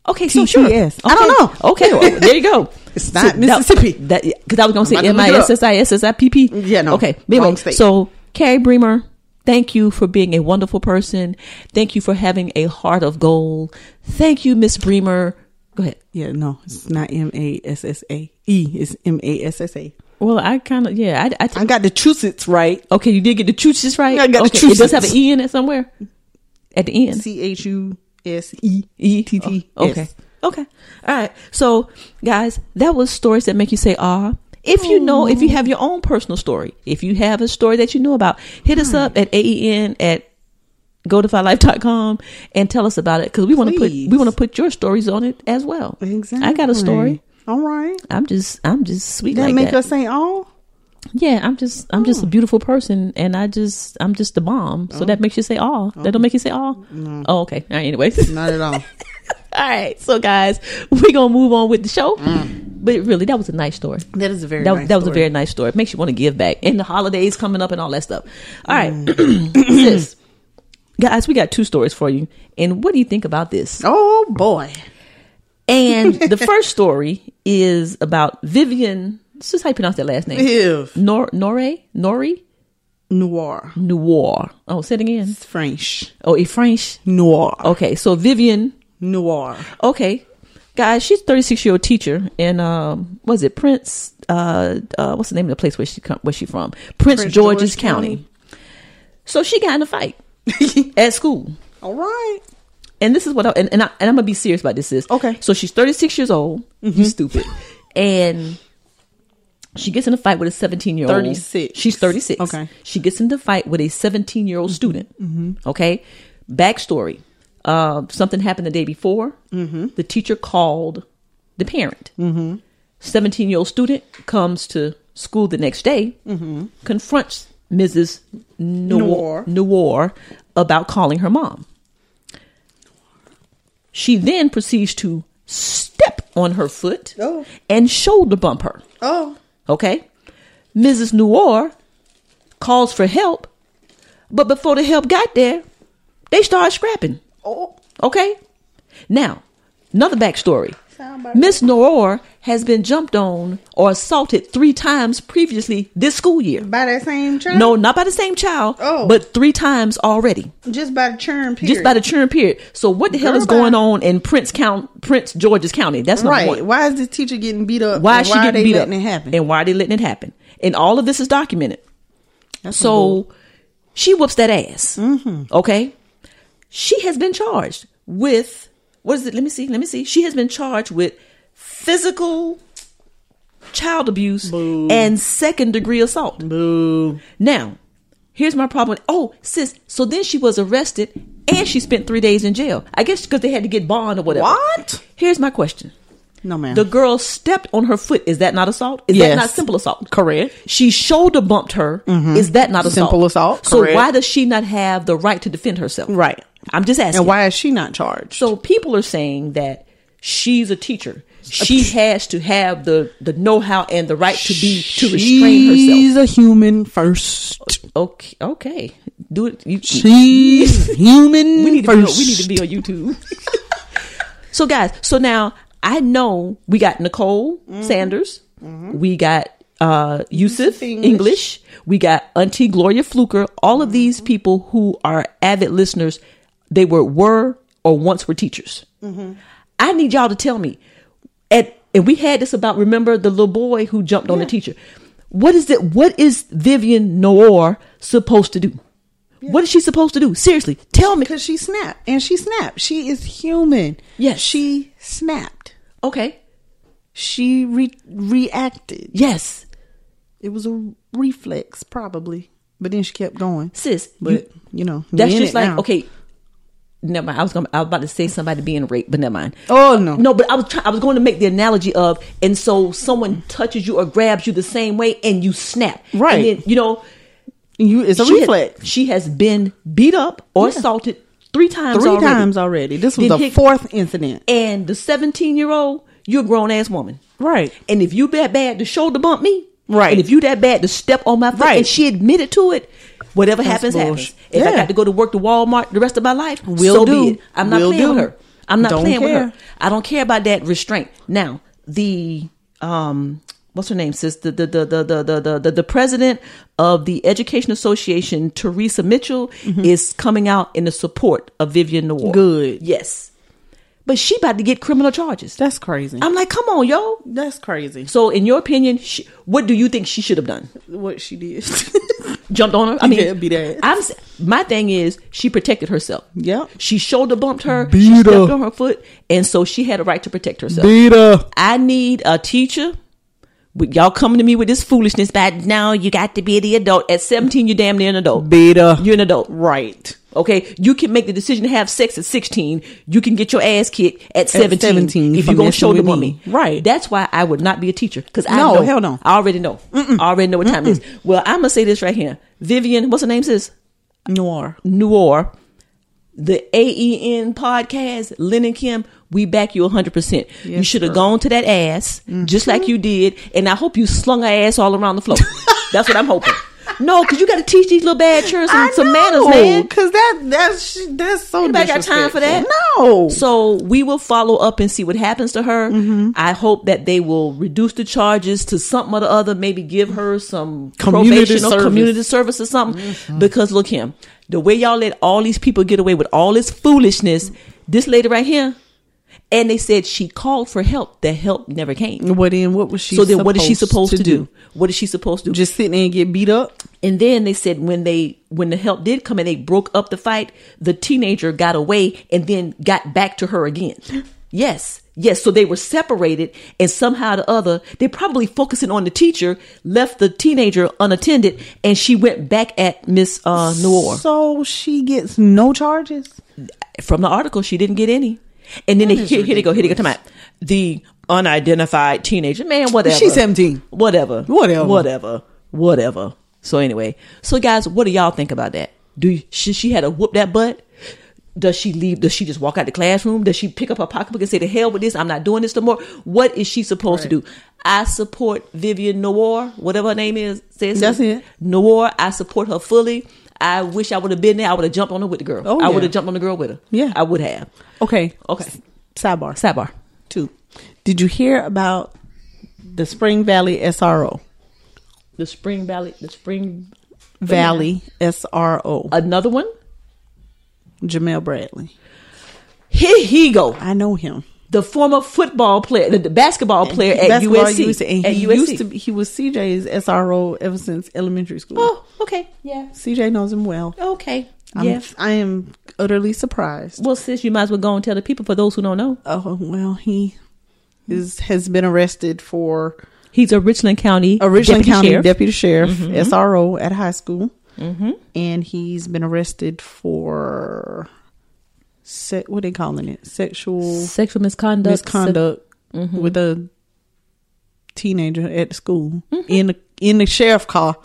[SPEAKER 6] Okay, so sure.
[SPEAKER 5] TTS. I
[SPEAKER 6] Okay.
[SPEAKER 5] don't know. [laughs]
[SPEAKER 6] Okay, well, there you go.
[SPEAKER 5] It's not Mississippi.
[SPEAKER 6] That because I was going to say
[SPEAKER 5] I'm
[SPEAKER 6] M
[SPEAKER 5] about
[SPEAKER 6] I
[SPEAKER 5] to look it up.
[SPEAKER 6] S S I S S I P P.
[SPEAKER 5] Yeah, no.
[SPEAKER 6] Okay, but
[SPEAKER 5] Wrong
[SPEAKER 6] anyway,
[SPEAKER 5] state.
[SPEAKER 6] so Carrie Bremer, thank you for being a wonderful person. Thank you for having a heart of gold. Thank you, Miss Bremer. Go ahead.
[SPEAKER 5] Yeah, no, it's not M A S S A E. It's M A S S A.
[SPEAKER 6] Well, I kind of yeah. I, I
[SPEAKER 5] I got the Chusets right.
[SPEAKER 6] okay, you did get the chooch just right.
[SPEAKER 5] Yeah, I got the
[SPEAKER 6] okay, It does
[SPEAKER 5] Chooches.
[SPEAKER 6] have an e in it somewhere at the end.
[SPEAKER 5] C H U S E E T T.
[SPEAKER 6] Oh, Okay. Okay. All right. So, guys, that was stories that make you say, ah. If you know, if you have your own personal story, if you have a story that you know about, hit us up E at AEN at go to findlife.com and tell us about it because we want to put
[SPEAKER 5] Please.
[SPEAKER 6] we want to put your stories on it as well. Exactly. I got a story.
[SPEAKER 5] All right.
[SPEAKER 6] I'm just I'm just sweet
[SPEAKER 5] That
[SPEAKER 6] like
[SPEAKER 5] make
[SPEAKER 6] that.
[SPEAKER 5] us Oh. say, oh,
[SPEAKER 6] yeah, I'm just I'm just a beautiful person and I just I'm just the bomb. So that makes you say oh. That don't make you say oh.
[SPEAKER 5] No.
[SPEAKER 6] Oh, okay. All right, anyways. [laughs]
[SPEAKER 5] Not at all.
[SPEAKER 6] all right. So guys, [laughs] we're gonna move on with the show. But really that was a nice story.
[SPEAKER 5] That is a Mm. very
[SPEAKER 6] that, was-
[SPEAKER 5] nice
[SPEAKER 6] that was a
[SPEAKER 5] story.
[SPEAKER 6] very nice story. It makes you want to give back. And the holidays coming up and all that stuff. All right.
[SPEAKER 5] Mm.
[SPEAKER 6] [clears throat] Sis, guys, we got two stories for you. And what do you think about this?
[SPEAKER 5] [laughs] Oh boy. [laughs]
[SPEAKER 6] And the first story is about Vivian. This is how you pronounce that last
[SPEAKER 5] [laughs]
[SPEAKER 6] name.
[SPEAKER 5] Viv.
[SPEAKER 6] Nor Nore? Nori?
[SPEAKER 5] noir.
[SPEAKER 6] Noir. Oh, say it again. It's
[SPEAKER 5] French.
[SPEAKER 6] Oh, it's French.
[SPEAKER 5] Noir.
[SPEAKER 6] Okay, so Vivian
[SPEAKER 5] Noir.
[SPEAKER 6] Okay, guys, she's thirty six year old teacher in um, was it Prince? Uh, uh, what's the name of the place where she come, where she from? Prince,
[SPEAKER 5] Prince
[SPEAKER 6] George's
[SPEAKER 5] George
[SPEAKER 6] County.
[SPEAKER 5] County.
[SPEAKER 6] So she got in a fight [laughs] at school,
[SPEAKER 5] All right.
[SPEAKER 6] and this is what I and, and I and I'm gonna be serious about this. Is okay. Mm-hmm. So she's thirty six years old. You stupid, and. She gets in a fight with a 17 year old.
[SPEAKER 5] 36.
[SPEAKER 6] She's 36. Okay. Mm-hmm. She gets into a fight with a 17 year old student.
[SPEAKER 5] Mhm.
[SPEAKER 6] Okay. Backstory uh, something happened the day before. The teacher called the parent. 17 year old student comes to school the next day,
[SPEAKER 5] Mhm.
[SPEAKER 6] confronts Mrs. Noir,
[SPEAKER 5] Noir.
[SPEAKER 6] Noir about calling her mom. She then proceeds to step on her foot and shoulder bump her.
[SPEAKER 5] Oh.
[SPEAKER 6] Okay. Mrs. Noir calls for help, but before the help got there, they start scrapping.
[SPEAKER 5] Oh.
[SPEAKER 6] Okay. Now, another backstory.
[SPEAKER 5] Sound about
[SPEAKER 6] Miss Noir has been jumped on or assaulted three times previously this school year.
[SPEAKER 5] By that same churn?
[SPEAKER 6] No, not by the same child,
[SPEAKER 5] Oh.
[SPEAKER 6] but three times already.
[SPEAKER 5] Just by the churn period.
[SPEAKER 6] Just by the churn period. So what the hell
[SPEAKER 5] Girl,
[SPEAKER 6] is going
[SPEAKER 5] bye.
[SPEAKER 6] on in Prince Count Prince George's County? That's not
[SPEAKER 5] right.
[SPEAKER 6] one.
[SPEAKER 5] Why is this teacher getting beat up?
[SPEAKER 6] Why
[SPEAKER 5] And
[SPEAKER 6] is she getting
[SPEAKER 5] they
[SPEAKER 6] beat up?
[SPEAKER 5] letting it happen?
[SPEAKER 6] And why are they letting it happen? And all of this is documented.
[SPEAKER 5] That's some
[SPEAKER 6] so she whoops that ass. Okay. She has been charged with what is it? Let me see. Let me see. She has been charged with physical child abuse and second degree assault. Boo. Now, here's my problem. Oh, sis. So then she was arrested and she spent three days in jail. I guess because they had to get bond or whatever. What? Here's my question.
[SPEAKER 5] No, ma'am.
[SPEAKER 6] The girl stepped on her foot. Is that not assault? Is that
[SPEAKER 5] Yes.
[SPEAKER 6] not simple assault? Correct. She shoulder bumped her.
[SPEAKER 5] Mhm.
[SPEAKER 6] Is that not assault?
[SPEAKER 5] Simple assault,
[SPEAKER 6] So
[SPEAKER 5] correct.
[SPEAKER 6] why does she not have the right to defend herself? Right. I'm just asking.
[SPEAKER 5] And why is she not charged?
[SPEAKER 6] So people are saying that she's a teacher. She has to have the the know how and the right to be to restrain herself.
[SPEAKER 5] She's a human first.
[SPEAKER 6] Okay. Okay. Do it. You,
[SPEAKER 5] [laughs] She's human
[SPEAKER 6] we need To be on,
[SPEAKER 5] first.
[SPEAKER 6] we need to be on YouTube. [laughs] so guys, so now I know we got Nicole
[SPEAKER 5] Mm-hmm.
[SPEAKER 6] Sanders, we got uh Yusuf English.
[SPEAKER 5] English.
[SPEAKER 6] we got Auntie Gloria Fluker, all of these
[SPEAKER 5] Mm-hmm.
[SPEAKER 6] people who are avid listeners, they were were or once were teachers.
[SPEAKER 5] Mm-hmm.
[SPEAKER 6] I need y'all to tell me. At and we had this about remember the little boy who jumped on the teacher. What is it? What is Vivian Noor supposed to do? What is she supposed to do? Seriously, tell me.
[SPEAKER 5] Because she snapped. And she snapped. She is human.
[SPEAKER 6] Yes.
[SPEAKER 5] She snapped.
[SPEAKER 6] Okay.
[SPEAKER 5] She re- reacted.
[SPEAKER 6] Yes.
[SPEAKER 5] It was a reflex, probably. But then she kept going.
[SPEAKER 6] Sis,
[SPEAKER 5] But,
[SPEAKER 6] you-
[SPEAKER 5] you, know, we
[SPEAKER 6] That's
[SPEAKER 5] in
[SPEAKER 6] just
[SPEAKER 5] it
[SPEAKER 6] like
[SPEAKER 5] now.
[SPEAKER 6] okay. Never mind. I was gonna. I was about to say somebody being raped, but never mind.
[SPEAKER 5] Oh, no.
[SPEAKER 6] No, but I was. Try, I was going to make the analogy of, and so someone touches you or grabs you the same way, and you snap.
[SPEAKER 5] Right.
[SPEAKER 6] And then, you know.
[SPEAKER 5] You, it's a
[SPEAKER 6] she had-
[SPEAKER 5] reflex.
[SPEAKER 6] she has been beat up or
[SPEAKER 5] Yeah.
[SPEAKER 6] assaulted three times.
[SPEAKER 5] Three
[SPEAKER 6] already.
[SPEAKER 5] times already. This was
[SPEAKER 6] Then
[SPEAKER 5] the
[SPEAKER 6] here-
[SPEAKER 5] fourth incident.
[SPEAKER 6] And the seventeen-year-old, you're a grown-ass woman.
[SPEAKER 5] Right.
[SPEAKER 6] And if you that bad to shoulder bump me,
[SPEAKER 5] Right.
[SPEAKER 6] And if you that bad to step on my foot,
[SPEAKER 5] Right.
[SPEAKER 6] and she admitted to it, whatever
[SPEAKER 5] That's
[SPEAKER 6] happens,
[SPEAKER 5] bullshit.
[SPEAKER 6] happens. If I
[SPEAKER 5] Yeah.
[SPEAKER 6] got to go to work to Walmart the rest of my life,
[SPEAKER 5] Will
[SPEAKER 6] so
[SPEAKER 5] do.
[SPEAKER 6] be it. I'm not
[SPEAKER 5] Will
[SPEAKER 6] playing with
[SPEAKER 5] do.
[SPEAKER 6] her. I'm not
[SPEAKER 5] Don't
[SPEAKER 6] playing with her.
[SPEAKER 5] care.
[SPEAKER 6] I don't care about that restraint. Now the um. What's her name, sis? The the the the the the the, the president of the Education Association, Teresa Mitchell, is coming out in the support of Vivian Noir.
[SPEAKER 5] Mm-hmm. Good.
[SPEAKER 6] yes, but she about to get criminal charges.
[SPEAKER 5] That's crazy.
[SPEAKER 6] I'm like, come on, yo.
[SPEAKER 5] That's crazy.
[SPEAKER 6] So, in your opinion, she, what do you think she should have done?
[SPEAKER 5] What she did.
[SPEAKER 6] Jumped on her? I mean,
[SPEAKER 5] Yeah, beat her ass.
[SPEAKER 6] I'm s- my thing is she protected herself.
[SPEAKER 5] [laughs] Yep.
[SPEAKER 6] She shoulder bumped her, she
[SPEAKER 8] Beat
[SPEAKER 6] stepped
[SPEAKER 8] her.
[SPEAKER 6] on her foot, and so she had a right to protect herself.
[SPEAKER 8] Beta.
[SPEAKER 6] I need a teacher. With y'all coming to me with this foolishness, but now you got to be the adult. At 17, you're damn near an adult.
[SPEAKER 8] Beta.
[SPEAKER 6] You're an adult.
[SPEAKER 5] Right.
[SPEAKER 6] Okay, you can make the decision to have sex at 16. You can get your ass kicked at 17,
[SPEAKER 5] 17
[SPEAKER 6] if
[SPEAKER 5] for
[SPEAKER 6] you're gonna
[SPEAKER 5] messing
[SPEAKER 6] show the
[SPEAKER 5] with
[SPEAKER 6] mummy.
[SPEAKER 5] me. Right.
[SPEAKER 6] That's why I would not be a teacher because I
[SPEAKER 5] No,
[SPEAKER 6] know,
[SPEAKER 5] hell no.
[SPEAKER 6] I already know. I already know what time it is. Well, I'm gonna say this right here. Vivian, what's her name? Sis
[SPEAKER 5] Noir.
[SPEAKER 6] Noir, the AEN podcast, Lynn and Kim, we back you 100%. you
[SPEAKER 5] Yes,
[SPEAKER 6] should
[SPEAKER 5] sir.
[SPEAKER 6] have
[SPEAKER 5] Mm-hmm.
[SPEAKER 6] gone to that ass just like you did, and I hope you slung her ass all around
[SPEAKER 5] [laughs]
[SPEAKER 6] the floor. That's what I'm hoping. No, because you got to teach these little bad children some, some manners, man.
[SPEAKER 5] Because that that's sh- that's so.
[SPEAKER 6] Anybody got time for that?
[SPEAKER 5] disrespectful. No.
[SPEAKER 6] So we will follow up and see what happens to her.
[SPEAKER 5] Mm-hmm.
[SPEAKER 6] I hope that they will reduce the charges to something or the other, maybe give her some
[SPEAKER 5] Community
[SPEAKER 6] probation or
[SPEAKER 5] service. Mm-hmm.
[SPEAKER 6] community service or something. Because look him, the way y'all let all these people get away with all this foolishness, this lady right here, and they said she called for help. The help never came.
[SPEAKER 5] What then? What was she?
[SPEAKER 6] so then what is she supposed to, do? What is she supposed to do?
[SPEAKER 5] Just sit there and get beat up?
[SPEAKER 6] And then they said when they when the help did come and they broke up the fight, the teenager got away and then got back to her again. Yes. Yes, so they were separated and somehow or the other, they probably focusing on the teacher, left the teenager unattended and she went back at Miss uh Noir.
[SPEAKER 5] So she gets no charges.
[SPEAKER 6] From the article, she didn't get any. And then they,
[SPEAKER 5] is
[SPEAKER 6] here, here they go, here they go, come out. The unidentified teenager, man, whatever.
[SPEAKER 5] She's 17.
[SPEAKER 6] Whatever.
[SPEAKER 5] Whatever.
[SPEAKER 6] Whatever. Whatever. So anyway, so guys, what do y'all think about that? Do you, should she had to whoop that butt? Does she leave? Does she just walk out the classroom? Does she pick up her pocketbook and say, "The hell with this! I'm not doing this no more." What is she supposed to do? I support Vivian Noir, whatever her name is. Says
[SPEAKER 5] That's it.
[SPEAKER 6] Noir. I support her fully. I wish I would have been there. I would have jumped on her with the girl.
[SPEAKER 5] Oh,
[SPEAKER 6] I
[SPEAKER 5] yeah.
[SPEAKER 6] would have jumped on the girl with her.
[SPEAKER 5] Yeah.
[SPEAKER 6] I would have.
[SPEAKER 5] Okay.
[SPEAKER 6] Okay.
[SPEAKER 5] Sidebar.
[SPEAKER 6] Sidebar.
[SPEAKER 5] Two. Did you hear about the Spring Valley SRO?
[SPEAKER 6] The Spring Valley. The Spring.
[SPEAKER 5] Valley SRO.
[SPEAKER 6] Another one.
[SPEAKER 5] Jamel Bradley.
[SPEAKER 6] Here he go.
[SPEAKER 5] I know him.
[SPEAKER 6] the former football player, the, the basketball player at
[SPEAKER 5] Basketball
[SPEAKER 6] USC.
[SPEAKER 5] and
[SPEAKER 6] at
[SPEAKER 5] he
[SPEAKER 6] USC.
[SPEAKER 5] used to be, he was CJ's SRO ever since elementary school.
[SPEAKER 6] Oh, okay, yeah,
[SPEAKER 5] CJ knows him well.
[SPEAKER 6] okay,
[SPEAKER 5] I'm,
[SPEAKER 6] yeah.
[SPEAKER 5] I am utterly surprised.
[SPEAKER 6] Well, sis, you might as well go and tell the people. For those who don't know,
[SPEAKER 5] Oh well, he is has been arrested for
[SPEAKER 6] he's a Richland County,
[SPEAKER 5] a Richland
[SPEAKER 6] deputy
[SPEAKER 5] County
[SPEAKER 6] sheriff. Mm-hmm.
[SPEAKER 5] deputy sheriff, SRO at high school, and he's been arrested for se- what they calling it sexual
[SPEAKER 6] sexual misconduct,
[SPEAKER 5] misconduct
[SPEAKER 6] mm-hmm.
[SPEAKER 5] with a teenager at the school
[SPEAKER 6] Mm-hmm.
[SPEAKER 5] in the in the sheriff car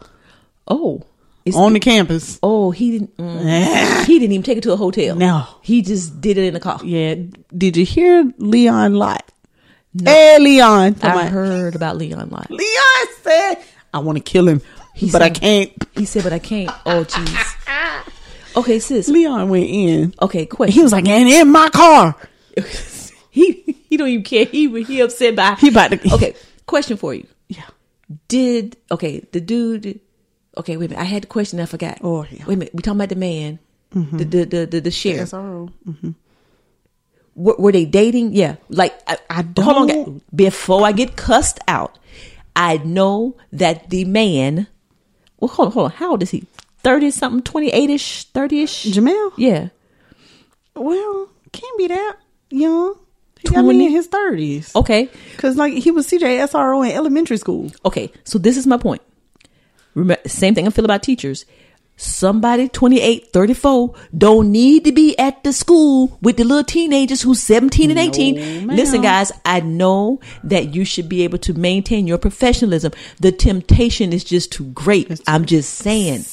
[SPEAKER 6] oh, it's-
[SPEAKER 5] on the campus.
[SPEAKER 6] oh, he
[SPEAKER 5] [laughs]
[SPEAKER 6] didn't. mm. he didn't even take it to a hotel.
[SPEAKER 5] No.
[SPEAKER 6] he just did it in the car.
[SPEAKER 5] Yeah, did you hear Leon Lott? Hey, Leon,
[SPEAKER 6] I
[SPEAKER 5] Somebody-
[SPEAKER 6] heard about Leon Lott.
[SPEAKER 5] Leon said, "I want to kill him, but I
[SPEAKER 6] said-
[SPEAKER 5] can't."
[SPEAKER 6] He said, "But I can't." Oh,
[SPEAKER 5] [laughs]
[SPEAKER 6] jeez. Okay, sis.
[SPEAKER 5] Leon went in.
[SPEAKER 6] Okay, question.
[SPEAKER 5] He was like, "And in my car."
[SPEAKER 6] [laughs] he he don't even care. He he upset by
[SPEAKER 5] He about to-
[SPEAKER 6] Okay, question for you.
[SPEAKER 5] Yeah.
[SPEAKER 6] Did okay the dude? Okay, wait a minute. I had a question. I forgot.
[SPEAKER 5] Oh, yeah. Mm-hmm.
[SPEAKER 6] Wait a minute. We talking about the man, the, the the the the sheriff.
[SPEAKER 5] SRO.
[SPEAKER 6] Were, were they dating? Yeah. Like I,
[SPEAKER 5] I
[SPEAKER 6] Hold on.
[SPEAKER 5] don't-
[SPEAKER 6] guy. Before I get cussed out, I know that the man. Well, hold on, hold on. How old is he? Thirty something, twenty eight ish, thirty ish.
[SPEAKER 5] Jamel.
[SPEAKER 6] Yeah.
[SPEAKER 5] Well, can't be that young. He got me
[SPEAKER 6] 20?
[SPEAKER 5] in his thirties.
[SPEAKER 6] Okay.
[SPEAKER 5] Cause like he was CJ SRO in elementary school.
[SPEAKER 6] okay so this is my point Remember, same thing i feel about teachers somebody 28 34 don't need to be at the school with the little teenagers who's 17 and 18
[SPEAKER 5] ma'am.
[SPEAKER 6] listen guys i know that you should be able to maintain your professionalism the temptation is just too great i'm just saying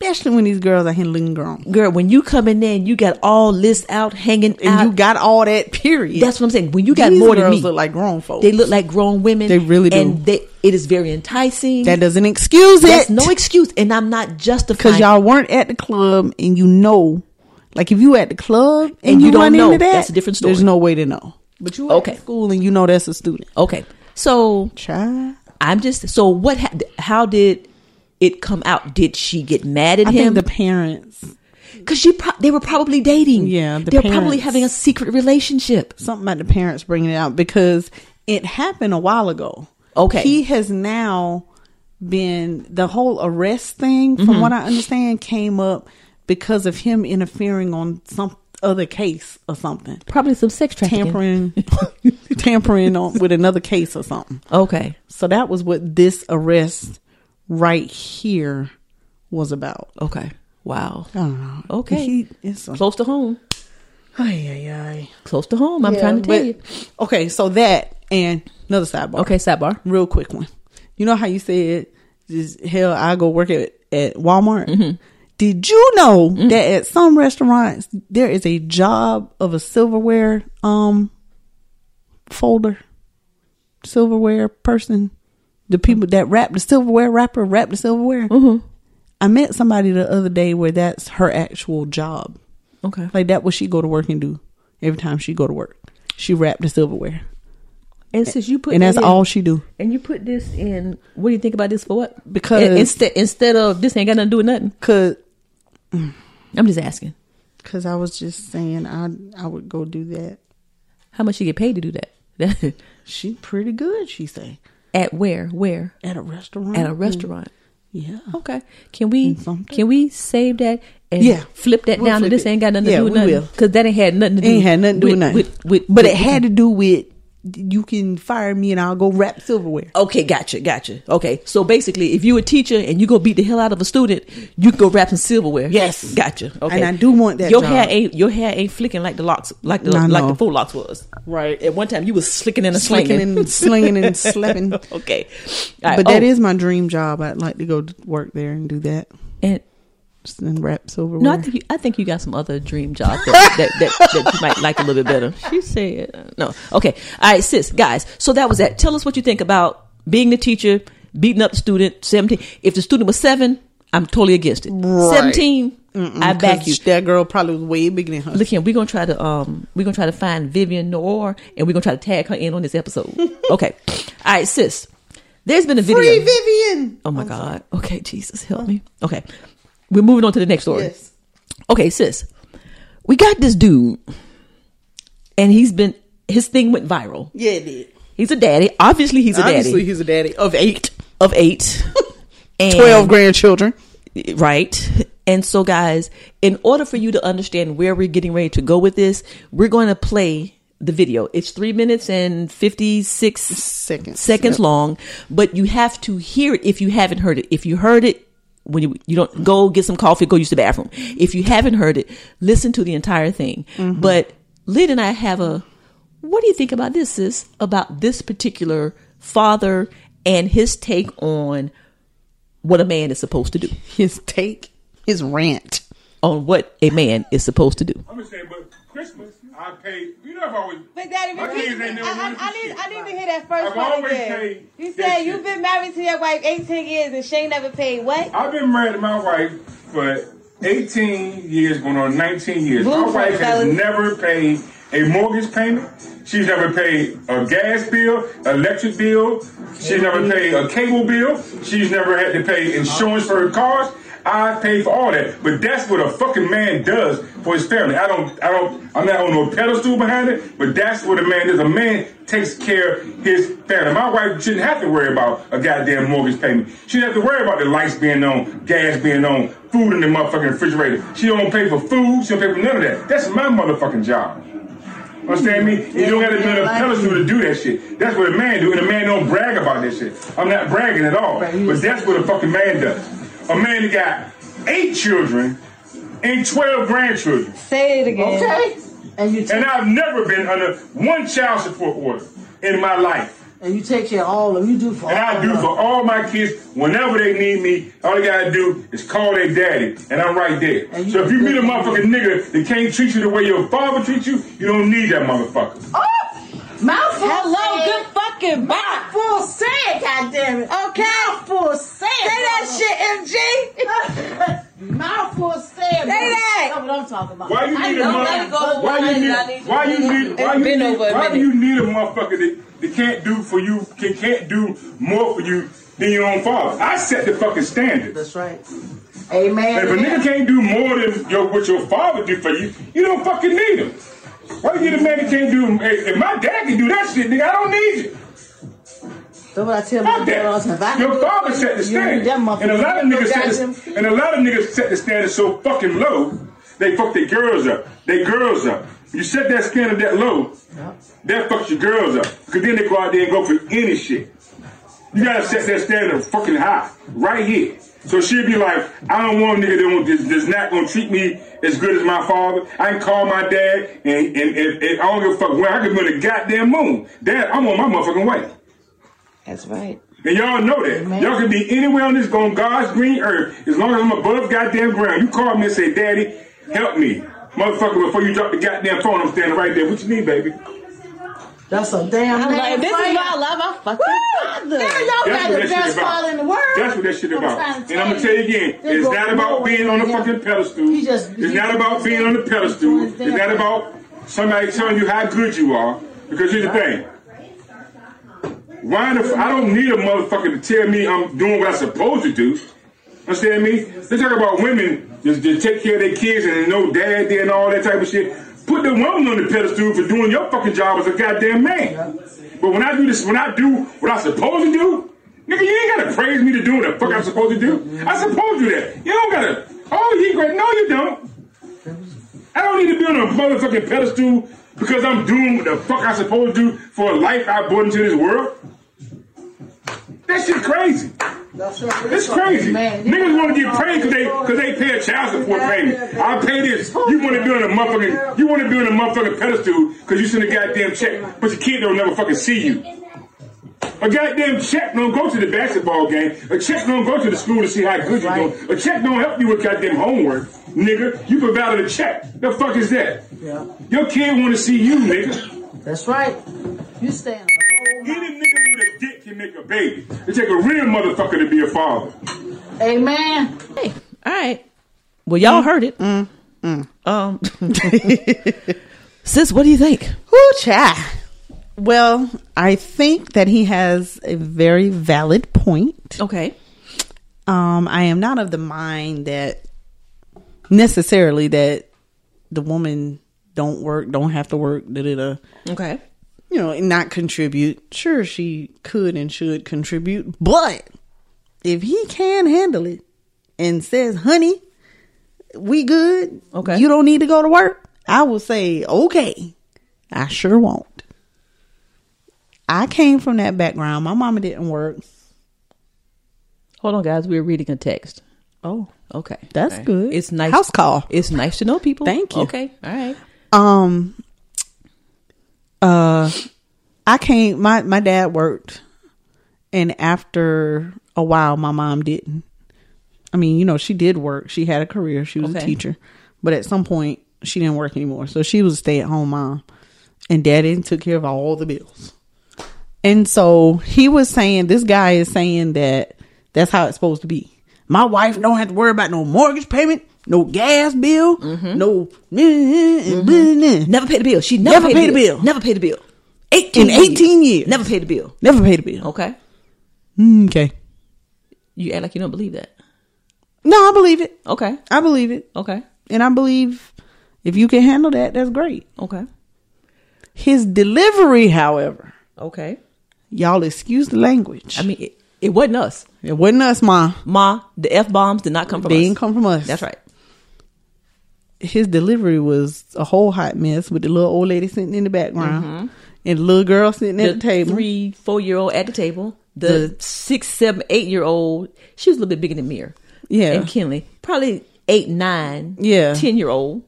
[SPEAKER 5] Especially when these girls are handling grown.
[SPEAKER 6] girl when you come in there and you got all this out hanging
[SPEAKER 5] And
[SPEAKER 6] out
[SPEAKER 5] you got all that period.
[SPEAKER 6] that's what i'm saying when you got
[SPEAKER 5] These
[SPEAKER 6] more than
[SPEAKER 5] girls
[SPEAKER 6] me
[SPEAKER 5] look like grown folks.
[SPEAKER 6] they look like grown women
[SPEAKER 5] They really do.
[SPEAKER 6] and they, it is very enticing
[SPEAKER 5] that doesn't excuse
[SPEAKER 6] That's
[SPEAKER 5] it.
[SPEAKER 6] no excuse, and I'm not justifying.
[SPEAKER 5] Cause y'all weren't at the club and you know. Like if you at the club and,
[SPEAKER 6] And you
[SPEAKER 5] you,
[SPEAKER 6] don't
[SPEAKER 5] run
[SPEAKER 6] know,
[SPEAKER 5] into that,
[SPEAKER 6] that's a different story.
[SPEAKER 5] There's no way to know. But you
[SPEAKER 6] Okay.
[SPEAKER 5] okay. at school and you know that's a student.
[SPEAKER 6] okay. So
[SPEAKER 5] Child.
[SPEAKER 6] I'm just so what? Ha- how did it come out? Did she get mad at
[SPEAKER 5] I
[SPEAKER 6] him?
[SPEAKER 5] think the parents
[SPEAKER 6] Because she pro- they were probably dating.
[SPEAKER 5] Yeah, the
[SPEAKER 6] they're probably
[SPEAKER 5] parents.
[SPEAKER 6] having a secret relationship.
[SPEAKER 5] something about the parents bringing it out because it happened a while ago.
[SPEAKER 6] Okay.
[SPEAKER 5] He has now been the whole arrest thing, from what I understand, came up because of him interfering on some other case or something.
[SPEAKER 6] Probably some sex
[SPEAKER 5] Tampering [laughs] tampering on with another case or something.
[SPEAKER 6] Okay.
[SPEAKER 5] So that was what this arrest right here was about.
[SPEAKER 6] Okay. Wow.
[SPEAKER 5] Oh,
[SPEAKER 6] Okay.
[SPEAKER 5] He- it's a-
[SPEAKER 6] Close to home.
[SPEAKER 5] Ay, ay, ay.
[SPEAKER 6] Close to home. I'm
[SPEAKER 5] Yeah,
[SPEAKER 6] trying to tell
[SPEAKER 5] but-
[SPEAKER 6] you.
[SPEAKER 5] Okay, so that and another sidebar.
[SPEAKER 6] Okay, sidebar.
[SPEAKER 5] Real quick one. You know how you said, just, hell, I go work at, at Walmart?
[SPEAKER 6] Mm-hmm.
[SPEAKER 5] Did you know that at some restaurants, there is a job of a silverware um folder? Silverware person? The people that wrap the silverware wrapper, wrap the silverware?
[SPEAKER 6] Mhm.
[SPEAKER 5] I met somebody the other day where that's her actual job.
[SPEAKER 6] Okay.
[SPEAKER 5] Like that what she go to work and do every time she go to work. She wrap the silverware.
[SPEAKER 6] And since you put
[SPEAKER 5] and
[SPEAKER 6] that
[SPEAKER 5] that's
[SPEAKER 6] in-
[SPEAKER 5] all she do.
[SPEAKER 6] And you put this in. What do you think about this for what?
[SPEAKER 5] Because-
[SPEAKER 6] In- instead instead of this ain't got nothing to do with nothing.
[SPEAKER 5] Cause
[SPEAKER 6] I'm just asking.
[SPEAKER 5] cause I was just saying I I would go do that.
[SPEAKER 6] How much you get paid to do that? [laughs]
[SPEAKER 5] She pretty good, she say.
[SPEAKER 6] At where? Where?
[SPEAKER 5] At a restaurant. Mm,
[SPEAKER 6] At a restaurant. Mm.
[SPEAKER 5] Yeah.
[SPEAKER 6] Okay. Can we
[SPEAKER 5] something.
[SPEAKER 6] can we save that and
[SPEAKER 5] Yeah.
[SPEAKER 6] flip that
[SPEAKER 5] We'll
[SPEAKER 6] down
[SPEAKER 5] flip
[SPEAKER 6] to this
[SPEAKER 5] it.
[SPEAKER 6] ain't got nothing
[SPEAKER 5] Yeah,
[SPEAKER 6] to do with
[SPEAKER 5] we
[SPEAKER 6] nothing?
[SPEAKER 5] will.
[SPEAKER 6] Because that ain't had nothing to do
[SPEAKER 5] Ain't had nothing to do with nothing.
[SPEAKER 6] With, with,
[SPEAKER 5] but it
[SPEAKER 6] with-
[SPEAKER 5] had to do with you can fire me and I'll go wrap silverware.
[SPEAKER 6] Okay, gotcha, gotcha. Okay. So basically if you a teacher and you go beat the hell out of a student, you can go wrap some silverware.
[SPEAKER 5] Yes.
[SPEAKER 6] Gotcha. Okay.
[SPEAKER 5] And I do want that
[SPEAKER 6] Your
[SPEAKER 5] job.
[SPEAKER 6] hair ain't your hair ain't flicking like the locks like the
[SPEAKER 5] No,
[SPEAKER 6] like
[SPEAKER 5] no.
[SPEAKER 6] the full locks was. Right. At one time you was slicking and a
[SPEAKER 5] Slicking
[SPEAKER 6] slinging. [laughs]
[SPEAKER 5] and slinging and slapping.
[SPEAKER 6] okay. All right.
[SPEAKER 5] But that
[SPEAKER 6] Oh,
[SPEAKER 5] is my dream job. I'd like to go to work there and do that
[SPEAKER 6] and
[SPEAKER 5] and wrap silverware.
[SPEAKER 6] No, I think you, I think you got some other dream job that, that, that, that you might like a little bit better. She said uh, no. Okay, all right, sis, guys. So that was that. Tell us what you think about being the teacher, beating up the student. Seventeen. If the student was seven, I'm totally against it. Seventeen, I back you.
[SPEAKER 5] That girl probably was way bigger than her.
[SPEAKER 6] Look here, we're gonna try to um, we're gonna try to find Vivian Noor, and we're gonna try to tag her in on this episode. okay, all right, sis. There's been a video.
[SPEAKER 5] Free Vivian.
[SPEAKER 6] Oh my God. Okay, Jesus, help me. Okay, we're moving on to the next story.
[SPEAKER 5] Yes.
[SPEAKER 6] Okay, sis, we got this dude, and he's been his thing went viral.
[SPEAKER 5] Yeah, it did.
[SPEAKER 6] He's a daddy. Obviously, he's a
[SPEAKER 5] Obviously,
[SPEAKER 6] daddy
[SPEAKER 5] he's a daddy of eight.
[SPEAKER 6] of
[SPEAKER 5] [laughs]
[SPEAKER 6] eight, and,
[SPEAKER 5] 12 grandchildren.
[SPEAKER 6] right? And so, guys, in order for you to understand where we're getting ready to go with this, we're going to play the video. It's three minutes and fifty six
[SPEAKER 5] Seconds.
[SPEAKER 6] seconds
[SPEAKER 5] Yep.
[SPEAKER 6] long, but you have to hear it if you haven't heard it. If you heard it, when you, you don't go get some coffee, go use the bathroom. If you haven't heard it, listen to the entire thing. But Lyd and I have a what do you think about this, sis? About this particular father and his take on what a man is supposed to do,
[SPEAKER 5] His take, his rant.
[SPEAKER 6] on what a man is supposed to do.
[SPEAKER 9] I'm just saying, but Christmas, I paid. You know, I've always.
[SPEAKER 10] But Daddy,
[SPEAKER 9] My
[SPEAKER 10] repeat.
[SPEAKER 9] kids ain't
[SPEAKER 10] I,
[SPEAKER 9] never
[SPEAKER 10] I,
[SPEAKER 9] wanted
[SPEAKER 10] I
[SPEAKER 9] this
[SPEAKER 10] need,
[SPEAKER 9] shit.
[SPEAKER 10] I need to hear that 1st
[SPEAKER 9] I've
[SPEAKER 10] one
[SPEAKER 9] always
[SPEAKER 10] again.
[SPEAKER 9] paid
[SPEAKER 10] You
[SPEAKER 9] that
[SPEAKER 10] said you've
[SPEAKER 9] shit.
[SPEAKER 10] been married to your wife 18 years and she ain't never paid what?
[SPEAKER 9] I've been married to my wife for 18 years, going on 19 years.
[SPEAKER 10] Blue
[SPEAKER 9] my wife has
[SPEAKER 10] fellas.
[SPEAKER 9] never paid a mortgage payment. She's never paid a gas bill, electric bill. She's never paid a cable bill. She's never had to pay insurance for her cars. I pay for all that, but that's what a fucking man does for his family. I don't, I don't, I'm not on no pedestal behind it, but that's what a man does. A man takes care of his family. My wife shouldn't have to worry about a goddamn mortgage payment. She didn't have to worry about the lights being on, gas being on, food in the motherfucking refrigerator. She don't pay for food. She don't pay for none of that. That's my motherfucking job. Understand me? And you don't gotta be on a pedestal to do that shit. That's what a man do, and a man don't brag about that shit. I'm not bragging at all, but that's what a fucking man does. A man that got eight children and twelve grandchildren,
[SPEAKER 10] Say it again.
[SPEAKER 9] Okay.
[SPEAKER 11] And you
[SPEAKER 9] and
[SPEAKER 11] take,
[SPEAKER 9] I've never been under one child support order in my life.
[SPEAKER 11] and you take care of all of them. You do for
[SPEAKER 9] And
[SPEAKER 11] all
[SPEAKER 9] I
[SPEAKER 11] of
[SPEAKER 9] do
[SPEAKER 11] them.
[SPEAKER 9] for all my kids whenever they need me. All they gotta do is call their daddy, and I'm right there. So if you meet a motherfucking nigga that can't treat you the way your father treats you, you don't need that motherfucker.
[SPEAKER 11] Mouthful
[SPEAKER 10] Hello,
[SPEAKER 11] said.
[SPEAKER 10] good fucking bye.
[SPEAKER 11] Mouthful said. God damn it.
[SPEAKER 10] Okay.
[SPEAKER 11] Mouthful said.
[SPEAKER 10] Say that shit, MG.
[SPEAKER 11] [laughs] Mouthful said. Say
[SPEAKER 10] that.
[SPEAKER 11] That's what I'm talking about.
[SPEAKER 9] Why you
[SPEAKER 11] I
[SPEAKER 9] need a
[SPEAKER 11] know
[SPEAKER 9] mother?
[SPEAKER 11] that goes
[SPEAKER 9] Why
[SPEAKER 11] on.
[SPEAKER 9] you
[SPEAKER 11] I
[SPEAKER 9] need?
[SPEAKER 11] need
[SPEAKER 9] Why you need? Why you
[SPEAKER 10] been
[SPEAKER 9] need?
[SPEAKER 10] over a
[SPEAKER 9] Why do
[SPEAKER 10] minute.
[SPEAKER 9] you need a motherfucker that, that can't do for you? Can, can't do more for you than your own father? I set the fucking standard.
[SPEAKER 11] That's right. Amen.
[SPEAKER 9] If a nigga can't do more than your, what your father did for you, you don't fucking need him. Why you get a man that can't do? If if my dad can do that shit, nigga, I don't need you.
[SPEAKER 11] That's what I tell my
[SPEAKER 9] Fuck
[SPEAKER 11] daughter all the time. If I
[SPEAKER 9] that.
[SPEAKER 11] can do
[SPEAKER 9] Your
[SPEAKER 11] it for
[SPEAKER 9] father
[SPEAKER 11] you,
[SPEAKER 9] set the
[SPEAKER 11] you need
[SPEAKER 9] standard,
[SPEAKER 11] that motherfucker.
[SPEAKER 9] and a lot of
[SPEAKER 11] You
[SPEAKER 9] niggas set
[SPEAKER 11] goddamn
[SPEAKER 9] the, and a lot of niggas set the standard so fucking low, they fuck their girls up. They girls up. You set that standard that low, that fucks your girls up. Cause then they go out there and go for any shit. You gotta set that standard fucking high, right here. So she'd be like, I don't want a nigga that won't- that's, that's not gonna treat me as good as my father. I can call my dad and, and, and, and I don't give a fuck where I could be on the goddamn moon. Dad, I'm on my motherfucking way.
[SPEAKER 11] That's right.
[SPEAKER 9] And y'all know that. Y'all can be anywhere on this on God's green earth as long as I'm above goddamn ground. You call me and say, Daddy, help me. Motherfucker, before you drop the goddamn phone, I'm standing right there. What you need, baby?
[SPEAKER 11] That's a damn
[SPEAKER 6] I'm
[SPEAKER 11] man
[SPEAKER 6] like, this is
[SPEAKER 11] friend.
[SPEAKER 6] why I love my fucking father.
[SPEAKER 11] Girl, y'all
[SPEAKER 9] That's
[SPEAKER 11] got
[SPEAKER 9] what
[SPEAKER 11] the
[SPEAKER 9] that shit
[SPEAKER 11] best
[SPEAKER 9] about.
[SPEAKER 11] father in the world.
[SPEAKER 9] That's what that shit
[SPEAKER 11] I'm
[SPEAKER 9] about.
[SPEAKER 11] trying to
[SPEAKER 9] and I'm gonna tell you again,
[SPEAKER 11] They
[SPEAKER 9] it's
[SPEAKER 11] go
[SPEAKER 9] not about
[SPEAKER 11] nowhere
[SPEAKER 9] being on the
[SPEAKER 11] together.
[SPEAKER 9] fucking pedestal.
[SPEAKER 11] He just-
[SPEAKER 9] it's not about being on the pedestal. It's
[SPEAKER 11] doing his
[SPEAKER 9] not
[SPEAKER 11] damn-
[SPEAKER 9] about somebody telling you how good you are. Because here's the thing. Why the f- I don't need a motherfucker to tell me I'm doing what I'm supposed to do. Understand me? They talk about women just to take care of their kids and they know dad there and all that type of shit. Put the woman on the pedestal for doing your fucking job as a goddamn man. But when I do this, when I do what I'm supposed to do, nigga, you ain't gotta praise me to do what the fuck I'm supposed to do. I supposed to do that. You don't gotta. Oh, you great? No, you don't. I don't need to be on a motherfucking pedestal because I'm doing what the fuck I supposed to do for a life I brought into this world. That shit crazy. It's crazy. Niggas want to get paid because they because they pay a child support payment. I pay this. You want to be on a motherfucking you want to be on a motherfucking pedestal because you send a goddamn check, but your kid don't never fucking see you. A goddamn check don't go to the basketball game. A check don't go to the school to see how good you're doing. A check don't help you with goddamn homework, nigga. You provided a check. The fuck is that?
[SPEAKER 11] Yeah,
[SPEAKER 9] Your kid want to see you, nigga.
[SPEAKER 11] that's right. You staying
[SPEAKER 9] Any nigga with a dick can make a baby. It take a real motherfucker to be a father.
[SPEAKER 11] Amen.
[SPEAKER 6] Hey, all right. Well, y'all heard it. Um, [laughs] sis, what do you think?
[SPEAKER 5] Whoo, cha. Well, I think that he has a very valid point.
[SPEAKER 6] Okay.
[SPEAKER 5] Um, I am not of the mind that necessarily that the woman don't work, don't have to work, da da da.
[SPEAKER 6] Okay.
[SPEAKER 5] You know, and not contribute. Sure, she could and should contribute, but if he can handle it and says, "Honey, we good. Okay, you don't need to go to work," I will say, "Okay, I sure won't." I came from that background. My mama didn't work.
[SPEAKER 6] Hold on, guys. We're reading a text.
[SPEAKER 5] Oh,
[SPEAKER 6] okay.
[SPEAKER 5] That's
[SPEAKER 6] All right.
[SPEAKER 5] good.
[SPEAKER 6] It's nice.
[SPEAKER 5] House call.
[SPEAKER 6] It's nice to know people.
[SPEAKER 5] Thank you.
[SPEAKER 6] Okay. All right.
[SPEAKER 5] Um uh I can't my my dad worked and after a while my mom didn't. I mean, you know, she did work. She had a career. She was
[SPEAKER 6] Okay.
[SPEAKER 5] a teacher. But at some point she didn't work anymore. So she was a stay at home mom. And daddy took care of all the bills. And so he was saying, this guy is saying that that's how it's supposed to be. My wife don't have to worry about no mortgage payment, no gas bill, no [laughs] never
[SPEAKER 6] pay the bill. She
[SPEAKER 5] never,
[SPEAKER 6] paid
[SPEAKER 5] paid, the bill.
[SPEAKER 6] Never paid the bill.
[SPEAKER 5] 18 in eighteen years.
[SPEAKER 6] Never paid the bill.
[SPEAKER 5] Never paid the bill.
[SPEAKER 6] Okay. Mm,
[SPEAKER 5] Okay.
[SPEAKER 6] You act like you don't believe that.
[SPEAKER 5] No, I believe it.
[SPEAKER 6] Okay.
[SPEAKER 5] I believe it,
[SPEAKER 6] Okay.
[SPEAKER 5] and I believe if you can handle that, that's great.
[SPEAKER 6] Okay.
[SPEAKER 5] His delivery, however,
[SPEAKER 6] Okay.
[SPEAKER 5] y'all excuse the language.
[SPEAKER 6] I mean, it, it wasn't us.
[SPEAKER 5] It wasn't us, ma.
[SPEAKER 6] Ma, the F bombs did not come from
[SPEAKER 5] They
[SPEAKER 6] us.
[SPEAKER 5] didn't come from us.
[SPEAKER 6] That's right.
[SPEAKER 5] his delivery was a whole hot mess with the little old lady sitting in the background and the little girl sitting at the table.
[SPEAKER 6] Mm-hmm. three, four year old at the table. The, six, seven, eight year old. She was a little bit bigger than Mir.
[SPEAKER 5] Yeah.
[SPEAKER 6] And Kinley. Probably eight, nine,
[SPEAKER 5] Yeah.
[SPEAKER 6] ten year old.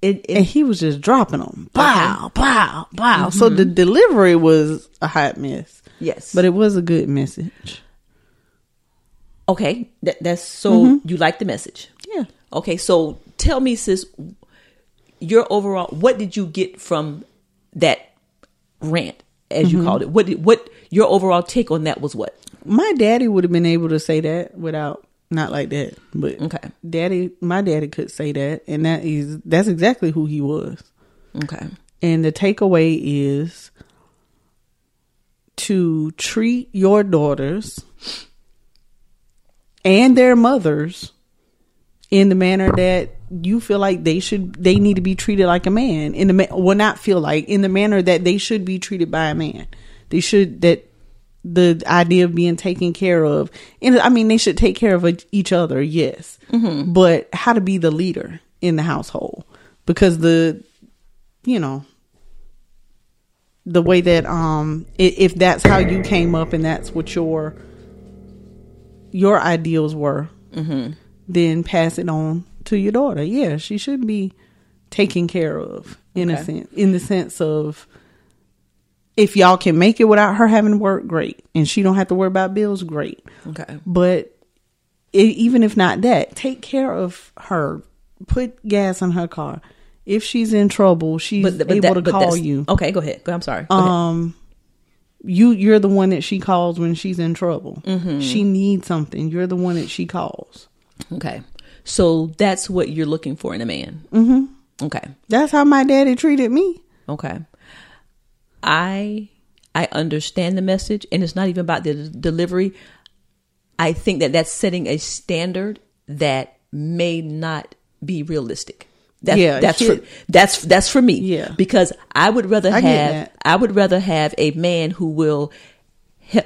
[SPEAKER 6] It, it,
[SPEAKER 5] and he was just dropping them. Wow, wow, wow. So
[SPEAKER 6] Mm-hmm.
[SPEAKER 5] the delivery was a hot mess,
[SPEAKER 6] yes.
[SPEAKER 5] but it was a good message.
[SPEAKER 6] Okay, that, that's so
[SPEAKER 5] Mm-hmm.
[SPEAKER 6] you like the message.
[SPEAKER 5] Yeah.
[SPEAKER 6] Okay, so tell me, sis, your overall, what did you get from that rant, as
[SPEAKER 5] Mm-hmm.
[SPEAKER 6] you called it? What did, what your overall take on that was? What?
[SPEAKER 5] My daddy would have been able to say that without not like that, but
[SPEAKER 6] Okay.
[SPEAKER 5] daddy, my daddy could say that, and that is that's exactly who he was.
[SPEAKER 6] Okay.
[SPEAKER 5] And the takeaway is to treat your daughters and their mothers in the manner that you feel like they should they need to be treated like a man in the ma- well not feel like in the manner that they should be treated by a man they should that the idea of being taken care of and i mean they should take care of each- each other yes but how to be the leader in the household because the you know the way that um i- if that's how you came up and that's what your your ideals were,
[SPEAKER 6] Mhm.
[SPEAKER 5] then pass it on to your daughter. Yeah, she should be taken care of in a
[SPEAKER 6] Okay.
[SPEAKER 5] sense, in the sense of if y'all can make it without her having to work, great, and she don't have to worry about bills, great.
[SPEAKER 6] Okay.
[SPEAKER 5] But i even if not that, take care of her. Put gas in her car. If she's in trouble, she's
[SPEAKER 6] But, th- but
[SPEAKER 5] able
[SPEAKER 6] that-
[SPEAKER 5] to
[SPEAKER 6] but
[SPEAKER 5] call
[SPEAKER 6] that's-
[SPEAKER 5] you.
[SPEAKER 6] Okay, go ahead. Go, I'm sorry. Go ahead.
[SPEAKER 5] Um, you you're the one that she calls when she's in trouble.
[SPEAKER 6] Mhm.
[SPEAKER 5] She needs something. You're the one that she calls.
[SPEAKER 6] Okay, so that's what you're looking for in a man.
[SPEAKER 5] hmm
[SPEAKER 6] Okay.
[SPEAKER 5] That's how my daddy treated me.
[SPEAKER 6] Okay. I I understand the message, and it's not even about the delivery. I think that that's setting a standard that may not be realistic. That's,
[SPEAKER 5] Yeah,
[SPEAKER 6] that's
[SPEAKER 5] it-
[SPEAKER 6] for, that's that's for me. Yeah, because I would rather
[SPEAKER 5] I get
[SPEAKER 6] have
[SPEAKER 5] that.
[SPEAKER 6] I would rather have a man who will. He-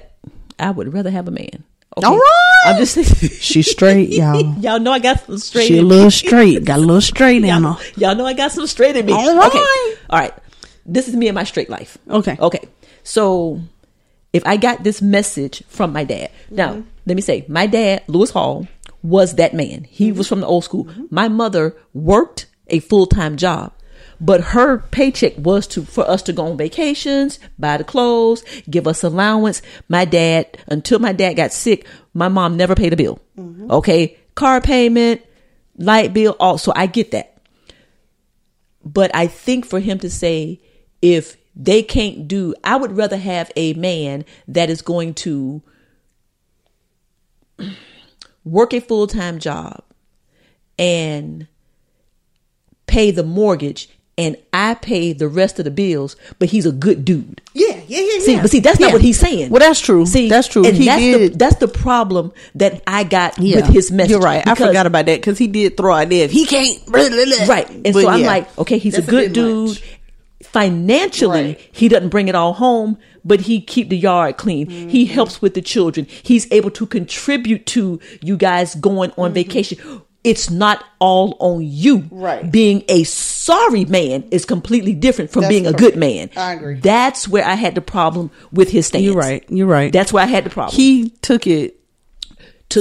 [SPEAKER 6] I would rather have a man. Okay.
[SPEAKER 5] All right.
[SPEAKER 6] I'm just [laughs]
[SPEAKER 5] She's [laughs] straight, y'all.
[SPEAKER 6] y'all know I got some straight.
[SPEAKER 5] She a
[SPEAKER 6] in
[SPEAKER 5] little
[SPEAKER 6] me.
[SPEAKER 5] straight. Got a little straight in her.
[SPEAKER 6] Y'all know I got some straight in me.
[SPEAKER 5] All right.
[SPEAKER 6] Okay. All right. This is me and my straight life.
[SPEAKER 5] Okay.
[SPEAKER 6] Okay. So if I got this message from my dad, now
[SPEAKER 5] Mm-hmm.
[SPEAKER 3] Mhm.
[SPEAKER 6] let me say, my dad, Lewis Hall, was that man. He
[SPEAKER 5] Mm-hmm.
[SPEAKER 6] was from the old school. My mother worked a full time job. But her paycheck was to for us to go on vacations, buy the clothes, give us allowance. My dad, until my dad got sick, my mom never paid a bill.
[SPEAKER 5] Mm-hmm.
[SPEAKER 6] Okay, car payment, light bill, all. So I get that. But I think for him to say, if they can't do, I would rather have a man that is going to work a full time job and pay the mortgage and I pay the rest of the bills, but he's a good dude.
[SPEAKER 5] Yeah, yeah, yeah.
[SPEAKER 6] See,
[SPEAKER 5] yeah.
[SPEAKER 6] but see, that's
[SPEAKER 5] Yeah.
[SPEAKER 6] not what he's saying.
[SPEAKER 5] Well, that's true. See, that's true.
[SPEAKER 6] And
[SPEAKER 5] he
[SPEAKER 6] that's
[SPEAKER 5] did.
[SPEAKER 6] the that's the problem that I got
[SPEAKER 5] Yeah.
[SPEAKER 6] with his message.
[SPEAKER 5] You're right. I
[SPEAKER 6] Because-
[SPEAKER 5] forgot about that because he did throw out there. He can't. blah, blah, blah.
[SPEAKER 6] Right. And
[SPEAKER 5] But
[SPEAKER 6] so I'm
[SPEAKER 5] yeah.
[SPEAKER 6] like, okay, he's
[SPEAKER 5] That's
[SPEAKER 6] a good
[SPEAKER 5] bit much.
[SPEAKER 6] dude. Financially, he doesn't bring it all home, but he keep the yard clean. He
[SPEAKER 5] Mm-hmm.
[SPEAKER 6] helps with the children. He's able to contribute to you guys going
[SPEAKER 5] Mm-hmm.
[SPEAKER 6] on vacation. It's not all on you.
[SPEAKER 5] Right.
[SPEAKER 6] Being a sorry man is completely different from
[SPEAKER 5] That's
[SPEAKER 6] being a
[SPEAKER 5] correct.
[SPEAKER 6] good man.
[SPEAKER 5] I agree.
[SPEAKER 6] That's where I had the problem with his stance. You're right.
[SPEAKER 5] You're right.
[SPEAKER 6] That's where I had the problem
[SPEAKER 5] He took it
[SPEAKER 6] to,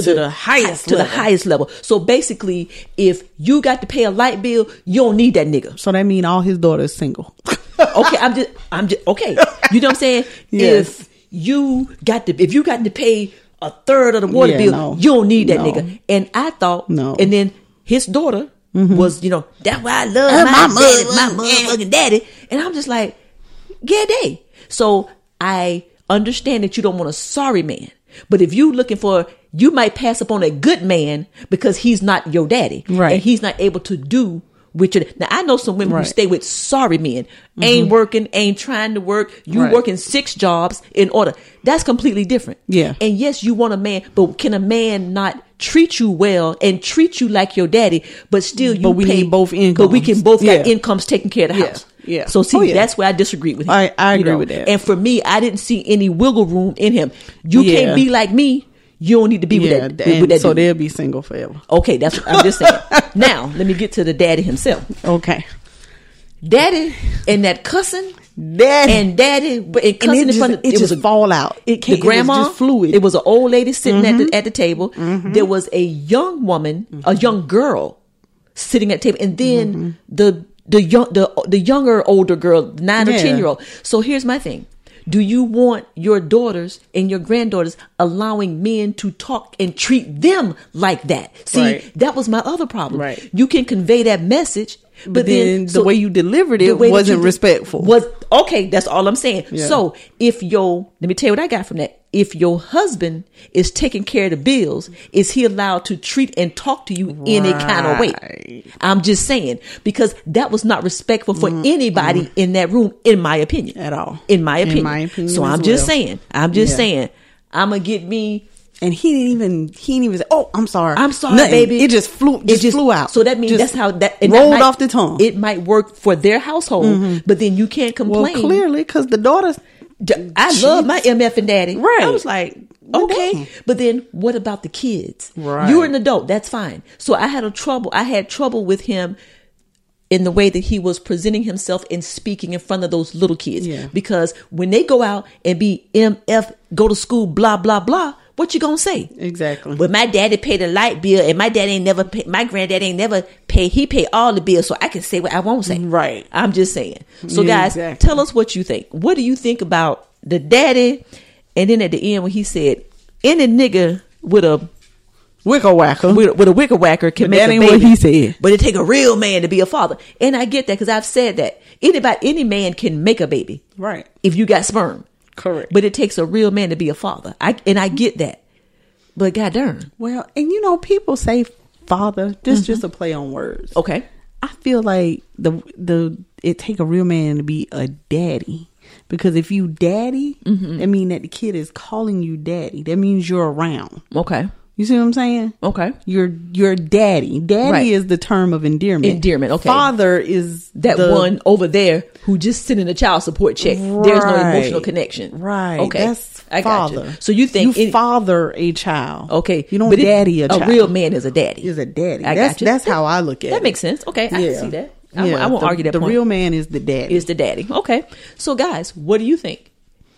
[SPEAKER 5] To
[SPEAKER 6] the,
[SPEAKER 5] the highest
[SPEAKER 6] to the
[SPEAKER 5] level.
[SPEAKER 6] highest level. So basically, if you got to pay a light bill, you don't need that nigga.
[SPEAKER 5] so that mean all his daughters [laughs] single.
[SPEAKER 6] okay, I'm just, I'm just, okay. You know what I'm saying?
[SPEAKER 5] [laughs] Yes.
[SPEAKER 6] If you got to, if you got to pay a third of the water
[SPEAKER 5] Yeah,
[SPEAKER 6] bill,
[SPEAKER 5] no.
[SPEAKER 6] you don't need that
[SPEAKER 5] No.
[SPEAKER 6] nigga. And I thought,
[SPEAKER 5] No. Mm-hmm.
[SPEAKER 6] And then his daughter was, you know, that's why I love
[SPEAKER 5] Her
[SPEAKER 6] my,
[SPEAKER 5] mama
[SPEAKER 6] daddy,
[SPEAKER 5] love
[SPEAKER 6] my motherfucking daddy. And I'm just like, yeah, day. So I understand that you don't want a sorry man, but if you looking for, you might pass up on a good man because he's not your daddy,
[SPEAKER 5] Right.
[SPEAKER 6] And he's not able to do with your. Now I know some women
[SPEAKER 5] Right.
[SPEAKER 6] who stay with sorry men, ain't
[SPEAKER 5] Mhm.
[SPEAKER 6] working, ain't trying to work. You
[SPEAKER 5] Right.
[SPEAKER 6] working six jobs in order. That's completely different.
[SPEAKER 5] Yeah.
[SPEAKER 6] And yes, you want a man, but can a man not treat you well and treat you like your daddy? But still, you
[SPEAKER 5] But we
[SPEAKER 6] pay,
[SPEAKER 5] need both
[SPEAKER 6] But we can
[SPEAKER 5] incomes.
[SPEAKER 6] both got
[SPEAKER 5] Yeah.
[SPEAKER 6] incomes taking care of the
[SPEAKER 5] Yeah.
[SPEAKER 6] house.
[SPEAKER 5] Yeah.
[SPEAKER 6] So see,
[SPEAKER 5] Oh, yeah.
[SPEAKER 6] that's where I disagree with him.
[SPEAKER 5] I- I
[SPEAKER 6] you
[SPEAKER 5] agree with that.
[SPEAKER 6] And for me, I didn't see any wiggle room in him. You
[SPEAKER 5] Yeah.
[SPEAKER 6] can't be like me. You don't need to be
[SPEAKER 5] yeah,
[SPEAKER 6] with that.
[SPEAKER 5] and
[SPEAKER 6] with that
[SPEAKER 5] so
[SPEAKER 6] dude.
[SPEAKER 5] they'll be single forever.
[SPEAKER 6] Okay, that's what I'm just saying. [laughs] now, let me get to the daddy himself.
[SPEAKER 5] Okay.
[SPEAKER 6] Daddy and that cussing.
[SPEAKER 5] Daddy
[SPEAKER 6] And daddy but it cussing in
[SPEAKER 5] just-
[SPEAKER 6] front of
[SPEAKER 5] it just
[SPEAKER 6] fall
[SPEAKER 5] out.
[SPEAKER 6] It
[SPEAKER 5] came-
[SPEAKER 6] came
[SPEAKER 5] it was
[SPEAKER 6] grandma
[SPEAKER 5] just fluid.
[SPEAKER 6] It was an old lady sitting at
[SPEAKER 5] Mhm.
[SPEAKER 6] the at the table. There was a young woman, a young girl sitting at the table and then the the young the the younger older girl, 9 or
[SPEAKER 3] Yeah.
[SPEAKER 6] 10 year old. So here's my thing. Do you want your daughters and your granddaughters allowing men to talk and treat them like that? See,
[SPEAKER 5] Right.
[SPEAKER 6] that was my other problem. Right. You can convey that message, but,
[SPEAKER 5] But then
[SPEAKER 6] then,
[SPEAKER 5] the way you delivered it
[SPEAKER 6] the way that
[SPEAKER 5] wasn't
[SPEAKER 6] you de-
[SPEAKER 5] respectful.
[SPEAKER 6] Was okay. That's all I'm saying.
[SPEAKER 5] Yeah.
[SPEAKER 6] So if your let me tell you what I got from that. If your husband is taking care of the bills, is he allowed to treat and talk to you any kind of way? I'm just saying because that was not respectful for anybody in that room, in my opinion, at all. In my
[SPEAKER 5] In
[SPEAKER 6] opinion.
[SPEAKER 5] my opinion
[SPEAKER 6] so
[SPEAKER 5] as
[SPEAKER 6] I'm just
[SPEAKER 5] well.
[SPEAKER 6] saying. I'm just
[SPEAKER 5] Yeah.
[SPEAKER 6] saying. I'm gonna get me.
[SPEAKER 5] And he didn't even he didn't even say, "Oh, I'm sorry,
[SPEAKER 6] I'm sorry,
[SPEAKER 5] Nothing.
[SPEAKER 6] baby.
[SPEAKER 5] It just flew, just, flew out.
[SPEAKER 6] So that means
[SPEAKER 5] Just
[SPEAKER 6] that's how that
[SPEAKER 5] rolled
[SPEAKER 6] that might-
[SPEAKER 5] off the tongue.
[SPEAKER 6] It might work for their household,
[SPEAKER 5] Mhm.
[SPEAKER 6] but then you can't
[SPEAKER 5] well,
[SPEAKER 6] complain.
[SPEAKER 5] clearly because the daughter,
[SPEAKER 6] I love my MF and daddy.
[SPEAKER 5] Right. Oh,
[SPEAKER 6] I was like, okay. But then what about the kids?
[SPEAKER 5] Right.
[SPEAKER 6] You're an adult. That's fine. So I had a trouble. I had trouble with him in the way that he was presenting himself and speaking in front of those little kids.
[SPEAKER 5] Yeah.
[SPEAKER 6] Because when they go out and be MF, go to school, blah, blah, blah, What you gonna say?
[SPEAKER 5] Exactly.
[SPEAKER 6] But my daddy paid the light bill, and my daddy ain't never pay. My granddaddy ain't never pay. He paid all the bills, so I can say what I won't say.
[SPEAKER 5] Right.
[SPEAKER 6] I'm just saying. So
[SPEAKER 5] Yeah,
[SPEAKER 6] guys,
[SPEAKER 5] exactly.
[SPEAKER 6] tell us what you think. What do you think about the daddy? And then at the end, when he said, "Any nigga with a
[SPEAKER 5] wicker whacker
[SPEAKER 6] with, with a wicker whacker can
[SPEAKER 5] But
[SPEAKER 6] make
[SPEAKER 5] that
[SPEAKER 6] a
[SPEAKER 5] ain't what
[SPEAKER 6] baby."
[SPEAKER 5] he said.
[SPEAKER 6] But it take a real man to be a father, and I get that because I've said that anybody, any man can make a baby
[SPEAKER 5] Right.
[SPEAKER 6] if you got sperm.
[SPEAKER 5] Correct.
[SPEAKER 6] But it takes a real man to be a father. I and I get that. But god darn.
[SPEAKER 5] Well, and you know, people say father. This just a play on words.
[SPEAKER 6] Okay.
[SPEAKER 5] I feel like the the it take a real man to be a daddy. Because if you daddy,
[SPEAKER 6] Mm-hmm.
[SPEAKER 5] that mean that the kid is calling you daddy. That means you're around.
[SPEAKER 6] Okay.
[SPEAKER 5] You see what I'm saying?
[SPEAKER 6] Okay.
[SPEAKER 5] You're you're daddy. Daddy
[SPEAKER 6] Right.
[SPEAKER 5] is the term of endearment.
[SPEAKER 6] Endearment, okay.
[SPEAKER 5] Father is
[SPEAKER 6] That
[SPEAKER 5] the-
[SPEAKER 6] one over there who just sending a child support check. There's no emotional
[SPEAKER 5] Right.
[SPEAKER 6] connection.
[SPEAKER 5] Right.
[SPEAKER 6] Okay.
[SPEAKER 5] That's
[SPEAKER 6] I got
[SPEAKER 5] father.
[SPEAKER 6] you. So you think
[SPEAKER 5] you
[SPEAKER 6] any-
[SPEAKER 5] father a child.
[SPEAKER 6] Okay.
[SPEAKER 5] You don't
[SPEAKER 6] But it-
[SPEAKER 5] daddy a child.
[SPEAKER 6] real man is a daddy.
[SPEAKER 5] Is a daddy.
[SPEAKER 6] I
[SPEAKER 5] that's
[SPEAKER 6] got you.
[SPEAKER 5] that's how I look at it.
[SPEAKER 6] That makes sense. Okay. I
[SPEAKER 5] Yeah.
[SPEAKER 6] can see that. I, won't-
[SPEAKER 5] Yeah,
[SPEAKER 6] I won't
[SPEAKER 5] the-
[SPEAKER 6] argue that
[SPEAKER 5] The
[SPEAKER 6] point.
[SPEAKER 5] real man is the daddy.
[SPEAKER 6] is the daddy. Okay. So guys, what do you think?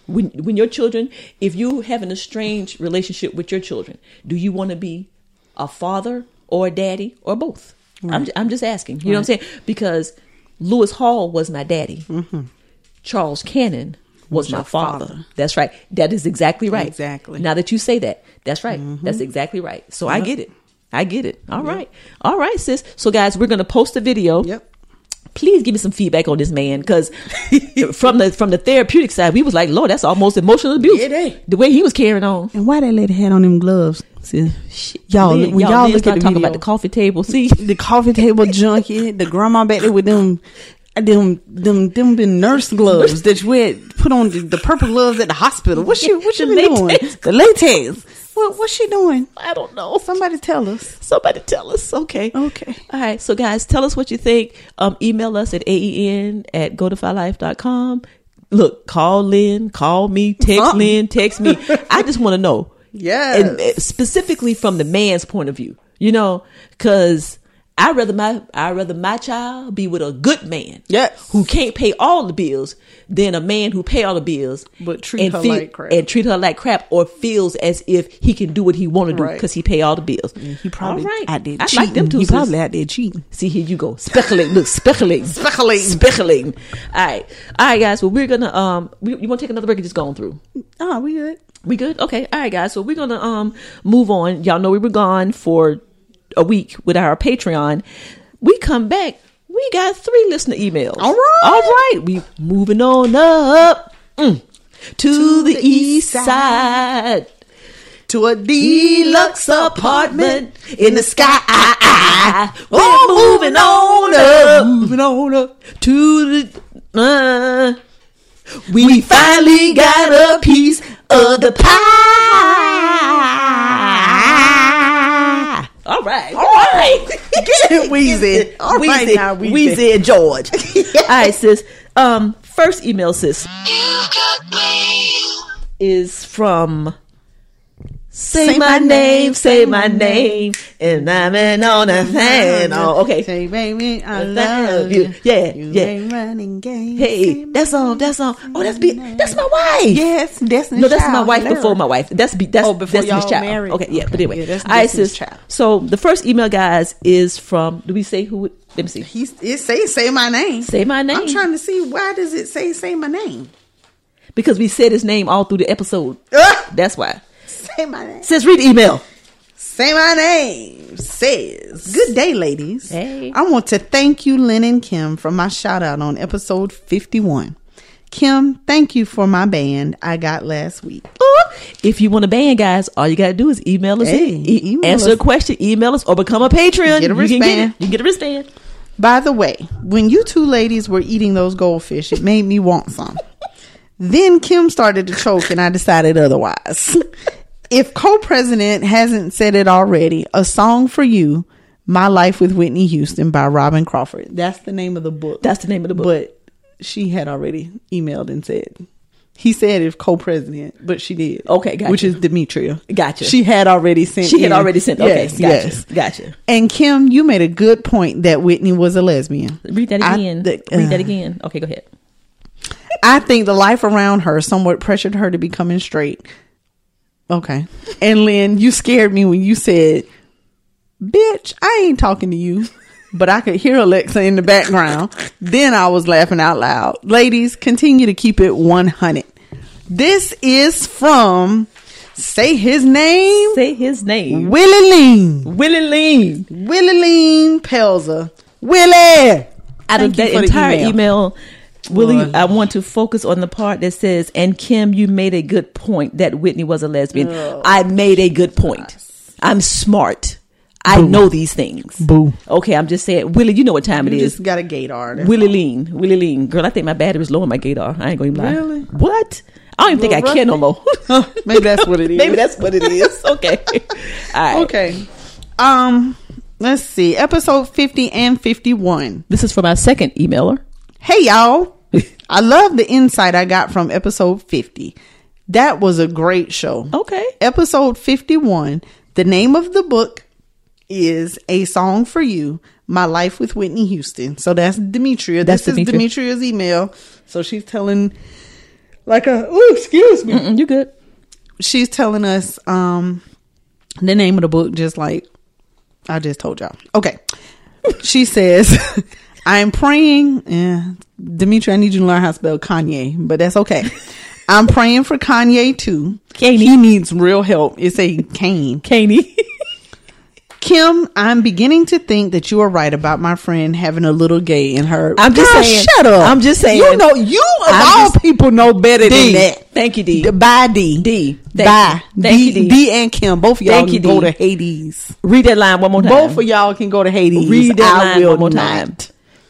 [SPEAKER 6] When when your children, if you have an estranged relationship with your children, do you want to be a father or a daddy or both? I'm ju- I'm just asking. You know what I'm saying? Because Lewis Hall was my daddy. Charles Cannon was
[SPEAKER 5] Mm-hmm. Was
[SPEAKER 6] my
[SPEAKER 5] your
[SPEAKER 6] father.
[SPEAKER 5] father.
[SPEAKER 6] That's right. That is exactly right.
[SPEAKER 5] Exactly. Mm-hmm.
[SPEAKER 6] Now that you say that, that's right. That's exactly right. So I
[SPEAKER 5] Yep.
[SPEAKER 6] get it. I get it. All right. All right, sis. So guys, we're gonna post a video. Yep please give me some feedback on this
[SPEAKER 5] [laughs]
[SPEAKER 6] man because from the from the therapeutic side we was like lord that's almost emotional abuse the way he was carrying on
[SPEAKER 5] And why they let had on them gloves? See, y'all,
[SPEAKER 6] Then-
[SPEAKER 5] when y'all,
[SPEAKER 6] then
[SPEAKER 5] look at
[SPEAKER 6] start
[SPEAKER 5] the
[SPEAKER 6] talking
[SPEAKER 5] video,
[SPEAKER 6] about the coffee table see
[SPEAKER 5] the coffee table junkie, the grandma back there with them, them, them, them been nurse gloves that you had put on the, the purple gloves at the hospital. What she, what she
[SPEAKER 6] The
[SPEAKER 5] been doing?
[SPEAKER 6] latex
[SPEAKER 5] The latex. What, what's she doing?
[SPEAKER 6] i don't know
[SPEAKER 5] Somebody tell us.
[SPEAKER 6] somebody tell us okay
[SPEAKER 5] Okay.
[SPEAKER 6] all right so guys tell us what you think um email us at aen at godifylife.com look call in call me text
[SPEAKER 5] Something.
[SPEAKER 6] lynn
[SPEAKER 5] [laughs]
[SPEAKER 6] text me i just want to know
[SPEAKER 5] Yes.
[SPEAKER 6] and uh, specifically from the man's point of view, you know, because I rather my I rather my child be with a good man,
[SPEAKER 5] Yes.
[SPEAKER 6] who can't pay all the bills, than a man who pay all the bills
[SPEAKER 5] But treat her like crap.
[SPEAKER 6] and treat her like crap, or feels as if he can do what he want to do
[SPEAKER 5] Right.
[SPEAKER 6] because he pay all the bills.
[SPEAKER 5] He probably
[SPEAKER 6] all right.
[SPEAKER 5] out there
[SPEAKER 6] I
[SPEAKER 5] cheating.
[SPEAKER 6] like them too.
[SPEAKER 5] He
[SPEAKER 6] sis.
[SPEAKER 5] probably out there cheating.
[SPEAKER 6] See here you go. Speculating. Look, speculating.
[SPEAKER 5] Speculating.
[SPEAKER 6] Speculating. All right. All right, guys. Well, we're gonna um we, you wanna take another break and just go on through.
[SPEAKER 5] Oh, we good.
[SPEAKER 6] We good? Okay. All right, guys. So we're gonna um move on. Y'all know we were gone for a week with our Patreon. We come back. We got three listener emails.
[SPEAKER 5] All right.
[SPEAKER 6] All right. We moving on up mm, to, the,
[SPEAKER 5] the
[SPEAKER 6] east
[SPEAKER 5] east
[SPEAKER 6] side.
[SPEAKER 5] To a
[SPEAKER 6] Deluxe apartment in the sky. We're moving on up.
[SPEAKER 5] Moving on up.
[SPEAKER 6] to the uh, we, finally got a piece of the pie. All right, all right,
[SPEAKER 5] Get it, [laughs] Weezy. All right now, Weezy.
[SPEAKER 6] [laughs] Weezy and George. All right, sis. Um, first email, sis, is from. Say,
[SPEAKER 5] Say
[SPEAKER 6] my
[SPEAKER 5] my
[SPEAKER 6] name,
[SPEAKER 5] name,
[SPEAKER 6] say my name, and I'm in on a thing. Oh, okay.
[SPEAKER 5] Say, baby, I
[SPEAKER 6] love
[SPEAKER 5] love
[SPEAKER 6] you.
[SPEAKER 5] you.
[SPEAKER 6] Yeah,
[SPEAKER 5] You
[SPEAKER 6] yeah.
[SPEAKER 5] ain't running game.
[SPEAKER 6] Hey, that's on, that's on. Oh, that's be, that's my wife.
[SPEAKER 5] Yes, Destiny's
[SPEAKER 6] No, that's my
[SPEAKER 5] Child.
[SPEAKER 6] wife
[SPEAKER 5] Hello.
[SPEAKER 6] before my wife. That's be, that's
[SPEAKER 5] Oh, before
[SPEAKER 6] Destiny's
[SPEAKER 5] y'all
[SPEAKER 6] Child.
[SPEAKER 5] married.
[SPEAKER 6] Okay, yeah. But
[SPEAKER 5] Okay,
[SPEAKER 6] anyway,
[SPEAKER 5] yeah, that's
[SPEAKER 6] all right,
[SPEAKER 5] Destiny's
[SPEAKER 6] sis.
[SPEAKER 5] Child.
[SPEAKER 6] So the first email, guys, is from. Do we say who? it- Let me see.
[SPEAKER 5] He's, it say say my name.
[SPEAKER 6] Say my name.
[SPEAKER 5] I'm trying to see why does it say say my
[SPEAKER 6] [laughs]
[SPEAKER 5] name?
[SPEAKER 6] because we said his name all through the episode.
[SPEAKER 5] Ah!
[SPEAKER 6] That's why.
[SPEAKER 5] Say my name.
[SPEAKER 6] Sis, read the email.
[SPEAKER 5] Say my name. Says good day, ladies.
[SPEAKER 6] Hey.
[SPEAKER 5] I want to thank you, Lynn and Kim, for my shout out on episode 51. Kim, thank you for my band I got last week.
[SPEAKER 6] Ooh. If you want to ban, guys, all you gotta do is email us.
[SPEAKER 5] Hey,
[SPEAKER 6] in. E-
[SPEAKER 5] email
[SPEAKER 6] answer
[SPEAKER 5] us.
[SPEAKER 6] a question, email us, or become a patron.
[SPEAKER 5] Get a
[SPEAKER 6] You can get,
[SPEAKER 5] wristband.
[SPEAKER 6] it. you can get a wristband.
[SPEAKER 5] By the way, when you two ladies were eating those goldfish, it made me want some. then Kim started to choke, and I decided otherwise. if co president hasn't said it already, a song for you. My Life with Whitney Houston by Robin Crawford. That's the name of the book.
[SPEAKER 6] That's the name of the book.
[SPEAKER 5] But she had already emailed and said, he said if co president, but she did.
[SPEAKER 6] Okay, gotcha.
[SPEAKER 5] Which is Demetria.
[SPEAKER 6] Gotcha.
[SPEAKER 5] She had already sent
[SPEAKER 6] She had
[SPEAKER 5] in-
[SPEAKER 6] already sent. Okay,
[SPEAKER 5] Yes,
[SPEAKER 6] gotcha,
[SPEAKER 5] yes.
[SPEAKER 6] gotcha.
[SPEAKER 5] And Kim, you made a good point that Whitney was a lesbian.
[SPEAKER 6] Read that
[SPEAKER 5] I
[SPEAKER 6] again.
[SPEAKER 5] thi-
[SPEAKER 6] read
[SPEAKER 5] uh,
[SPEAKER 6] that again. Okay, go ahead.
[SPEAKER 5] I think the life around her somewhat pressured her to becoming straight. Okay. And Lynn, you scared me when you said, Bitch, I ain't talking to you. But I could hear Alexa in the background. then I was laughing out loud. Ladies, continue to keep it 100. This is from Say His Name.
[SPEAKER 6] Say His Name.
[SPEAKER 5] Willie Lean.
[SPEAKER 6] Willie Lean.
[SPEAKER 5] Willie Lean Pelzer. Willie.
[SPEAKER 6] Out of
[SPEAKER 5] Thank you
[SPEAKER 6] that
[SPEAKER 5] for the
[SPEAKER 6] entire email, Willie,
[SPEAKER 5] Lord.
[SPEAKER 6] I want to focus on the part that says, and Kim, you made a good point that Whitney was a lesbian.
[SPEAKER 5] Oh.
[SPEAKER 6] I made a good point. I'm smart. I
[SPEAKER 5] Boom.
[SPEAKER 6] know these things.
[SPEAKER 5] Boo.
[SPEAKER 6] Okay, I'm just saying, Willie, you know what time
[SPEAKER 5] You
[SPEAKER 6] it is.
[SPEAKER 5] just [laughs] got a gator. That's
[SPEAKER 6] Willie Lean, Willie Lean, girl. I think my battery's low in my Gator. I ain't going to lie.
[SPEAKER 5] Really?
[SPEAKER 6] What? I don't even think I
[SPEAKER 5] Little
[SPEAKER 6] can no more. [laughs]
[SPEAKER 5] Maybe that's what it is.
[SPEAKER 6] Maybe that's what it
[SPEAKER 5] [laughs]
[SPEAKER 6] is. Okay. All right.
[SPEAKER 5] Okay. Um, let's see. Episode 50 and 51.
[SPEAKER 6] This is from our second emailer.
[SPEAKER 5] Hey y'all.
[SPEAKER 6] [laughs]
[SPEAKER 5] I love the insight I got from episode 50. That was a great show.
[SPEAKER 6] Okay.
[SPEAKER 5] Episode 51. The name of the book is A Song for You, My Life with Whitney Houston. So that's Demetria.
[SPEAKER 6] That's
[SPEAKER 5] this
[SPEAKER 6] Demetria.
[SPEAKER 5] is Demetria's email. So she's telling like a oh, excuse me.
[SPEAKER 6] Mm-mm, you good?
[SPEAKER 5] she's telling us um the name of the book just like i just told y'all okay she says [laughs] i'm praying yeah dimitri i need you to learn how to spell kanye but that's okay i'm praying for kanye too he needs real help it's a cane
[SPEAKER 6] Caney.
[SPEAKER 5] kim i'm beginning to think that you are right about my friend having a little gay in her
[SPEAKER 6] I'm just
[SPEAKER 5] Girl,
[SPEAKER 6] saying.
[SPEAKER 5] shut up
[SPEAKER 6] I'm just saying.
[SPEAKER 5] you know you of
[SPEAKER 6] I'm
[SPEAKER 5] all
[SPEAKER 6] just-
[SPEAKER 5] people know better
[SPEAKER 6] D.
[SPEAKER 5] than that
[SPEAKER 6] Thank you, D.
[SPEAKER 5] Bye, D.
[SPEAKER 6] D. Thank
[SPEAKER 5] Bye.
[SPEAKER 6] you. Thank you,
[SPEAKER 5] D,
[SPEAKER 6] D.
[SPEAKER 5] D and Kim, both of y'all
[SPEAKER 6] Thank
[SPEAKER 5] can
[SPEAKER 6] you,
[SPEAKER 5] go to
[SPEAKER 6] D.
[SPEAKER 5] Hades.
[SPEAKER 6] [laughs] Read that line one more time.
[SPEAKER 5] Both of y'all can go to Hades.
[SPEAKER 6] Read that
[SPEAKER 5] I
[SPEAKER 6] line
[SPEAKER 5] will
[SPEAKER 6] one more
[SPEAKER 5] not.
[SPEAKER 6] time.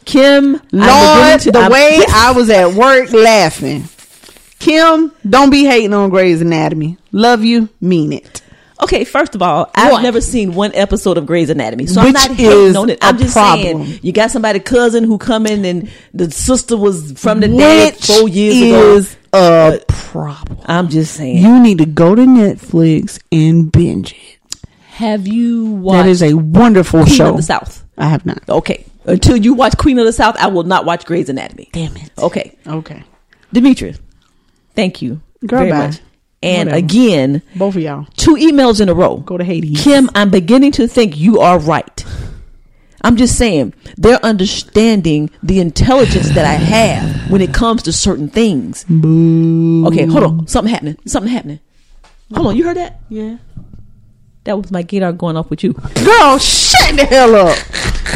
[SPEAKER 6] Kim, I'm beginning
[SPEAKER 5] Lord,
[SPEAKER 6] to-
[SPEAKER 5] the [laughs]
[SPEAKER 6] I'm- [laughs]
[SPEAKER 5] way I was at work laughing. Kim, don't be hating on Grey's Anatomy. Love you, mean it.
[SPEAKER 6] Okay, first of all, I've
[SPEAKER 5] What?
[SPEAKER 6] never seen one episode of Grey's Anatomy, so I'm
[SPEAKER 5] Which
[SPEAKER 6] not
[SPEAKER 5] is
[SPEAKER 6] hating on it. I'm
[SPEAKER 5] a
[SPEAKER 6] just
[SPEAKER 5] problem.
[SPEAKER 6] saying you got somebody cousin who come in and the sister was from the dead
[SPEAKER 5] Which
[SPEAKER 6] four years
[SPEAKER 5] is
[SPEAKER 6] ago.
[SPEAKER 5] a problem.
[SPEAKER 6] I'm just saying.
[SPEAKER 5] You need to go to Netflix and binge it.
[SPEAKER 6] have you watched
[SPEAKER 5] That is a wonderful
[SPEAKER 6] Queen
[SPEAKER 5] show.
[SPEAKER 6] of the South?
[SPEAKER 5] I have not.
[SPEAKER 6] Okay, until you watch Queen of the South, I will not watch Grey's Anatomy.
[SPEAKER 5] Damn it.
[SPEAKER 6] Okay,
[SPEAKER 5] Okay.
[SPEAKER 6] Demetrius, thank you
[SPEAKER 5] Girl,
[SPEAKER 6] very
[SPEAKER 5] bye.
[SPEAKER 6] much. And
[SPEAKER 5] Whatever.
[SPEAKER 6] again,
[SPEAKER 5] Both of y'all.
[SPEAKER 6] two emails in a row.
[SPEAKER 5] Go to Hades.
[SPEAKER 6] Kim, I'm beginning to think you are right. I'm just saying, they're understanding the intelligence that I have when it comes to certain things. Okay, hold on. Something happening. Something happening. Hold on. You heard that?
[SPEAKER 5] Yeah.
[SPEAKER 6] That was my gator going off with you.
[SPEAKER 5] Girl, shut the hell up.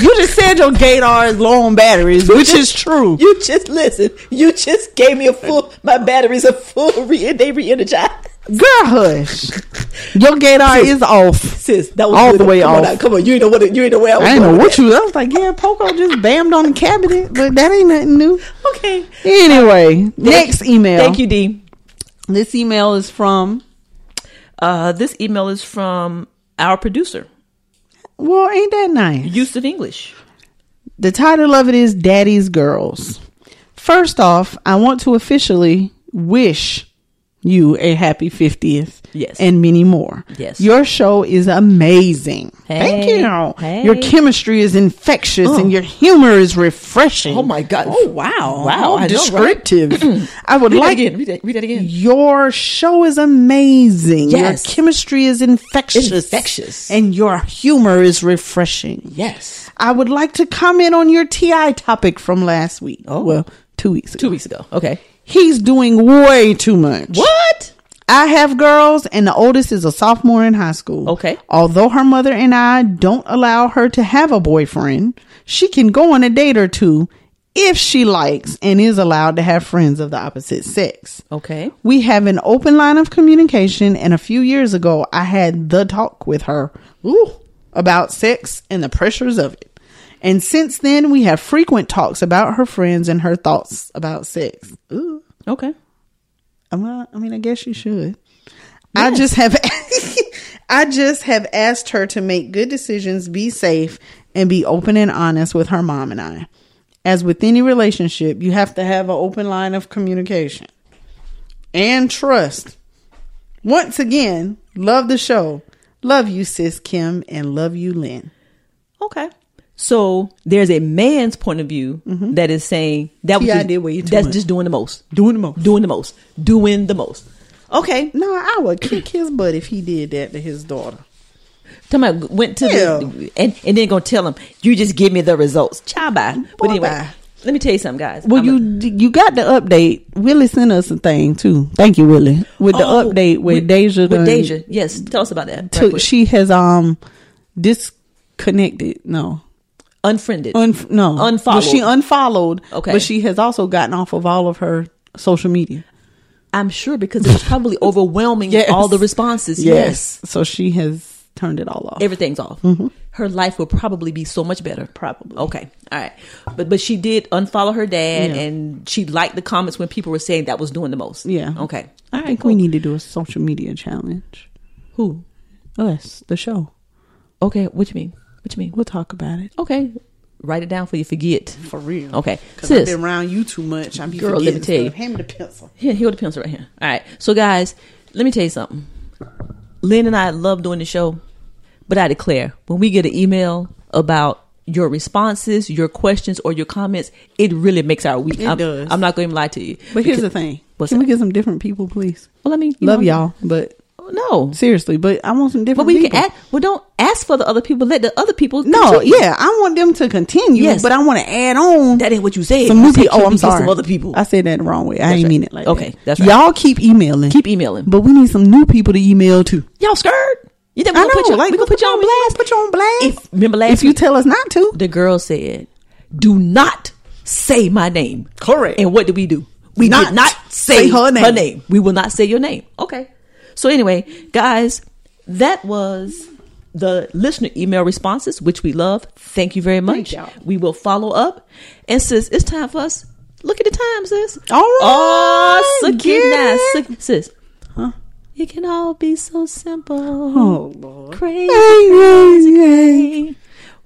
[SPEAKER 5] You just said your Gator is low on batteries, which is true.
[SPEAKER 6] [laughs] You just listen. You just gave me a full. My batteries are full. Re- they re-energized.
[SPEAKER 5] Girl, hush. Your Gator is off.
[SPEAKER 6] Sis, that was
[SPEAKER 5] All
[SPEAKER 6] good.
[SPEAKER 5] the way
[SPEAKER 6] come
[SPEAKER 5] off.
[SPEAKER 6] On now, come on, you ain't know what. You ain't know where I was.
[SPEAKER 5] I didn't know
[SPEAKER 6] going
[SPEAKER 5] what
[SPEAKER 6] with
[SPEAKER 5] you I was like. Yeah, Poco just bammed on the cabinet, but that ain't nothing new.
[SPEAKER 6] that. Okay.
[SPEAKER 5] Anyway, next email.
[SPEAKER 6] Thank you, D.
[SPEAKER 5] This email is from.
[SPEAKER 6] Uh, this email is from our producer,
[SPEAKER 5] Well, ain't that nice?
[SPEAKER 6] Houston English.
[SPEAKER 5] The title of it is Daddy's Girls. First off, I want to officially wish you a happy 50th.
[SPEAKER 6] Yes.
[SPEAKER 5] And many more.
[SPEAKER 6] Yes.
[SPEAKER 5] Your show is amazing. Thank
[SPEAKER 6] Hey.
[SPEAKER 5] you.
[SPEAKER 6] Hey. Mm.
[SPEAKER 5] Your chemistry is infectious and your humor is refreshing.
[SPEAKER 6] Oh my God.
[SPEAKER 5] Oh, wow.
[SPEAKER 6] Wow,
[SPEAKER 5] How
[SPEAKER 6] I know, right?
[SPEAKER 5] descriptive. I would
[SPEAKER 6] Read
[SPEAKER 5] like
[SPEAKER 6] that again. Read that, read that again.
[SPEAKER 5] your show is amazing.
[SPEAKER 6] Yes.
[SPEAKER 5] Your chemistry is infectious.
[SPEAKER 6] Infectious.
[SPEAKER 5] And your humor is refreshing.
[SPEAKER 6] Yes.
[SPEAKER 5] I would like to comment on your TI topic from last week. Oh, well, two weeks ago.
[SPEAKER 6] Two weeks ago. Okay.
[SPEAKER 5] He's doing way too much.
[SPEAKER 6] What?
[SPEAKER 5] I have girls, and the oldest is a sophomore in high school.
[SPEAKER 6] Okay.
[SPEAKER 5] Although her mother and I don't allow her to have a boyfriend, she can go on a date or two if she likes and is allowed to have friends of the opposite sex.
[SPEAKER 6] Okay.
[SPEAKER 5] We have an open line of communication, and a few years ago, I had the talk with her ooh, about sex and the pressures of it. And since then, we have frequent talks about her friends and her thoughts about sex. Ooh,
[SPEAKER 6] Okay.
[SPEAKER 5] I'm not- I mean, I guess you should. I just have, [laughs] I just have asked her to make good decisions, be safe, and be open and honest with her mom and I. As with any relationship, you have to have an open line of communication and trust. Once again, love the show. Love you, sis Kim, and love you, Lynn.
[SPEAKER 6] Okay. So there's a man's point of view that is saying that was
[SPEAKER 5] See, Mm-hmm. I
[SPEAKER 6] just,
[SPEAKER 5] did way too
[SPEAKER 6] that's
[SPEAKER 5] much.
[SPEAKER 6] just doing the most,
[SPEAKER 5] Doing the most.
[SPEAKER 6] doing the most, doing the most.
[SPEAKER 5] Okay. No, I would kick his butt if he did that to his daughter.
[SPEAKER 6] Talking about went to the and and then gonna tell him you just give me the results. Child bye. But anyway, let me tell you something, guys.
[SPEAKER 5] Well, you you got the update. Willie sent us a thing too. Thank you, Willie, with the
[SPEAKER 6] Oh,
[SPEAKER 5] update with, Deja.
[SPEAKER 6] With
[SPEAKER 5] done
[SPEAKER 6] Deja, yes. Tell us about that.
[SPEAKER 5] took- she has um disconnected. No,
[SPEAKER 6] unfriended.
[SPEAKER 5] Unf- no,
[SPEAKER 6] Unfollowed.
[SPEAKER 5] Well, she unfollowed.
[SPEAKER 6] Okay.
[SPEAKER 5] but she has also gotten off of all of her social media.
[SPEAKER 6] I'm sure because it
[SPEAKER 5] [laughs]
[SPEAKER 6] was probably overwhelming. with
[SPEAKER 5] Yes.
[SPEAKER 6] all the responses. Yes.
[SPEAKER 5] So she has turned it all off.
[SPEAKER 6] everything's off.
[SPEAKER 5] Mhm.
[SPEAKER 6] Her life will probably be so much better. Probably. Okay. All right. But but she did unfollow her dad,
[SPEAKER 5] Yeah.
[SPEAKER 6] and she liked the comments when people were saying that was doing the most.
[SPEAKER 5] Yeah.
[SPEAKER 6] Okay.
[SPEAKER 5] I think we need to do a social media challenge.
[SPEAKER 6] Who?
[SPEAKER 5] Us, the show.
[SPEAKER 6] Okay, what you mean? What you mean?
[SPEAKER 5] We'll talk about it.
[SPEAKER 6] Okay. Write it down for you forget.
[SPEAKER 5] For real.
[SPEAKER 6] Okay.
[SPEAKER 5] Because I've
[SPEAKER 6] Sis.
[SPEAKER 5] been around you too much. I'm
[SPEAKER 6] Girl, let me tell you.
[SPEAKER 5] Hand me the pencil.
[SPEAKER 6] Here, here with the pencil right here. All right. So guys, let me tell you something. Lynn and I love doing the show, but I declare when we get an email about your responses, your questions, or your comments, it really makes our week.
[SPEAKER 5] It
[SPEAKER 6] I'm,
[SPEAKER 5] does.
[SPEAKER 6] I'm not going to lie to you.
[SPEAKER 5] But here's the
[SPEAKER 6] Because-
[SPEAKER 5] thing.
[SPEAKER 6] What's
[SPEAKER 5] Can
[SPEAKER 6] that?
[SPEAKER 5] we get some different people, please?
[SPEAKER 6] Well, I mean, you
[SPEAKER 5] love
[SPEAKER 6] know,
[SPEAKER 5] y'all, but
[SPEAKER 6] no,
[SPEAKER 5] seriously. But I want some different.
[SPEAKER 6] But we
[SPEAKER 5] people.
[SPEAKER 6] can ask. Well, don't ask for the other people. Let the other people.
[SPEAKER 5] No,
[SPEAKER 6] contribute.
[SPEAKER 5] yeah, I want them to continue,
[SPEAKER 6] Yes.
[SPEAKER 5] but I want to add on.
[SPEAKER 6] That ain't what you said.
[SPEAKER 5] Some
[SPEAKER 6] You
[SPEAKER 5] new
[SPEAKER 6] said,
[SPEAKER 5] people. Oh,
[SPEAKER 6] "Can we
[SPEAKER 5] I'm
[SPEAKER 6] get some
[SPEAKER 5] sorry.
[SPEAKER 6] other people?
[SPEAKER 5] I said that the wrong way. I
[SPEAKER 6] That's
[SPEAKER 5] didn't
[SPEAKER 6] right.
[SPEAKER 5] mean it like
[SPEAKER 6] Okay,
[SPEAKER 5] that.
[SPEAKER 6] that's right.
[SPEAKER 5] Y'all keep emailing.
[SPEAKER 6] Keep emailing.
[SPEAKER 5] But we need some new people to email too.
[SPEAKER 6] Y'all scared? You think
[SPEAKER 5] I
[SPEAKER 6] we gonna put
[SPEAKER 5] know,
[SPEAKER 6] you?
[SPEAKER 5] like,
[SPEAKER 6] we gonna put you on blast?
[SPEAKER 5] Put you on blast.
[SPEAKER 6] If remember last,
[SPEAKER 5] If you tell us not to,
[SPEAKER 6] the girl said, "Do not say my name."
[SPEAKER 5] Correct.
[SPEAKER 6] And what did we do? We
[SPEAKER 5] Not
[SPEAKER 6] did not say,
[SPEAKER 5] say her name.
[SPEAKER 6] Her name. We will not say your name. Okay. So anyway, guys, that was the listener email responses, which we love. Thank you very much.
[SPEAKER 5] y'all.
[SPEAKER 6] We will follow up. And sis, it's time for us. Look at the time, sis.
[SPEAKER 5] All right.
[SPEAKER 6] Oh,
[SPEAKER 5] Get
[SPEAKER 6] so
[SPEAKER 5] it.
[SPEAKER 6] nice. Sis.
[SPEAKER 5] Huh?
[SPEAKER 6] It can all be so simple.
[SPEAKER 5] Oh, Lord.
[SPEAKER 6] Crazy.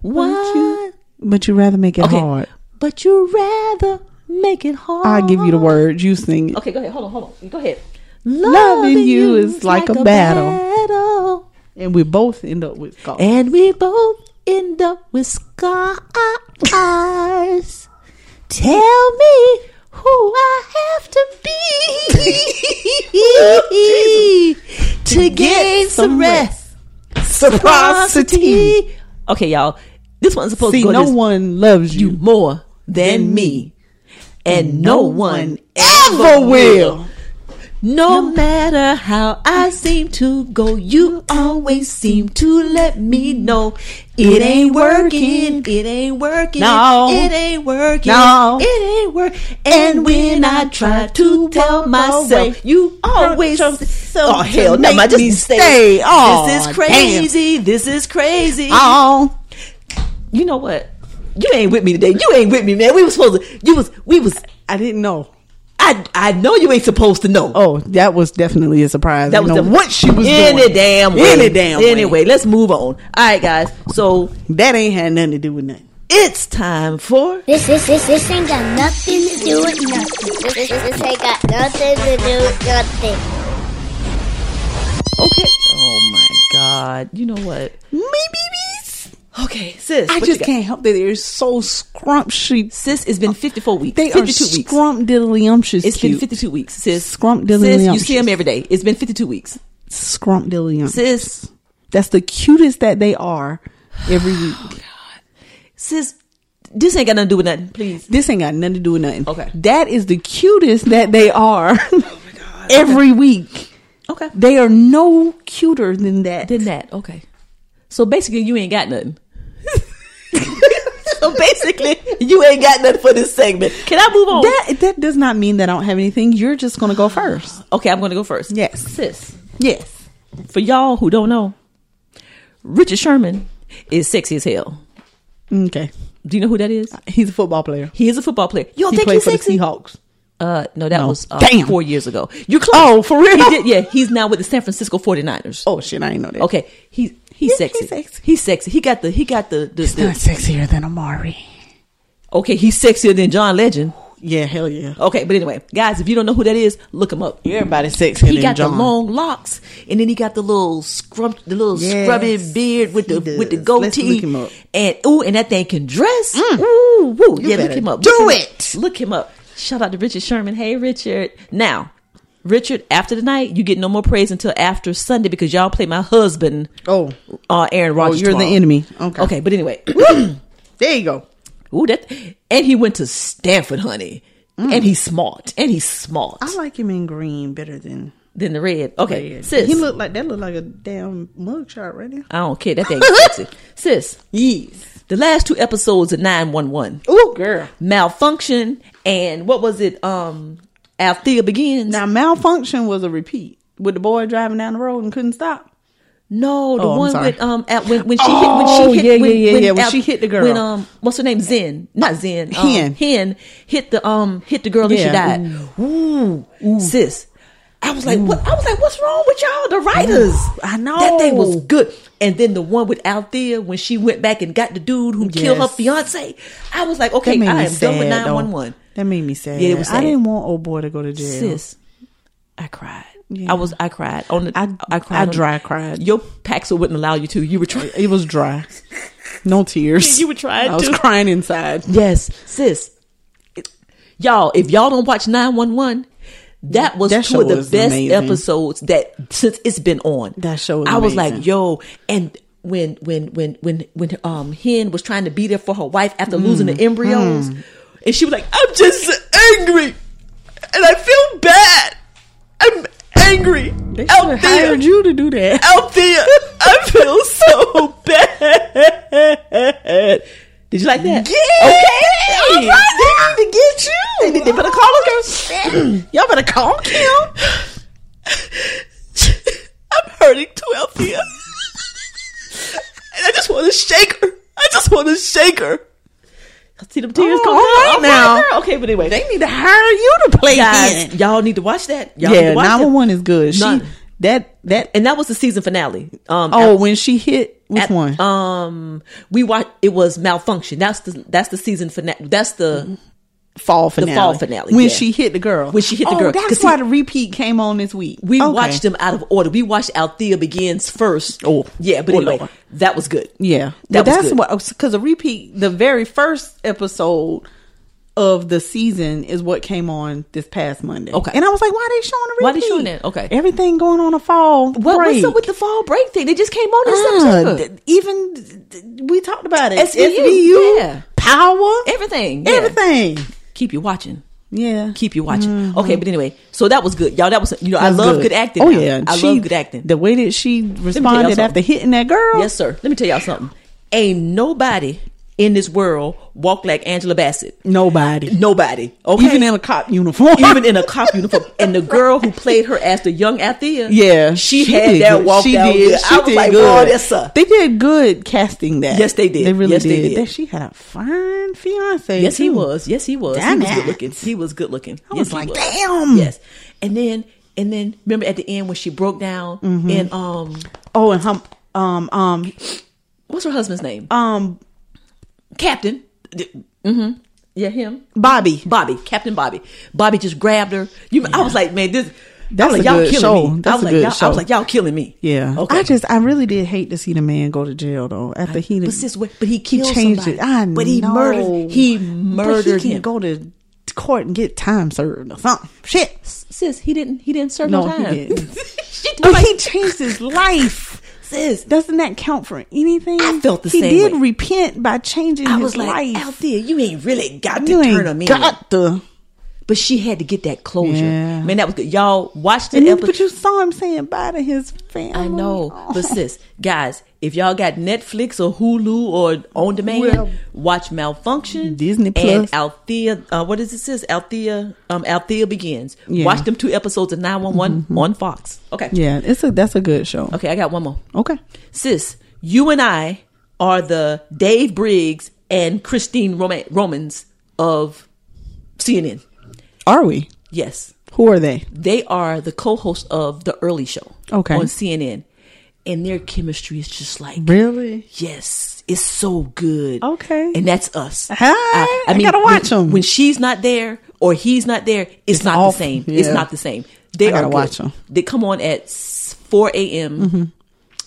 [SPEAKER 5] What
[SPEAKER 6] What?
[SPEAKER 5] you- But you rather make it hard.
[SPEAKER 6] But you rather make it hard.
[SPEAKER 5] I give you the words. You sing it.
[SPEAKER 6] Okay, go ahead. Hold on, hold on. Go ahead.
[SPEAKER 5] Loving you is like a battle. And we both end up with God.
[SPEAKER 6] And we both end up with scars. Tell me who I have to be [laughs] to gain some rest.
[SPEAKER 5] Reciprocity.
[SPEAKER 6] Okay, y'all. This one's supposed
[SPEAKER 5] See,
[SPEAKER 6] to go
[SPEAKER 5] no
[SPEAKER 6] this-
[SPEAKER 5] one loves you,
[SPEAKER 6] more than me. And no one ever
[SPEAKER 5] ever will.
[SPEAKER 6] will. No matter how I seem to go, you always seem to let me know it ain't working. It ain't working.
[SPEAKER 5] No.
[SPEAKER 6] It ain't working.
[SPEAKER 5] No.
[SPEAKER 6] It ain't work. And when I try to tell myself, you always. Oh hell no!
[SPEAKER 5] make
[SPEAKER 6] I
[SPEAKER 5] me
[SPEAKER 6] just stay.
[SPEAKER 5] stay. Oh,
[SPEAKER 6] this is
[SPEAKER 5] damn.
[SPEAKER 6] crazy. This is crazy.
[SPEAKER 5] Oh,
[SPEAKER 6] You know what? You ain't with me today. You ain't with me, man. We was supposed to. You was. We was.
[SPEAKER 5] I didn't know.
[SPEAKER 6] I. I know you ain't supposed to know.
[SPEAKER 5] Oh, that was definitely a surprise. That
[SPEAKER 6] That was
[SPEAKER 5] was know
[SPEAKER 6] the-
[SPEAKER 5] what she was
[SPEAKER 6] any
[SPEAKER 5] doing.
[SPEAKER 6] damn way.
[SPEAKER 5] Any damn way.
[SPEAKER 6] Anyway, let's move on. All right, guys. So
[SPEAKER 5] That ain't had nothing to do with nothing.
[SPEAKER 6] it's time for
[SPEAKER 12] This this this this ain't got nothing to do with nothing. This, this, this ain't got nothing to do with nothing.
[SPEAKER 6] okay. Oh my God! You know what? Okay, sis.
[SPEAKER 5] I
[SPEAKER 6] what
[SPEAKER 5] just
[SPEAKER 6] you got?
[SPEAKER 5] can't help that they're so scrumptious.
[SPEAKER 6] Sis, it's been fifty-four weeks.
[SPEAKER 5] They are
[SPEAKER 6] fifty-two weeks.
[SPEAKER 5] scrumptiddlyumptious.
[SPEAKER 6] It's
[SPEAKER 5] cute.
[SPEAKER 6] been fifty-two weeks, sis. Sis, you
[SPEAKER 5] Scrumptiddlyumptious.
[SPEAKER 6] see him every day. It's been fifty-two weeks,
[SPEAKER 5] Scrumptiddlyumptious.
[SPEAKER 6] sis.
[SPEAKER 5] That's the cutest that they are every week.
[SPEAKER 6] Sis, this ain't got nothing to do with nothing. Please.
[SPEAKER 5] This ain't got nothing to do with nothing.
[SPEAKER 6] Okay.
[SPEAKER 5] That is the cutest that they are [laughs] every week.
[SPEAKER 6] Okay.
[SPEAKER 5] They are no cuter than that.
[SPEAKER 6] Than that. Okay. So basically, you ain't got nothing. [laughs] so basically, you ain't got nothing for this segment. Can I move on?
[SPEAKER 5] That that does not mean that I don't have anything. You're just gonna go first.
[SPEAKER 6] okay, I'm going to go first.
[SPEAKER 5] Yes.
[SPEAKER 6] Sis,
[SPEAKER 5] Yes.
[SPEAKER 6] for y'all who don't know, Richard Sherman is sexy as hell.
[SPEAKER 5] Okay.
[SPEAKER 6] Do you know who that is?
[SPEAKER 5] He's a football player.
[SPEAKER 6] He is a football player. You don't
[SPEAKER 5] He
[SPEAKER 6] think
[SPEAKER 5] played
[SPEAKER 6] he's
[SPEAKER 5] for the
[SPEAKER 6] sexy?
[SPEAKER 5] Seahawks.
[SPEAKER 6] Uh, no, that
[SPEAKER 5] No.
[SPEAKER 6] was uh,
[SPEAKER 5] Damn.
[SPEAKER 6] four years ago. You're close.
[SPEAKER 5] Oh, for real?
[SPEAKER 6] He did, yeah, he's now with the San Francisco 49ers.
[SPEAKER 5] Oh shit, I ain't know that.
[SPEAKER 6] Okay, he he's
[SPEAKER 5] Yeah,
[SPEAKER 6] sexy.
[SPEAKER 5] he's sexy.
[SPEAKER 6] He's sexy. He got the he got the, the,
[SPEAKER 5] He's not
[SPEAKER 6] the
[SPEAKER 5] sexier than Amari.
[SPEAKER 6] okay. He's sexier than John Legend.
[SPEAKER 5] Yeah, hell yeah.
[SPEAKER 6] Okay, but anyway, guys, if you don't know who that is, look him up.
[SPEAKER 5] Everybody's sexier
[SPEAKER 6] He
[SPEAKER 5] than
[SPEAKER 6] got
[SPEAKER 5] John.
[SPEAKER 6] the long locks, and then he got the little scrump, the little
[SPEAKER 5] Yes,
[SPEAKER 6] scrubby beard with the
[SPEAKER 5] he does.
[SPEAKER 6] with the
[SPEAKER 5] Let's
[SPEAKER 6] goatee.
[SPEAKER 5] look him up. Mm.
[SPEAKER 6] And ooh, and that thing can dress. Ooh, woo.
[SPEAKER 5] You
[SPEAKER 6] yeah, look
[SPEAKER 5] better
[SPEAKER 6] him up.
[SPEAKER 5] do
[SPEAKER 6] Look him up.
[SPEAKER 5] it.
[SPEAKER 6] Look him up. Shout out to Richard Sherman. Hey, Richard. Now, Richard, after the night, you get no more praise until after Sunday because y'all play my husband.
[SPEAKER 5] Oh,
[SPEAKER 6] uh, Aaron Rodgers.
[SPEAKER 5] you're the
[SPEAKER 6] tomorrow.
[SPEAKER 5] enemy. Okay.
[SPEAKER 6] okay, but anyway,
[SPEAKER 5] there you go.
[SPEAKER 6] Ooh, that, and he went to Stanford, honey, and he's smart, and he's smart.
[SPEAKER 5] Mm. I like him in green better than
[SPEAKER 6] Then the red. Okay,
[SPEAKER 5] red.
[SPEAKER 6] sis,
[SPEAKER 5] He looked like that. Looked like a damn mugshot right now.
[SPEAKER 6] I don't care. That thing
[SPEAKER 5] [laughs]
[SPEAKER 6] sexy. Sis. Yes. The last two episodes of 911.
[SPEAKER 5] Ooh, girl.
[SPEAKER 6] Malfunction and what was it? Um Althea begins.
[SPEAKER 5] Now malfunction was a repeat with the boy driving down the road and couldn't stop.
[SPEAKER 6] No, the
[SPEAKER 5] Oh, I'm
[SPEAKER 6] one
[SPEAKER 5] sorry.
[SPEAKER 6] with um at, when when she
[SPEAKER 5] Oh,
[SPEAKER 6] hit when she hit
[SPEAKER 5] yeah,
[SPEAKER 6] when,
[SPEAKER 5] yeah, yeah,
[SPEAKER 6] when,
[SPEAKER 5] yeah, when
[SPEAKER 6] Al-
[SPEAKER 5] she hit the girl.
[SPEAKER 6] when um what's her name Zen not Zen um,
[SPEAKER 5] Hen.
[SPEAKER 6] Hen hit the um hit the girl
[SPEAKER 5] Yeah.
[SPEAKER 6] and she died. Ooh, sis, I was like what I was like what's wrong with y'all the writers?
[SPEAKER 5] I know
[SPEAKER 6] that thing was good. And then the one with Althea when she went back and got the dude who killed her
[SPEAKER 5] Yes.
[SPEAKER 6] fiance. I was like okay I am done with
[SPEAKER 5] sad,
[SPEAKER 6] nine
[SPEAKER 5] though.
[SPEAKER 6] one one.
[SPEAKER 5] That made me sad.
[SPEAKER 6] Yeah, it was
[SPEAKER 5] I
[SPEAKER 6] sad.
[SPEAKER 5] didn't want old boy to go to jail.
[SPEAKER 6] Sis, I cried.
[SPEAKER 5] Yeah.
[SPEAKER 6] I was I cried on the I, cried
[SPEAKER 5] I
[SPEAKER 6] on-
[SPEAKER 5] dry cried.
[SPEAKER 6] Your Paxil wouldn't allow you to. You were trying.
[SPEAKER 5] It was dry. No tears.
[SPEAKER 6] Yeah, you were trying
[SPEAKER 5] I was
[SPEAKER 6] to. Oh,
[SPEAKER 5] crying inside.
[SPEAKER 6] Yes, sis. It- y'all, if y'all don't watch 911, that was
[SPEAKER 5] That
[SPEAKER 6] two of
[SPEAKER 5] show
[SPEAKER 6] the
[SPEAKER 5] is
[SPEAKER 6] best
[SPEAKER 5] amazing.
[SPEAKER 6] episodes that since it's been on.
[SPEAKER 5] That show was
[SPEAKER 6] I was
[SPEAKER 5] amazing.
[SPEAKER 6] like, yo, and when when when when when um Hen was trying to be there for her wife after losing
[SPEAKER 5] Mm,
[SPEAKER 6] the embryos, and she was like, I'm just angry, and I feel bad. I'm angry.
[SPEAKER 5] They
[SPEAKER 6] Out
[SPEAKER 5] should have
[SPEAKER 6] there,
[SPEAKER 5] hired you to do that.
[SPEAKER 6] out there, I feel so bad. Did you like that?
[SPEAKER 5] Yeah.
[SPEAKER 6] Okay.
[SPEAKER 5] All right, they need to get you.
[SPEAKER 6] They, they better call us, girl. [clears throat]
[SPEAKER 5] Y'all better call Kim.
[SPEAKER 6] I'm hurting too, Althea. and I just want to shake her. I just want to shake her. I see them tears
[SPEAKER 5] Oh,
[SPEAKER 6] coming
[SPEAKER 5] all right
[SPEAKER 6] out.
[SPEAKER 5] now.
[SPEAKER 6] girl. Okay, but anyway.
[SPEAKER 5] They need to hire you to play
[SPEAKER 6] Guys,
[SPEAKER 5] in.
[SPEAKER 6] y'all need to watch that. Y'all need
[SPEAKER 5] Yeah,
[SPEAKER 6] to watch that.
[SPEAKER 5] 911 is good. She,
[SPEAKER 6] None.
[SPEAKER 5] that, that,
[SPEAKER 6] And that was the season finale. Um,
[SPEAKER 5] oh,
[SPEAKER 6] Al-
[SPEAKER 5] when she hit, which
[SPEAKER 6] at-
[SPEAKER 5] one?
[SPEAKER 6] Um, we watched. It was malfunction. That's the that's the season finale. That's the
[SPEAKER 5] fall finale.
[SPEAKER 6] fall finale,
[SPEAKER 5] When
[SPEAKER 6] yeah.
[SPEAKER 5] she hit the girl.
[SPEAKER 6] When she hit the
[SPEAKER 5] Oh,
[SPEAKER 6] girl. 'Cause
[SPEAKER 5] That's
[SPEAKER 6] see-
[SPEAKER 5] why the repeat came on this week.
[SPEAKER 6] we
[SPEAKER 5] Okay.
[SPEAKER 6] watched them out of order. We watched Althea begins first.
[SPEAKER 5] Oh.
[SPEAKER 6] yeah, but
[SPEAKER 5] Oh,
[SPEAKER 6] anyway,
[SPEAKER 5] Lord.
[SPEAKER 6] that was good.
[SPEAKER 5] Yeah,
[SPEAKER 6] That was
[SPEAKER 5] that's
[SPEAKER 6] good.
[SPEAKER 5] what because the repeat, the very first episode of the season is what came on this past Monday.
[SPEAKER 6] Okay.
[SPEAKER 5] and I was like, why are they showing the repeat?
[SPEAKER 6] Why they showing that? Okay.
[SPEAKER 5] everything going on a fall
[SPEAKER 6] What,
[SPEAKER 5] break.
[SPEAKER 6] what's up with the fall break Ah, thing? They just came on in
[SPEAKER 5] Uh,
[SPEAKER 6] September.
[SPEAKER 5] th- even th- th- we talked about it.
[SPEAKER 6] SVU,
[SPEAKER 5] SVU,
[SPEAKER 6] yeah.
[SPEAKER 5] power,
[SPEAKER 6] Everything, yeah.
[SPEAKER 5] everything.
[SPEAKER 6] Keep you watching.
[SPEAKER 5] Yeah,
[SPEAKER 6] Keep you watching. Okay, but anyway, so that was good, y'all. That was you know I
[SPEAKER 5] Mm-hmm. That's
[SPEAKER 6] love good, acting.
[SPEAKER 5] Oh
[SPEAKER 6] now.
[SPEAKER 5] yeah,
[SPEAKER 6] I
[SPEAKER 5] She-
[SPEAKER 6] love good acting.
[SPEAKER 5] The way that she responded
[SPEAKER 6] something.
[SPEAKER 5] after hitting that girl.
[SPEAKER 6] Yes, sir. Let me tell y'all something. Ain't nobody in this world walk like Angela Bassett.
[SPEAKER 5] nobody,
[SPEAKER 6] Nobody. Okay.
[SPEAKER 5] even in a cop uniform,
[SPEAKER 6] [laughs] even in a cop uniform. And the girl who played her as the young Althea,
[SPEAKER 5] [laughs] Yeah,
[SPEAKER 6] she, had
[SPEAKER 5] did
[SPEAKER 6] that
[SPEAKER 5] good.
[SPEAKER 6] walk
[SPEAKER 5] She
[SPEAKER 6] down
[SPEAKER 5] did.
[SPEAKER 6] good.
[SPEAKER 5] She
[SPEAKER 6] I was
[SPEAKER 5] did
[SPEAKER 6] like,
[SPEAKER 5] good.
[SPEAKER 6] "Boy, that's a
[SPEAKER 5] They did good casting that.
[SPEAKER 6] Yes, they did.
[SPEAKER 5] They really
[SPEAKER 6] Yes, they
[SPEAKER 5] did.
[SPEAKER 6] did.
[SPEAKER 5] That she had a fine fiance.
[SPEAKER 6] yes, he
[SPEAKER 5] too.
[SPEAKER 6] was. Yes, he was.
[SPEAKER 5] Damn
[SPEAKER 6] he was
[SPEAKER 5] it.
[SPEAKER 6] good looking. He was good looking.
[SPEAKER 5] I
[SPEAKER 6] yes,
[SPEAKER 5] was
[SPEAKER 6] he
[SPEAKER 5] like, damn.
[SPEAKER 6] Yes, and then and then remember at the end when she broke down
[SPEAKER 5] Mm-hmm.
[SPEAKER 6] and um,
[SPEAKER 5] Oh, and hum, um, um,
[SPEAKER 6] what's her husband's name?
[SPEAKER 5] um,
[SPEAKER 6] Captain. Mm-hmm. Yeah, him.
[SPEAKER 5] Bobby.
[SPEAKER 6] Bobby, Captain Bobby. Bobby just grabbed her. You, I was like, man, this.
[SPEAKER 5] That's a
[SPEAKER 6] I was like, y'all
[SPEAKER 5] good
[SPEAKER 6] killing
[SPEAKER 5] show.
[SPEAKER 6] me.
[SPEAKER 5] That's
[SPEAKER 6] I was
[SPEAKER 5] a
[SPEAKER 6] like,
[SPEAKER 5] good
[SPEAKER 6] y'all, I
[SPEAKER 5] show.
[SPEAKER 6] was like, y'all killing me.
[SPEAKER 5] Yeah.
[SPEAKER 6] Okay.
[SPEAKER 5] I just, I really did hate to see the man go to jail though. After he,
[SPEAKER 6] But sis, wait, but he killed
[SPEAKER 5] changed
[SPEAKER 6] somebody.
[SPEAKER 5] it. I
[SPEAKER 6] But he
[SPEAKER 5] know.
[SPEAKER 6] murdered- he murdered
[SPEAKER 5] But he can
[SPEAKER 6] him.
[SPEAKER 5] go to court and get time served or something. Shit.
[SPEAKER 6] sis, he didn't. He didn't serve no,
[SPEAKER 5] No, he
[SPEAKER 6] time.
[SPEAKER 5] didn't.
[SPEAKER 6] [laughs] She told
[SPEAKER 5] But
[SPEAKER 6] me-
[SPEAKER 5] he changed his life.
[SPEAKER 6] sis,
[SPEAKER 5] Doesn't that count for anything?
[SPEAKER 6] I felt the
[SPEAKER 5] he
[SPEAKER 6] same
[SPEAKER 5] did
[SPEAKER 6] way.
[SPEAKER 5] repent by changing
[SPEAKER 6] I
[SPEAKER 5] his
[SPEAKER 6] was like,
[SPEAKER 5] life.
[SPEAKER 6] Althea, you ain't really got to
[SPEAKER 5] You ain't
[SPEAKER 6] turn him in.
[SPEAKER 5] got the.
[SPEAKER 6] But she had to get that closure.
[SPEAKER 5] Yeah.
[SPEAKER 6] Man, that was good. Y'all watch the
[SPEAKER 5] And then,
[SPEAKER 6] episode.
[SPEAKER 5] Mm-hmm. but you saw him saying bye to his family.
[SPEAKER 6] I know.
[SPEAKER 5] Oh. [laughs]
[SPEAKER 6] But sis, guys, if y'all got Netflix or Hulu or on demand,
[SPEAKER 5] Well,
[SPEAKER 6] watch Malfunction,
[SPEAKER 5] Disney Plus.
[SPEAKER 6] and Althea. Uh, what is it? Sis Althea. Um, Althea begins.
[SPEAKER 5] Yeah. Mm-hmm.
[SPEAKER 6] Watch them two episodes of Nine One One on Fox. Okay.
[SPEAKER 5] Yeah, it's a that's a good show.
[SPEAKER 6] Okay, I got one more.
[SPEAKER 5] Okay.
[SPEAKER 6] Sis, you and I are the Dave Briggs and Christine Roma- Romans of CNN.
[SPEAKER 5] Are we?
[SPEAKER 6] Yes.
[SPEAKER 5] Who are they?
[SPEAKER 6] they are the co-host of the early show
[SPEAKER 5] Okay.
[SPEAKER 6] on CNN, and their chemistry is just like
[SPEAKER 5] Really?
[SPEAKER 6] yes, it's so good.
[SPEAKER 5] Okay.
[SPEAKER 6] and that's us.
[SPEAKER 5] Hey, I gotta watch
[SPEAKER 6] when,
[SPEAKER 5] 'em.
[SPEAKER 6] when she's not there or he's not there. It's, not
[SPEAKER 5] off.
[SPEAKER 6] the same. It's
[SPEAKER 5] Yeah.
[SPEAKER 6] not the same. They
[SPEAKER 5] I gotta
[SPEAKER 6] are good.
[SPEAKER 5] watch 'em. Mm-hmm.
[SPEAKER 6] They come on at s- four a.m.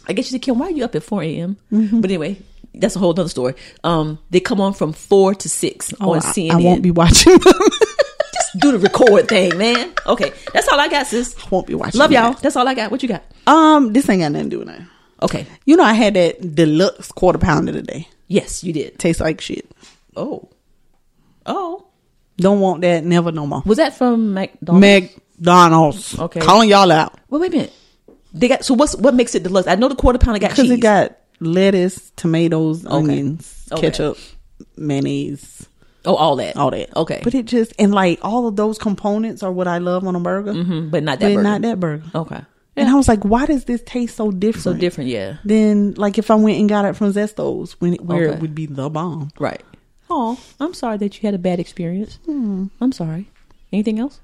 [SPEAKER 6] I guess you said, Kim, why are you up at 4 a.m.? But anyway, that's a whole other story. Um, they come on from 4 to 6
[SPEAKER 5] Oh,
[SPEAKER 6] on
[SPEAKER 5] I,
[SPEAKER 6] CNN. [laughs]
[SPEAKER 5] I won't be watching them.
[SPEAKER 6] do the record thing, man. Okay, that's all I got, sis. I
[SPEAKER 5] won't be watching.
[SPEAKER 6] Love y'all.
[SPEAKER 5] that.
[SPEAKER 6] That's all I got. What you got?
[SPEAKER 5] Um, this ain't got nothing to do with nothing.
[SPEAKER 6] Okay.
[SPEAKER 5] You know I had that deluxe quarter pounder today.
[SPEAKER 6] Yes, you did.
[SPEAKER 5] Tastes like shit.
[SPEAKER 6] Oh. Oh.
[SPEAKER 5] Don't want that. Never no more.
[SPEAKER 6] Was that from McDonald's?
[SPEAKER 5] McDonald's.
[SPEAKER 6] Okay.
[SPEAKER 5] Calling y'all out.
[SPEAKER 6] Well, wait a minute. They got so what's what makes it deluxe? I know the quarter pounder got
[SPEAKER 5] Because
[SPEAKER 6] cheese.
[SPEAKER 5] it got lettuce, tomatoes, onions,
[SPEAKER 6] Okay.
[SPEAKER 5] ketchup, mayonnaise.
[SPEAKER 6] oh, all that.
[SPEAKER 5] All that.
[SPEAKER 6] Okay.
[SPEAKER 5] But it just, and like all of those components are what I love on a burger.
[SPEAKER 6] Mhm, but not that burger.
[SPEAKER 5] not that burger.
[SPEAKER 6] okay.
[SPEAKER 5] And I was like, why does this taste so different?
[SPEAKER 6] So different, yeah.
[SPEAKER 5] Than like if I went and got it from Zesto's, when it, where
[SPEAKER 6] Okay.
[SPEAKER 5] it would be the bomb.
[SPEAKER 6] Right. Oh, I'm sorry that you had a bad experience. I'm sorry. Anything else?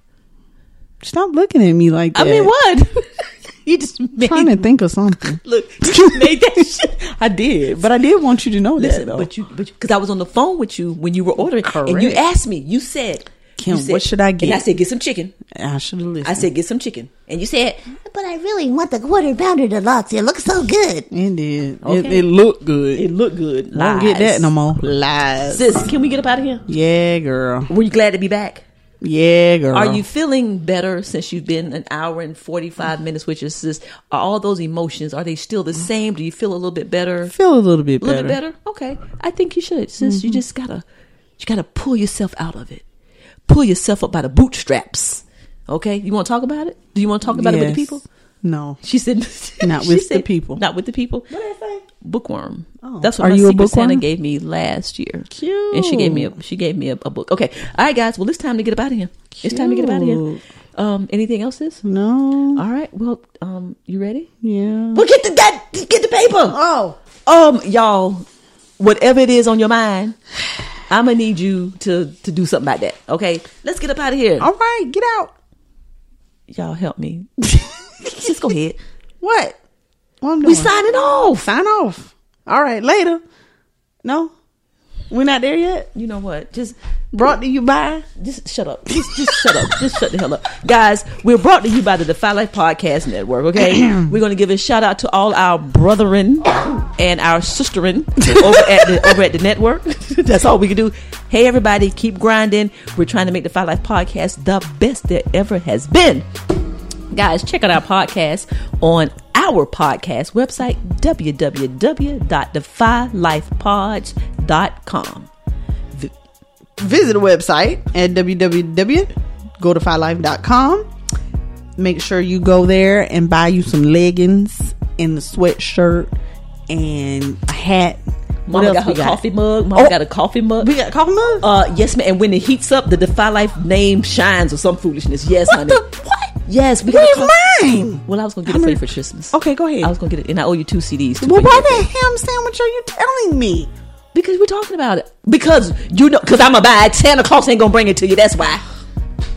[SPEAKER 5] Stop looking at me like
[SPEAKER 6] I
[SPEAKER 5] that.
[SPEAKER 6] mean, what? [laughs] you just made
[SPEAKER 5] Trying to think of
[SPEAKER 6] [laughs]
[SPEAKER 5] something.
[SPEAKER 6] look. You just made that shit.
[SPEAKER 5] I did, but I did want you to know
[SPEAKER 6] Listen,
[SPEAKER 5] that though.
[SPEAKER 6] but you, but because I was on the phone with you when you were ordering, and you
[SPEAKER 5] Correct.
[SPEAKER 6] asked me, you said,
[SPEAKER 5] Kim,
[SPEAKER 6] you said-
[SPEAKER 5] what should I
[SPEAKER 6] And I
[SPEAKER 5] get?
[SPEAKER 6] said, get some chicken.
[SPEAKER 5] I should have listened.
[SPEAKER 6] I said, get some chicken, and you said,
[SPEAKER 13] But I really want the quarter pounder deluxe. It looks so good.
[SPEAKER 5] It did. It,
[SPEAKER 6] Okay.
[SPEAKER 5] it looked good.
[SPEAKER 6] it looked good.
[SPEAKER 5] Don't get that no more. Lies.
[SPEAKER 6] Sis, can we get up out of here?
[SPEAKER 5] Yeah, girl.
[SPEAKER 6] Were you glad to be back?
[SPEAKER 5] Yeah, girl.
[SPEAKER 6] Are you feeling better since you've been an hour and forty five minutes with your sis? Are all those emotions are they still the
[SPEAKER 5] Mm-hmm.
[SPEAKER 6] same? Do you feel a little bit better?
[SPEAKER 5] feel a little bit
[SPEAKER 6] A
[SPEAKER 5] better? Mm-hmm.
[SPEAKER 6] little bit better. Okay, I think you should, sis. You just gotta, you gotta pull yourself out of it. Pull yourself up by the bootstraps. Okay, you want to talk about it? Do you want to talk about it with the
[SPEAKER 5] Yes.
[SPEAKER 6] people?
[SPEAKER 5] No.
[SPEAKER 6] She [laughs] said,
[SPEAKER 5] Not
[SPEAKER 6] she
[SPEAKER 5] with the
[SPEAKER 6] said,
[SPEAKER 5] people.
[SPEAKER 6] Not with the people. What did I say? Bookworm.
[SPEAKER 5] Oh.
[SPEAKER 6] That's what
[SPEAKER 5] Are
[SPEAKER 6] my
[SPEAKER 5] you a
[SPEAKER 6] secret Santa
[SPEAKER 5] bookworm?
[SPEAKER 6] gave me last year. Cute. And she gave me a she gave me a, a book. Okay. All right, guys. Well, it's time to get up out of here. It's time to get up out of here.
[SPEAKER 5] Cute.
[SPEAKER 6] Um, anything else? Sis?
[SPEAKER 5] No.
[SPEAKER 6] All right. Well, um, you ready?
[SPEAKER 5] Yeah.
[SPEAKER 6] Well, get the that get the paper. Oh. Um, y'all, whatever it is on your mind, I'm gonna need you to to do something about that. Okay. Let's get up out of here.
[SPEAKER 5] All right, get out.
[SPEAKER 6] Y'all help me. [laughs] Just go ahead.
[SPEAKER 5] What? What I'm
[SPEAKER 6] We
[SPEAKER 5] doing?
[SPEAKER 6] signing off.
[SPEAKER 5] Sign off. All right, later. No, we're not there yet.
[SPEAKER 6] You know what? Just
[SPEAKER 5] Brought to you by.
[SPEAKER 6] just shut up. Just, just shut up. Just shut the hell up. Guys, we're brought to you by the Defy Life Podcast Network, okay? we're going to give a shout out to all our brethren and our sisterin over at the, over at the network. That's all we can do. Hey, everybody, keep grinding. We're trying to make the Defy Life Podcast the best that ever has been. Guys, check out our podcast on our podcast website, www.defylifepods.com.
[SPEAKER 5] Visit the website at www.godifylife.com. Make sure you go there and buy you some leggings and the sweatshirt and a hat. What
[SPEAKER 6] Mama
[SPEAKER 5] else
[SPEAKER 6] got her
[SPEAKER 5] we got?
[SPEAKER 6] coffee mug. Mama
[SPEAKER 5] Oh.
[SPEAKER 6] got a coffee mug.
[SPEAKER 5] We got coffee mugs?
[SPEAKER 6] Uh, yes, ma'am. And when it heats up, the Defy Life name shines or some foolishness. Yes,
[SPEAKER 5] what
[SPEAKER 6] honey.
[SPEAKER 5] the what?
[SPEAKER 6] [laughs] Yes, we
[SPEAKER 5] Where's
[SPEAKER 6] got a coffee-
[SPEAKER 5] mine?
[SPEAKER 6] Well, I was gonna get it for you for Christmas.
[SPEAKER 5] Okay, go ahead.
[SPEAKER 6] I was gonna get it, and I owe you two CDs. Too
[SPEAKER 5] well,
[SPEAKER 6] for your
[SPEAKER 5] why
[SPEAKER 6] birthday.
[SPEAKER 5] the ham sandwich are you telling me?
[SPEAKER 6] Because we're talking about it. Because you know, because I'm a buy. it. Santa Claus ain't gonna bring it to you. That's why.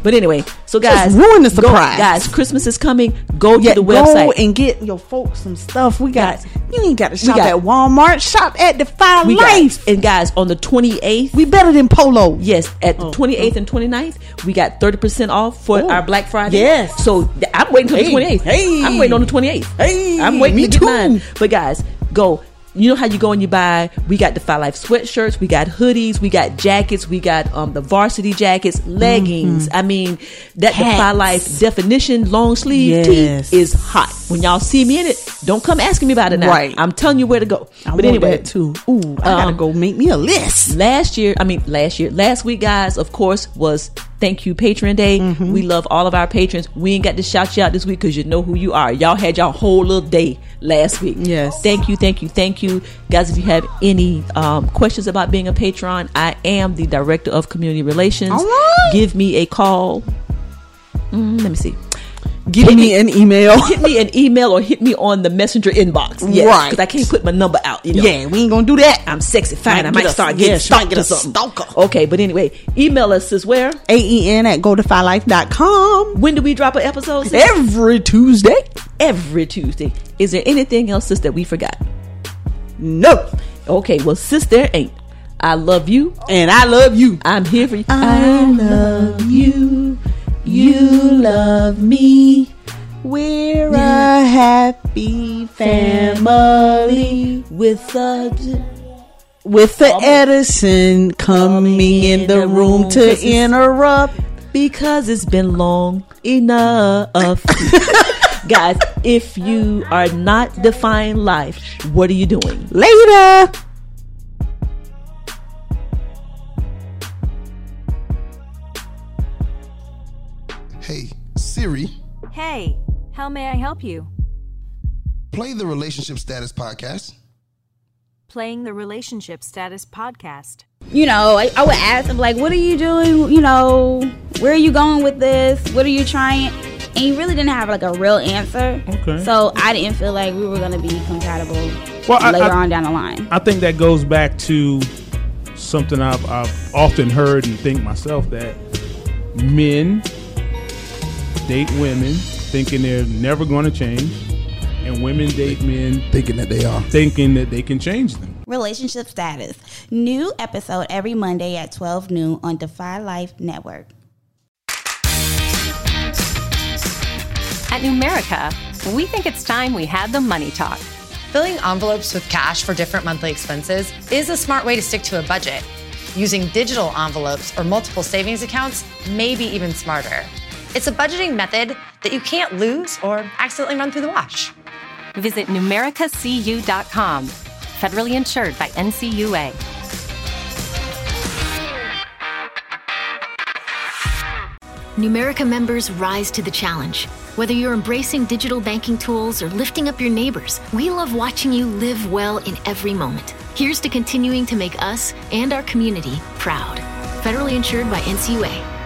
[SPEAKER 6] But anyway, so guys,
[SPEAKER 5] ruin the
[SPEAKER 6] go-
[SPEAKER 5] surprise.
[SPEAKER 6] guys, Christmas is coming. Go
[SPEAKER 5] Yeah,
[SPEAKER 6] to the
[SPEAKER 5] Go
[SPEAKER 6] website.
[SPEAKER 5] and get your folks some stuff. We got you ain't got to shop
[SPEAKER 6] got-
[SPEAKER 5] at Walmart. Shop at Defy
[SPEAKER 6] we
[SPEAKER 5] Life.
[SPEAKER 6] got, and guys, on the 28th,
[SPEAKER 5] we better than Polo.
[SPEAKER 6] Yes, at the 28th and 29th, we got 30% off for
[SPEAKER 5] Oh.
[SPEAKER 6] our Black Friday.
[SPEAKER 5] Yes.
[SPEAKER 6] So th- I'm waiting
[SPEAKER 5] Hey,
[SPEAKER 6] until the 28th.
[SPEAKER 5] hey.
[SPEAKER 6] I'm waiting on the 28th.
[SPEAKER 5] Hey,
[SPEAKER 6] I'm waiting
[SPEAKER 5] me
[SPEAKER 6] to get
[SPEAKER 5] too.
[SPEAKER 6] mine. But guys, go. You know how you go and you buy. We got the Five Life sweatshirts, we got hoodies, we got jackets, we got um the varsity jackets,
[SPEAKER 5] Mm-hmm.
[SPEAKER 6] leggings. I mean, that the Five
[SPEAKER 13] Hats.
[SPEAKER 6] Life definition long sleeve
[SPEAKER 5] Yes.
[SPEAKER 6] tee is hot. When y'all see me in it, don't come asking me about it now.
[SPEAKER 5] Right.
[SPEAKER 6] I'm telling you where to go.
[SPEAKER 5] I
[SPEAKER 6] but
[SPEAKER 5] want
[SPEAKER 6] anyway,
[SPEAKER 5] that too. Ooh, I gotta
[SPEAKER 6] Um,
[SPEAKER 5] go make me a list.
[SPEAKER 6] last year i mean last year last week guys of course was thank you patron day
[SPEAKER 5] Mm-hmm.
[SPEAKER 6] we love all of our patrons we ain't got to shout you out this week because you know who you are y'all had y'all whole little day last week
[SPEAKER 5] Yes.
[SPEAKER 6] thank you thank you thank you guys if you have any um, questions about being a patron i am the director of community relations
[SPEAKER 5] All right.
[SPEAKER 6] give me a call Mm, let me see
[SPEAKER 5] Give me an email.
[SPEAKER 6] hit me an email or hit me on the messenger inbox yes,
[SPEAKER 5] Right.
[SPEAKER 6] 'cause i can't put my number out you know
[SPEAKER 5] [laughs] Yeah, we ain't gonna do that.
[SPEAKER 6] I'm sexy, fine.
[SPEAKER 5] Might
[SPEAKER 6] I
[SPEAKER 5] get
[SPEAKER 6] might
[SPEAKER 5] a-
[SPEAKER 6] start
[SPEAKER 5] yeah,
[SPEAKER 6] getting
[SPEAKER 5] she might
[SPEAKER 6] stalked
[SPEAKER 5] get
[SPEAKER 6] or
[SPEAKER 5] a
[SPEAKER 6] something.
[SPEAKER 5] stalker.
[SPEAKER 6] Okay, but anyway, email us is where.
[SPEAKER 5] A E N at godifylife.com.
[SPEAKER 6] When do we drop an episode? sis?
[SPEAKER 5] Every Tuesday.
[SPEAKER 6] Every Tuesday. Is there anything else, sis, that we forgot?
[SPEAKER 5] No.
[SPEAKER 6] Okay, well, sis, there ain't. I love you.
[SPEAKER 5] And I love you.
[SPEAKER 6] I'm here for you.
[SPEAKER 5] I
[SPEAKER 6] love you. You love me.
[SPEAKER 5] E, We're a happy family
[SPEAKER 6] With a
[SPEAKER 5] with the Edison coming in the room to interrupt
[SPEAKER 6] because it's been long enough. [laughs] Guys, if you are not defying life, what are you doing?
[SPEAKER 14] Later.
[SPEAKER 2] Hey, Siri,
[SPEAKER 15] Hey, how may I help you?
[SPEAKER 2] play the Relationship Status podcast.
[SPEAKER 15] Playing the Relationship Status Podcast.
[SPEAKER 5] you know, I, I would ask him like, "What are you doing? You know, where are you going with this? What are you trying?" And he really didn't have like a real answer.
[SPEAKER 9] Okay.
[SPEAKER 5] So I didn't feel like we were gonna be compatible
[SPEAKER 9] Well, I-
[SPEAKER 5] later
[SPEAKER 9] I-
[SPEAKER 5] on down the line.
[SPEAKER 9] I think that goes back to something I've, I've often heard and think myself that men date women thinking they're never going to change, and women date men
[SPEAKER 2] thinking that they are
[SPEAKER 9] thinking that they can change them.
[SPEAKER 16] Relationship status. New episode every Monday at 12 noon on Defy Life Network.
[SPEAKER 17] At Numerica, we think it's time we had the money talk.
[SPEAKER 18] Filling envelopes with cash for different monthly expenses is a smart way to stick to a budget. Using digital envelopes or multiple savings accounts may be even smarter. It's a budgeting method that you can't lose or accidentally run through the wash.
[SPEAKER 17] Visit numericacu.com, federally insured by NCUA.
[SPEAKER 3] Numerica members rise to the challenge. Whether you're embracing digital banking tools or lifting up your neighbors, we love watching you live well in every moment. Here's to continuing to make us and our community proud. Federally insured by NCUA.